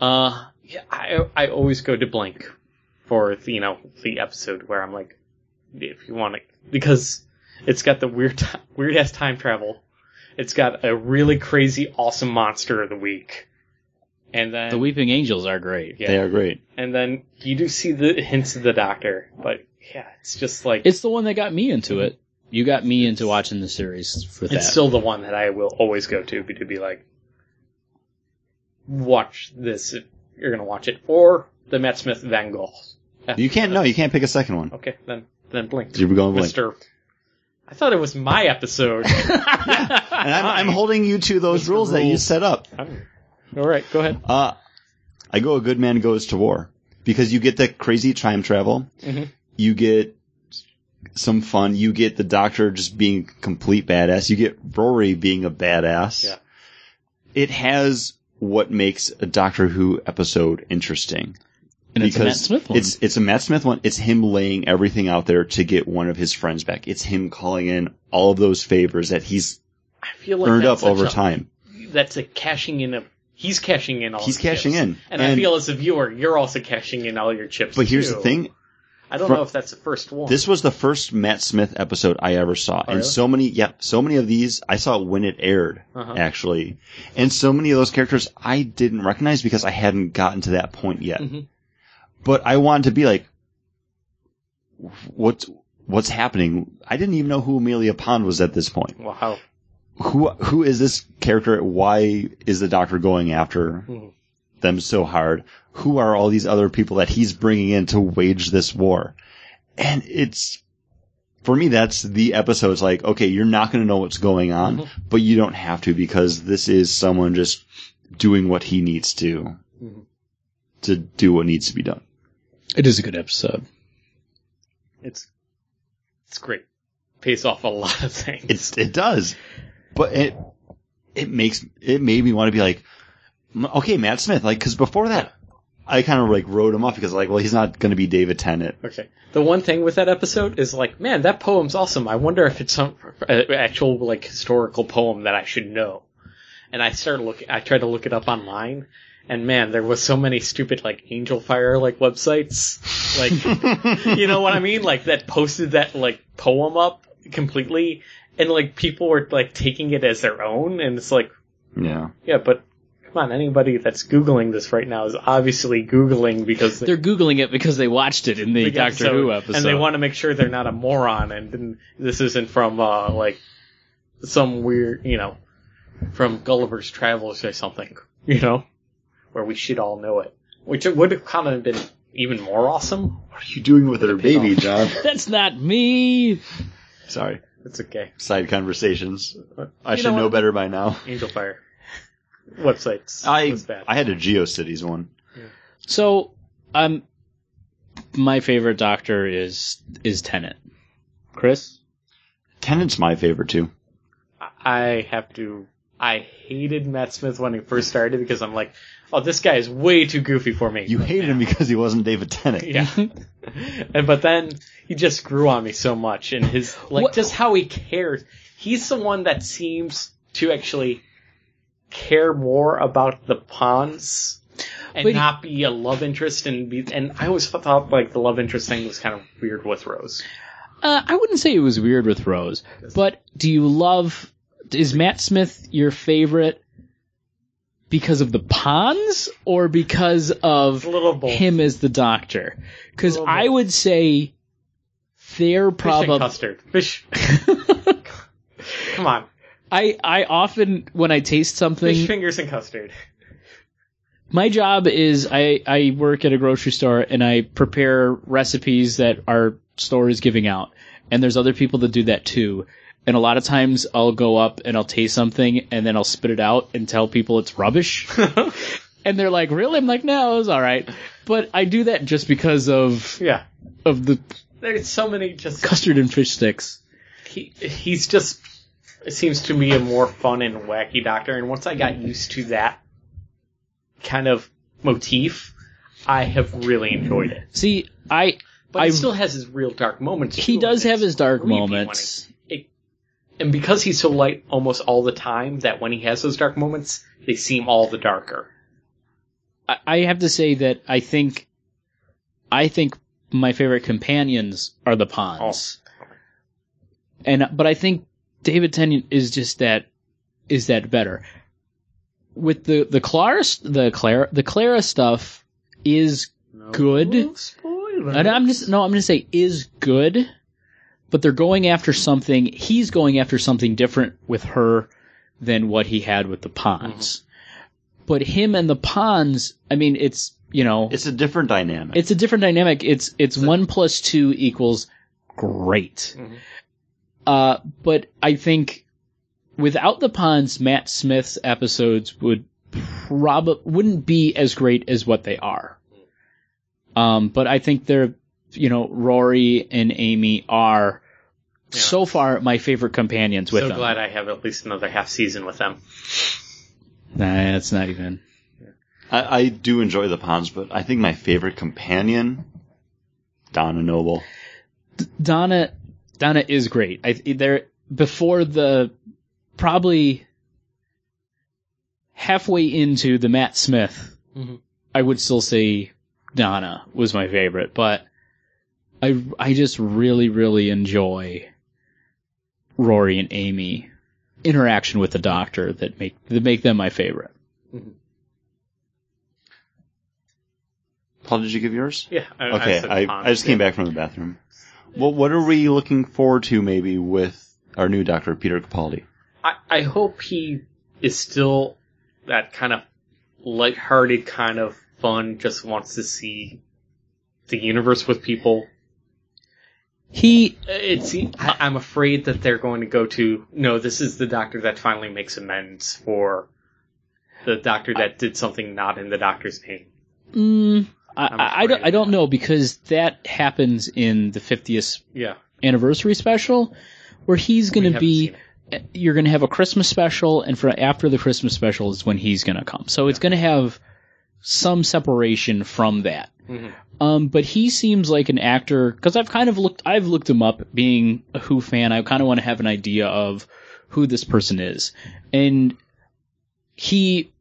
[SPEAKER 6] Uh, yeah, I I always go to blank for the, you know the episode where I'm like, if you want it, because it's got the weird weird ass time travel. It's got a really crazy awesome monster of the week, and then
[SPEAKER 5] The Weeping Angels are great.
[SPEAKER 3] They
[SPEAKER 6] yeah,
[SPEAKER 3] are great.
[SPEAKER 6] and then you do see the hints of the Doctor, but yeah, it's just like
[SPEAKER 5] It's the one that got me into it. You got me into watching the series for that.
[SPEAKER 6] It's still the one that I will always go to be- to be like, watch this if you're gonna watch it, or the Matt Smith Van Gogh.
[SPEAKER 3] You can't. No, you can't pick a second one.
[SPEAKER 6] Okay, then then blink.
[SPEAKER 3] You're going blank.
[SPEAKER 6] Mister. I thought it was my episode.
[SPEAKER 3] And I'm, I'm holding you to those rules that you set up.
[SPEAKER 6] All right, go ahead.
[SPEAKER 3] Uh, I go a good man goes to war because you get the crazy time travel.
[SPEAKER 5] Mm-hmm.
[SPEAKER 3] You get some fun. You get the doctor just being a complete badass. You get Rory being a badass.
[SPEAKER 6] Yeah.
[SPEAKER 3] It has what makes a Doctor Who episode interesting.
[SPEAKER 5] and it's a Matt Smith one.
[SPEAKER 3] It's it's a Matt Smith one. It's him laying everything out there to get one of his friends back. It's him calling in all of those favors that he's
[SPEAKER 6] I feel like
[SPEAKER 3] earned
[SPEAKER 6] that's
[SPEAKER 3] up over
[SPEAKER 6] such a-
[SPEAKER 3] time.
[SPEAKER 6] That's a cashing in of. He's cashing in all.
[SPEAKER 3] He's
[SPEAKER 6] his
[SPEAKER 3] cashing
[SPEAKER 6] chips.
[SPEAKER 3] in.
[SPEAKER 6] and, I
[SPEAKER 3] And-
[SPEAKER 6] feel as a viewer, you're also cashing in all your chips.
[SPEAKER 3] But here's
[SPEAKER 6] too.
[SPEAKER 3] the thing:
[SPEAKER 6] I don't
[SPEAKER 3] Fro-
[SPEAKER 6] know if that's the first one. Oh,
[SPEAKER 3] This was the first Matt Smith episode I ever saw, and so many, yeah, so many of these I saw when it aired,
[SPEAKER 6] Uh-huh.
[SPEAKER 3] actually, and so many of those characters I didn't recognize because I hadn't gotten to that point yet.
[SPEAKER 6] Mhm.
[SPEAKER 3] But I wanted to be like, what's what's happening? I didn't even know who Amelia Pond was at this point.
[SPEAKER 6] Wow.
[SPEAKER 3] Who who is this character? Why is the Doctor going after
[SPEAKER 6] Mhm.
[SPEAKER 3] them so hard? Who are all these other people that he's bringing in to wage this war? And it's, for me, that's the episode. It's like, okay, you're not going to know what's going on, but you don't have to because this is someone just doing what he needs to,
[SPEAKER 6] Mhm.
[SPEAKER 3] to do what needs to be done.
[SPEAKER 5] it is a good episode.
[SPEAKER 6] It's it's great. Pays off a lot of things.
[SPEAKER 3] It's, it does, but it, it makes, it made me want to be like, "M- okay, Matt Smith, like, cause before that, I kind of like wrote him off because like, well, he's not going to be David Tennant.
[SPEAKER 6] Okay. The one thing with that episode is like, man, that poem's awesome. I wonder if it's some uh, actual like historical poem that I should know. And I started looking. I tried to look it up online, and man, there was so many stupid like Angel Fire like websites, like you know what I mean, like that posted that like poem up completely, and like people were like taking it as their own, and it's like,
[SPEAKER 3] Yeah.
[SPEAKER 6] yeah, but. Come on, anybody that's googling this right now is obviously googling because
[SPEAKER 5] They're googling it because they watched it in the,
[SPEAKER 6] the
[SPEAKER 5] Doctor
[SPEAKER 6] episode,
[SPEAKER 5] Who episode.
[SPEAKER 6] and they want to make sure they're not a moron, and, didn't- this isn't from uh, like some weird, you know, from Gulliver's Travels or something, you know, where we should all know it, which it would have kind of been even more awesome.
[SPEAKER 3] What are you doing with her baby, John?
[SPEAKER 5] That's not me.
[SPEAKER 3] Sorry.
[SPEAKER 6] It's okay,
[SPEAKER 3] Side conversations. I
[SPEAKER 6] You
[SPEAKER 3] should
[SPEAKER 6] know
[SPEAKER 3] know
[SPEAKER 6] what?
[SPEAKER 3] better by now.
[SPEAKER 6] Angel Fire websites.
[SPEAKER 3] I
[SPEAKER 6] was bad.
[SPEAKER 3] I had a GeoCities one.
[SPEAKER 5] So, um, my favorite Doctor is is Tennant. Chris,
[SPEAKER 3] Tenant's my favorite too.
[SPEAKER 6] I have to. I hated Matt Smith when he first started because I'm like, oh, this guy is way too goofy for me.
[SPEAKER 3] You hated him because he wasn't David Tennant.
[SPEAKER 6] Yeah. and but then he just grew on me so much and his like
[SPEAKER 5] What-
[SPEAKER 6] just how he cares. He's the one that seems to actually care more about the pawns and
[SPEAKER 5] But he-
[SPEAKER 6] not be a love interest and be and I always thought like the love interest thing was kind of weird with Rose.
[SPEAKER 5] uh, I wouldn't say it was weird with Rose, but do you love? Is Matt Smith your favorite because of the Pons or because of
[SPEAKER 6] A little bold.
[SPEAKER 5] him as the Doctor? Because
[SPEAKER 6] Little
[SPEAKER 5] I
[SPEAKER 6] both.
[SPEAKER 5] would say they're
[SPEAKER 6] Fish and
[SPEAKER 5] probably
[SPEAKER 6] custard. Fish Come on.
[SPEAKER 5] I I often when I taste something
[SPEAKER 6] Fish fingers and custard.
[SPEAKER 5] my job is I, I work at a grocery store and I prepare recipes that our store is giving out. And there's other people that do that too. And a lot of times I'll go up and I'll taste something and then I'll spit it out and tell people it's rubbish. and they're like, "Really?" I'm like, "No, it was all right." But I do that just because of
[SPEAKER 6] Yeah.
[SPEAKER 5] of the
[SPEAKER 6] There's so many just
[SPEAKER 5] custard and fish sticks.
[SPEAKER 6] he he's just it seems to me a more fun and wacky doctor and once i got used to that kind of motif i have really enjoyed it
[SPEAKER 5] See, I
[SPEAKER 6] but he
[SPEAKER 5] I've-
[SPEAKER 6] still has his real dark moments
[SPEAKER 5] he
[SPEAKER 6] too,
[SPEAKER 5] does
[SPEAKER 6] and
[SPEAKER 5] have
[SPEAKER 6] it's
[SPEAKER 5] his dark
[SPEAKER 6] creepy when
[SPEAKER 5] moments.
[SPEAKER 6] it- it- and because he's so light almost all the time that when he has those dark moments they seem all the darker
[SPEAKER 5] I, I have to say that I think I think my favorite companions are the Ponds. And but I think David Tennant is just that is that better. With the the Clara s- the Clara the Clara stuff is good. And I'm just no, I'm going to say is good, but they're going after something. He's going after something different with her than what he had with the Ponds. But him and the Ponds, I mean, it's you know, it's,
[SPEAKER 3] It's a different dynamic.
[SPEAKER 5] a different dynamic. It's it's one plus two equals great.
[SPEAKER 6] Mm-hmm.
[SPEAKER 5] Uh, but I think without the Ponds, Matt Smith's episodes would probably wouldn't be as great as what they are. Um, but I think they're, you know, Rory and Amy are so far my favorite companions with
[SPEAKER 6] so
[SPEAKER 5] them.
[SPEAKER 6] glad i have at least another half season with them
[SPEAKER 5] nah, that's not even.
[SPEAKER 3] I, I do enjoy the ponds, but I think my favorite companion, Donna Noble.
[SPEAKER 5] Donna, Donna is great. I there before the probably halfway into the Matt Smith,
[SPEAKER 6] Mhm.
[SPEAKER 5] I would still say Donna was my favorite, but I I just really really enjoy Rory and Amy interaction with the doctor that make that make them my favorite.
[SPEAKER 3] Paul, did you give yours?
[SPEAKER 6] yeah I,
[SPEAKER 3] Okay,
[SPEAKER 6] said
[SPEAKER 3] I,
[SPEAKER 6] Hans,
[SPEAKER 3] I just came
[SPEAKER 6] yeah.
[SPEAKER 3] back from the bathroom. Well, what are we looking forward to maybe with our new doctor, Peter Capaldi?
[SPEAKER 6] I, I hope he is still that kind of lighthearted kind of fun, just wants to see the universe with people.
[SPEAKER 5] He
[SPEAKER 6] It's I, I'm afraid that they're going to go to no, this is the doctor that finally makes amends for the doctor that did something not in the doctor's name.
[SPEAKER 5] mm, I,
[SPEAKER 6] I'm
[SPEAKER 5] I, I don't
[SPEAKER 6] afraid.
[SPEAKER 5] I don't know because that happens in the 50th
[SPEAKER 6] Yeah.
[SPEAKER 5] anniversary special where he's going to
[SPEAKER 6] haven't
[SPEAKER 5] be
[SPEAKER 6] seen
[SPEAKER 5] you're going to have a christmas special and for after the christmas special is when he's going to come so it's going to have some separation from that
[SPEAKER 6] Mhm.
[SPEAKER 5] um, but he seems like an actor because i've kind of looked i've looked him up being a who fan i kind of want to have an idea of who this person is and he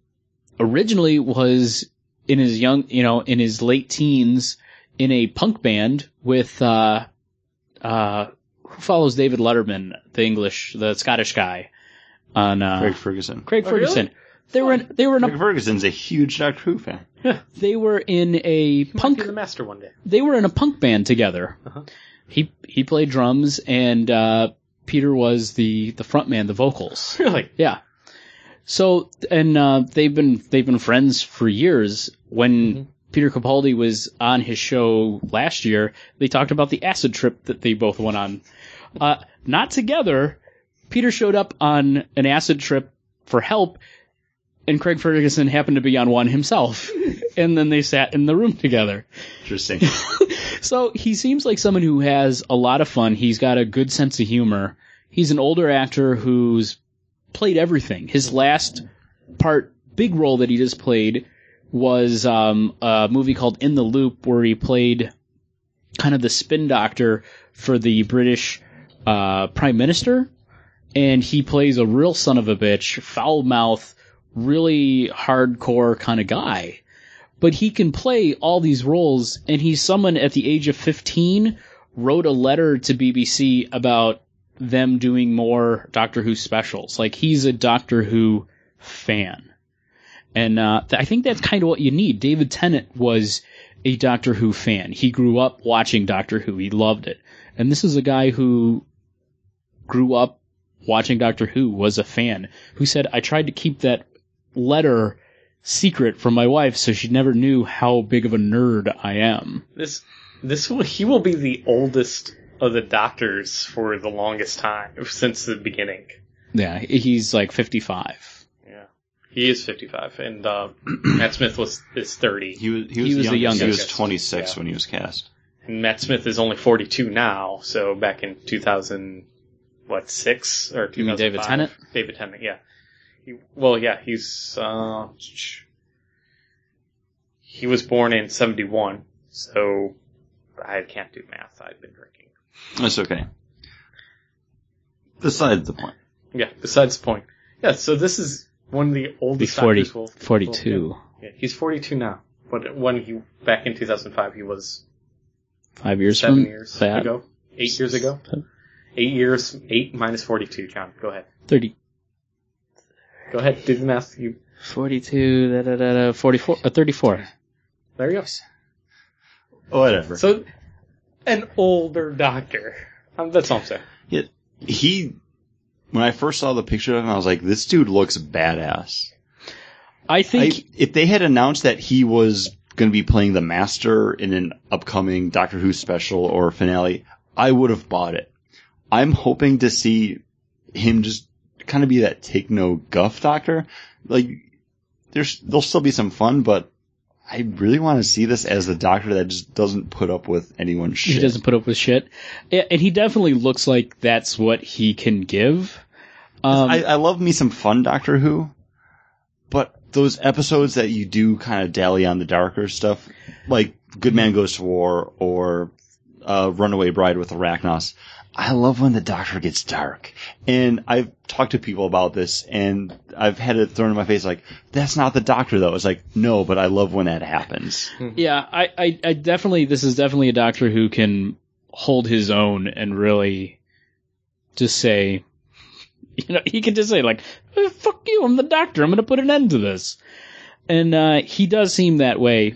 [SPEAKER 5] originally was in his young you know in his late teens in a punk band with uh uh, who follows David Letterman, the English, the Scottish guy, on uh,
[SPEAKER 3] Craig
[SPEAKER 5] Craig,
[SPEAKER 3] Ferguson.
[SPEAKER 5] Ferguson. They were in, they were in
[SPEAKER 3] Craig
[SPEAKER 5] a,
[SPEAKER 3] Ferguson's a huge Doctor Who fan.
[SPEAKER 5] they were in a
[SPEAKER 6] Punk
[SPEAKER 5] punk
[SPEAKER 6] the master one day.
[SPEAKER 5] they were in a punk band together. He he played drums and uh, Peter was the the front man, the vocals.
[SPEAKER 6] Really?
[SPEAKER 5] Yeah. So and uh, they've been they've been friends for years. When Peter Capaldi was on his show last year, they talked about the acid trip that they both went on. Uh, not together. Peter showed up on an acid trip for help, and Craig Ferguson happened to be on one himself. and then they sat in the room together.
[SPEAKER 3] Interesting.
[SPEAKER 5] So he seems like someone who has a lot of fun. He's got a good sense of humor. He's an older actor who's played everything. His last part, big role that he just played was um, a movie called In the Loop, where he played kind of the spin doctor for the British uh, prime minister, and he plays a real son of a bitch, foul mouth, really hardcore kind of guy but he can play all these roles and he's someone at the age of 15 wrote a letter to BBC about them doing more Doctor Who specials. Like he's a Doctor Who fan. And uh, th- I think that's kind of what you need. David Tennant was a Doctor Who fan. He grew up watching Doctor Who. He loved it. And this is a guy who grew up watching Doctor Who, was a fan, who said, I tried to keep that letter secret from my wife so she never knew how big of a nerd I am.
[SPEAKER 6] This this will he will be the oldest of the doctors for the longest time since the beginning.
[SPEAKER 5] Yeah, he's like 55.
[SPEAKER 6] Yeah. He is 55, and uh, Matt Smith was is 30,
[SPEAKER 3] He was he was,
[SPEAKER 5] He was
[SPEAKER 3] the,
[SPEAKER 5] the
[SPEAKER 3] youngest. He was
[SPEAKER 6] youngest.
[SPEAKER 3] 26
[SPEAKER 6] Yeah.
[SPEAKER 3] when he was cast.
[SPEAKER 6] and Matt Smith is only 42 now. So back in 2000, what six or 2005?
[SPEAKER 5] You mean David Tennant?
[SPEAKER 6] David Tennant, yeah. He, well, yeah, he's uh, he was born in 71, so I can't do math. I've been drinking.
[SPEAKER 3] That's okay. Besides the point.
[SPEAKER 6] Yeah, besides the point. Yeah, so this is one of the
[SPEAKER 5] He's
[SPEAKER 6] oldest
[SPEAKER 5] 40,
[SPEAKER 6] actors we'll-
[SPEAKER 5] 42.
[SPEAKER 6] yeah, he's 42 now, but when he back in 2005 he was
[SPEAKER 5] Five years
[SPEAKER 6] seven
[SPEAKER 5] from
[SPEAKER 6] years
[SPEAKER 5] that.
[SPEAKER 6] ago, eight years ago, eight years, eight minus 42. John, go ahead,
[SPEAKER 5] 30,
[SPEAKER 6] go ahead, do the math. You
[SPEAKER 5] 42, da, da, da, da, 44, uh, 34.
[SPEAKER 6] there you go.
[SPEAKER 3] Oh, Whatever.
[SPEAKER 6] So an older doctor. Um, that's all I'm saying.
[SPEAKER 3] He, when I first saw the picture of him, I was like, this dude looks badass.
[SPEAKER 5] I think
[SPEAKER 3] I, if they had announced that he was going to be playing the Master in an upcoming Doctor Who special or finale, I would have bought it. I'm hoping to see him just kind of be that take no guff Doctor. Like, there's there'll still be some fun, but I really want to see this as the Doctor that just doesn't put up with anyone's shit.
[SPEAKER 5] he doesn't put up with shit. Yeah, And he definitely looks like that's what he can give. Um,
[SPEAKER 3] I, I love me some fun Doctor Who, but those episodes that you do kind of dally on the darker stuff, like Good Man Goes to War or uh, Runaway Bride with Arachnos, I love when the Doctor gets dark. And I've talked to people about this, and I've had it thrown in my face like, that's not the Doctor though. It's like, no, but I love when that happens.
[SPEAKER 5] yeah, I, I, I definitely, this is definitely a doctor who can hold his own and really just say, you know, he can just say like, "Eh, fuck you, I'm the doctor, I'm gonna put an end to this. And, uh, he does seem that way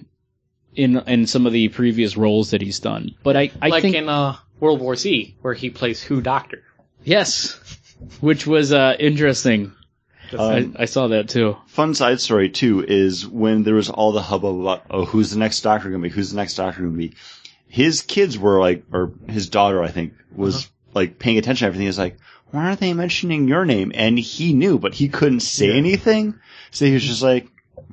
[SPEAKER 5] in, in some of the previous roles that he's done. But I, I
[SPEAKER 6] like
[SPEAKER 5] think,
[SPEAKER 6] in uh, World War Z, where he plays Who Doctor.
[SPEAKER 5] yes, which was, uh, interesting.
[SPEAKER 3] Um,
[SPEAKER 5] I, I saw that too.
[SPEAKER 3] fun side story too is when there was all the hubbub about oh who's the next doctor gonna be who's the next doctor gonna be his kids were like or his daughter i think was like paying attention to everything he was like why aren't they mentioning your name and he knew but he couldn't say anything so he was just like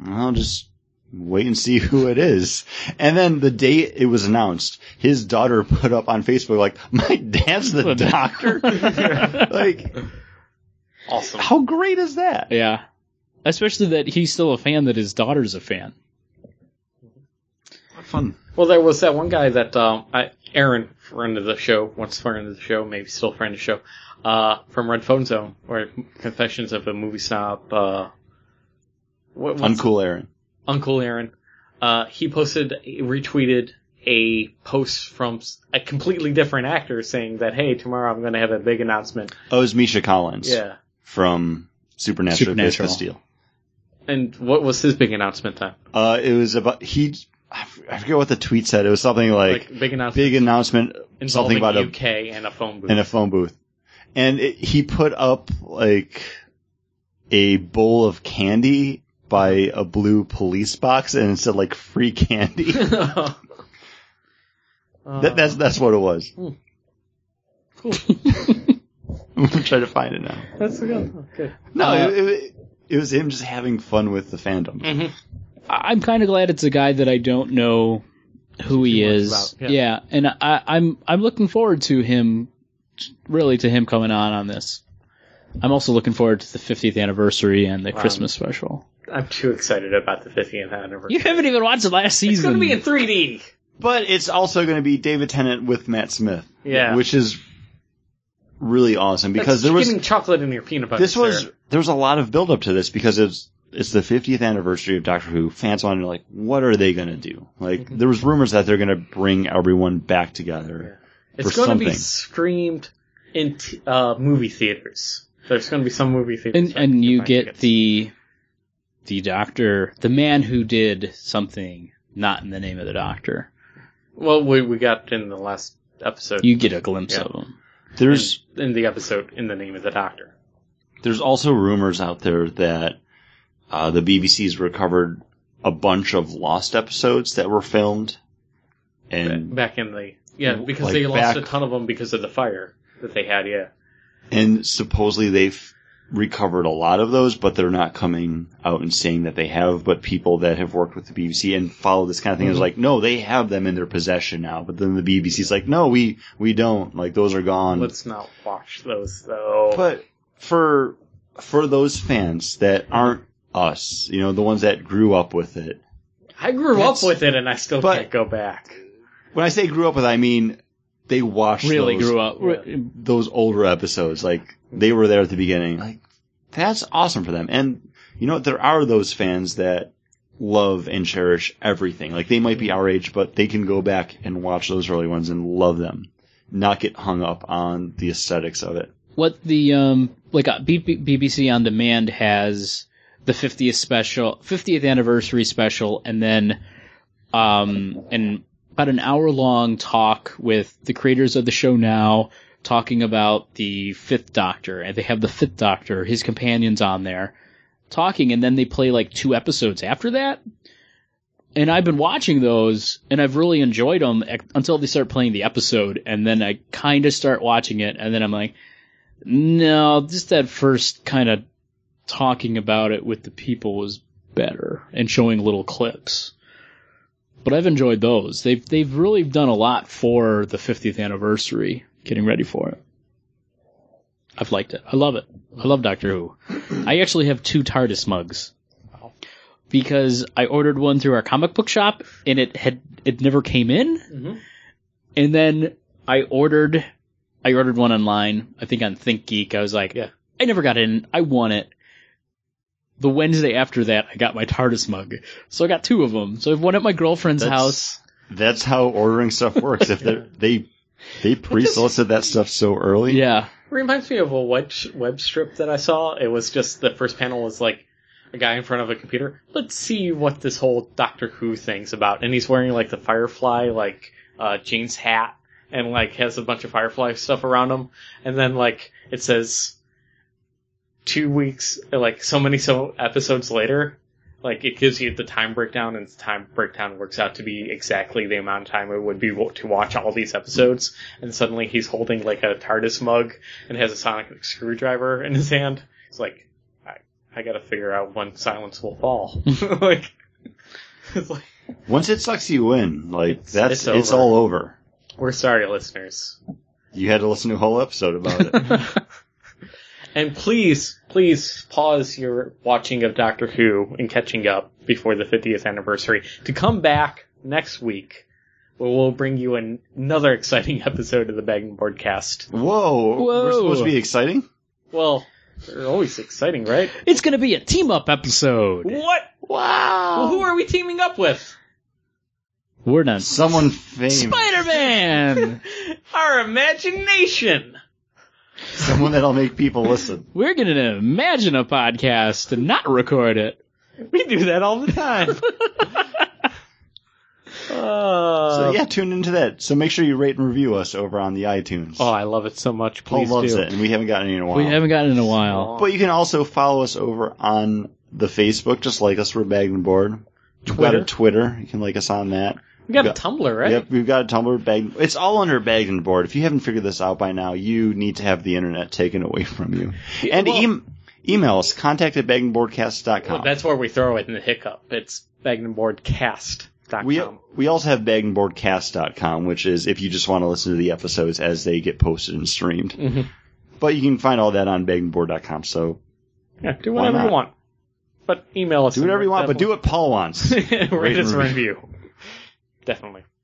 [SPEAKER 3] i'll just wait and see who it is and then the day it was announced his daughter put up on facebook like my dad's the doctor like
[SPEAKER 6] Awesome.
[SPEAKER 3] how great is that
[SPEAKER 5] Yeah. Especially that he's still a fan that his daughter's a fan.
[SPEAKER 3] fun
[SPEAKER 6] Well, there was that one guy that um, I, Aaron, friend of the show, once friend of the show, maybe still friend of the show, uh, from Red Phone Zone, or Confessions of a Movie Snob, uh, what, what's-
[SPEAKER 3] uncool aaron
[SPEAKER 6] Uncle Aaron. Uh, he posted, retweeted a post from s- a completely different actor saying that, hey, tomorrow I'm going to have a big announcement.
[SPEAKER 3] Oh, it was Misha Collins.
[SPEAKER 6] Yeah.
[SPEAKER 3] From Supernatural, Supernatural.
[SPEAKER 5] Supernatural.
[SPEAKER 3] Steel.
[SPEAKER 6] And what was his big announcement then?
[SPEAKER 3] Uh, it was about, he, I f- I forget what the tweet said. It was something like,
[SPEAKER 6] Like, big announcement
[SPEAKER 3] big announcement, something
[SPEAKER 6] involving
[SPEAKER 3] about a,
[SPEAKER 6] UK and a phone booth.
[SPEAKER 3] in a phone booth. And it, he put up like a bowl of candy by a blue police box and it said like free candy. that, that's, that's what it was.
[SPEAKER 6] Hmm.
[SPEAKER 3] Cool. I'm going to try to find it now.
[SPEAKER 6] that's good. Okay.
[SPEAKER 3] No,
[SPEAKER 5] Uh,
[SPEAKER 3] it, it, it was him just having fun with the fandom.
[SPEAKER 5] I- I'm kind of glad it's a guy that I don't know who he
[SPEAKER 6] much
[SPEAKER 5] is.
[SPEAKER 6] about,
[SPEAKER 5] yeah. and I, I'm I'm looking forward to him, really to him coming on on this. I'm also looking forward to the 50th anniversary and the Christmas special.
[SPEAKER 6] I'm too excited about the 50th anniversary.
[SPEAKER 5] You haven't even watched the last season.
[SPEAKER 6] It's going to be in 3D.
[SPEAKER 3] But it's also going to be David Tennant with Matt Smith.
[SPEAKER 6] Yeah.
[SPEAKER 3] Which is really awesome because
[SPEAKER 6] That's
[SPEAKER 3] there was
[SPEAKER 6] getting chocolate in your peanut butter.
[SPEAKER 3] this was
[SPEAKER 6] sir.
[SPEAKER 3] there was a lot of build up to this because it's it's the 50th anniversary of Doctor Who. Fans wanted to like what are they going to do? Like
[SPEAKER 6] Mm-hmm.
[SPEAKER 3] there was rumors that they're going to bring everyone back together.
[SPEAKER 6] It's
[SPEAKER 3] for
[SPEAKER 6] going to be
[SPEAKER 3] something.
[SPEAKER 6] streamed in t- uh, movie theaters. There's going to be some movie theaters.
[SPEAKER 5] and
[SPEAKER 6] that can
[SPEAKER 5] and you
[SPEAKER 6] buy
[SPEAKER 5] get
[SPEAKER 6] tickets.
[SPEAKER 5] the the doctor, the man who did something not in the name of the doctor.
[SPEAKER 6] well, we we got in the last episode.
[SPEAKER 5] You get a glimpse
[SPEAKER 6] Yeah.
[SPEAKER 5] of him.
[SPEAKER 3] There's
[SPEAKER 6] in the episode in the name of the Doctor.
[SPEAKER 3] there's also rumors out there that uh, the BBC's recovered a bunch of lost episodes that were filmed and
[SPEAKER 6] Back in the yeah, because
[SPEAKER 3] Mm, Like
[SPEAKER 6] they lost
[SPEAKER 3] back-
[SPEAKER 6] a ton of them because of the fire that they had. Yeah,
[SPEAKER 3] and supposedly they f- recovered a lot of those, but they're not coming out and saying that they have. But people that have worked with the BBC and follow this kind of
[SPEAKER 5] Mm-hmm.
[SPEAKER 3] thing is like, no, they have them in their possession now. But then the BBC's like, no, we we don't. Like those are gone.
[SPEAKER 6] Let's not watch those though.
[SPEAKER 3] Mm. But for for those fans that aren't us, you know, the ones that grew up with it.
[SPEAKER 6] I grew up with it, and I still
[SPEAKER 3] But-
[SPEAKER 6] can't go back.
[SPEAKER 3] When I say grew up with, I mean they watched
[SPEAKER 5] Really
[SPEAKER 3] those-
[SPEAKER 5] grew up.
[SPEAKER 3] those older episodes. Like they were there at the beginning. Like that's awesome for them. And you know what? There are those fans that love and cherish everything. Like they might be our age, but they can go back and watch those early ones and love them, not get hung up on the aesthetics of it.
[SPEAKER 5] What the um like uh, B- B- BBC on demand has the 50th special, 50th anniversary special, and then um and about an hour long talk with the creators of the show now talking about the Fifth Doctor, and they have the Fifth Doctor, his companions on there talking, and then they play like two episodes after that. And I've been watching those, and I've really enjoyed them until they start playing the episode, and then I kind of start watching it, and then I'm like, no, just that first kind of talking about it with the people was better and showing little clips. But I've enjoyed those. They've they've really done a lot for the 50th anniversary, getting ready for it. I've liked it. I love it. I love Doctor Who. I actually have two TARDIS mugs. Because I ordered one through our comic book shop and it had it never came in. And then I ordered I ordered one online. I think on ThinkGeek. I was like,
[SPEAKER 6] Yeah.
[SPEAKER 5] I never got in. I won it. The Wednesday after that, I got my TARDIS mug. So I got two of them. So I have one at my girlfriend's
[SPEAKER 3] That's-
[SPEAKER 5] house.
[SPEAKER 3] That's how ordering stuff works. If they're, they they pre-solicit that stuff so early,
[SPEAKER 5] Yeah.
[SPEAKER 6] Reminds me of a web, web strip that I saw. It was just the first panel was like a guy in front of a computer. Let's see what this whole Doctor Who thing's about. And he's wearing like the Firefly like uh, jeans hat and like has a bunch of Firefly stuff around him. And then like it says two weeks, like so many so episodes later. Like it gives you the time breakdown, and the time breakdown works out to be exactly the amount of time it would be wo- to watch all these episodes. And suddenly he's holding like a TARDIS mug and has a sonic screwdriver in his hand. It's like, I, I gotta figure out when silence will fall. like, it's like,
[SPEAKER 3] Once it sucks you in, like that's
[SPEAKER 6] it's
[SPEAKER 3] it's, all over.
[SPEAKER 6] we're sorry, listeners.
[SPEAKER 3] You had to listen to a whole episode about it.
[SPEAKER 6] And please, please pause your watching of Doctor Who and catching up before the 50th anniversary to come back next week where we'll bring you an- another exciting episode of the Bag and Board cast.
[SPEAKER 3] Whoa,
[SPEAKER 5] Whoa.
[SPEAKER 3] we're supposed to be exciting.
[SPEAKER 6] Well, they're always exciting, right?
[SPEAKER 5] It's going to be a team up episode.
[SPEAKER 6] What? Wow! Well, who are we teaming up with?
[SPEAKER 5] We're done.
[SPEAKER 3] Someone famous,
[SPEAKER 5] Spider Man!
[SPEAKER 6] Our imagination!
[SPEAKER 3] someone that'll make people listen.
[SPEAKER 5] We're going to imagine a podcast and not record it.
[SPEAKER 6] We do that all the time. Uh,
[SPEAKER 3] So yeah, tune into that. So make sure you rate and review us over on the iTunes.
[SPEAKER 6] Oh, I love it so much.
[SPEAKER 3] Paul
[SPEAKER 6] Please
[SPEAKER 3] loves
[SPEAKER 6] do.
[SPEAKER 3] it, and we haven't gotten any in a while.
[SPEAKER 5] We haven't gotten in a while.
[SPEAKER 3] But you can also follow us over on the Facebook, just like us. We're Bagged and Board. We've got a
[SPEAKER 6] Twitter.
[SPEAKER 3] Twitter. You can like us on that.
[SPEAKER 6] We got a
[SPEAKER 3] Got-
[SPEAKER 6] Tumblr, right?
[SPEAKER 3] Yep, we've got a Tumblr. Bag. It's all under Bagged and Board. If you haven't figured this out by now, you need to have the internet taken away from you. And
[SPEAKER 6] well-
[SPEAKER 3] em- email us contact at baggedandboardcast.com.
[SPEAKER 6] Well, Oh, that's where we throw it in the hiccup. It's bagnumboardcast.com.
[SPEAKER 3] We we also have bagandboardcast.com, which is if you just want to listen to the episodes as they get posted and streamed. But you can find all that on bagandboard.com. So
[SPEAKER 6] yeah, do whatever
[SPEAKER 3] not?
[SPEAKER 6] you want. But email us.
[SPEAKER 3] do whatever you want, but do what Paul wants.
[SPEAKER 6] it. Rate us a
[SPEAKER 3] review.
[SPEAKER 6] review. Definitely.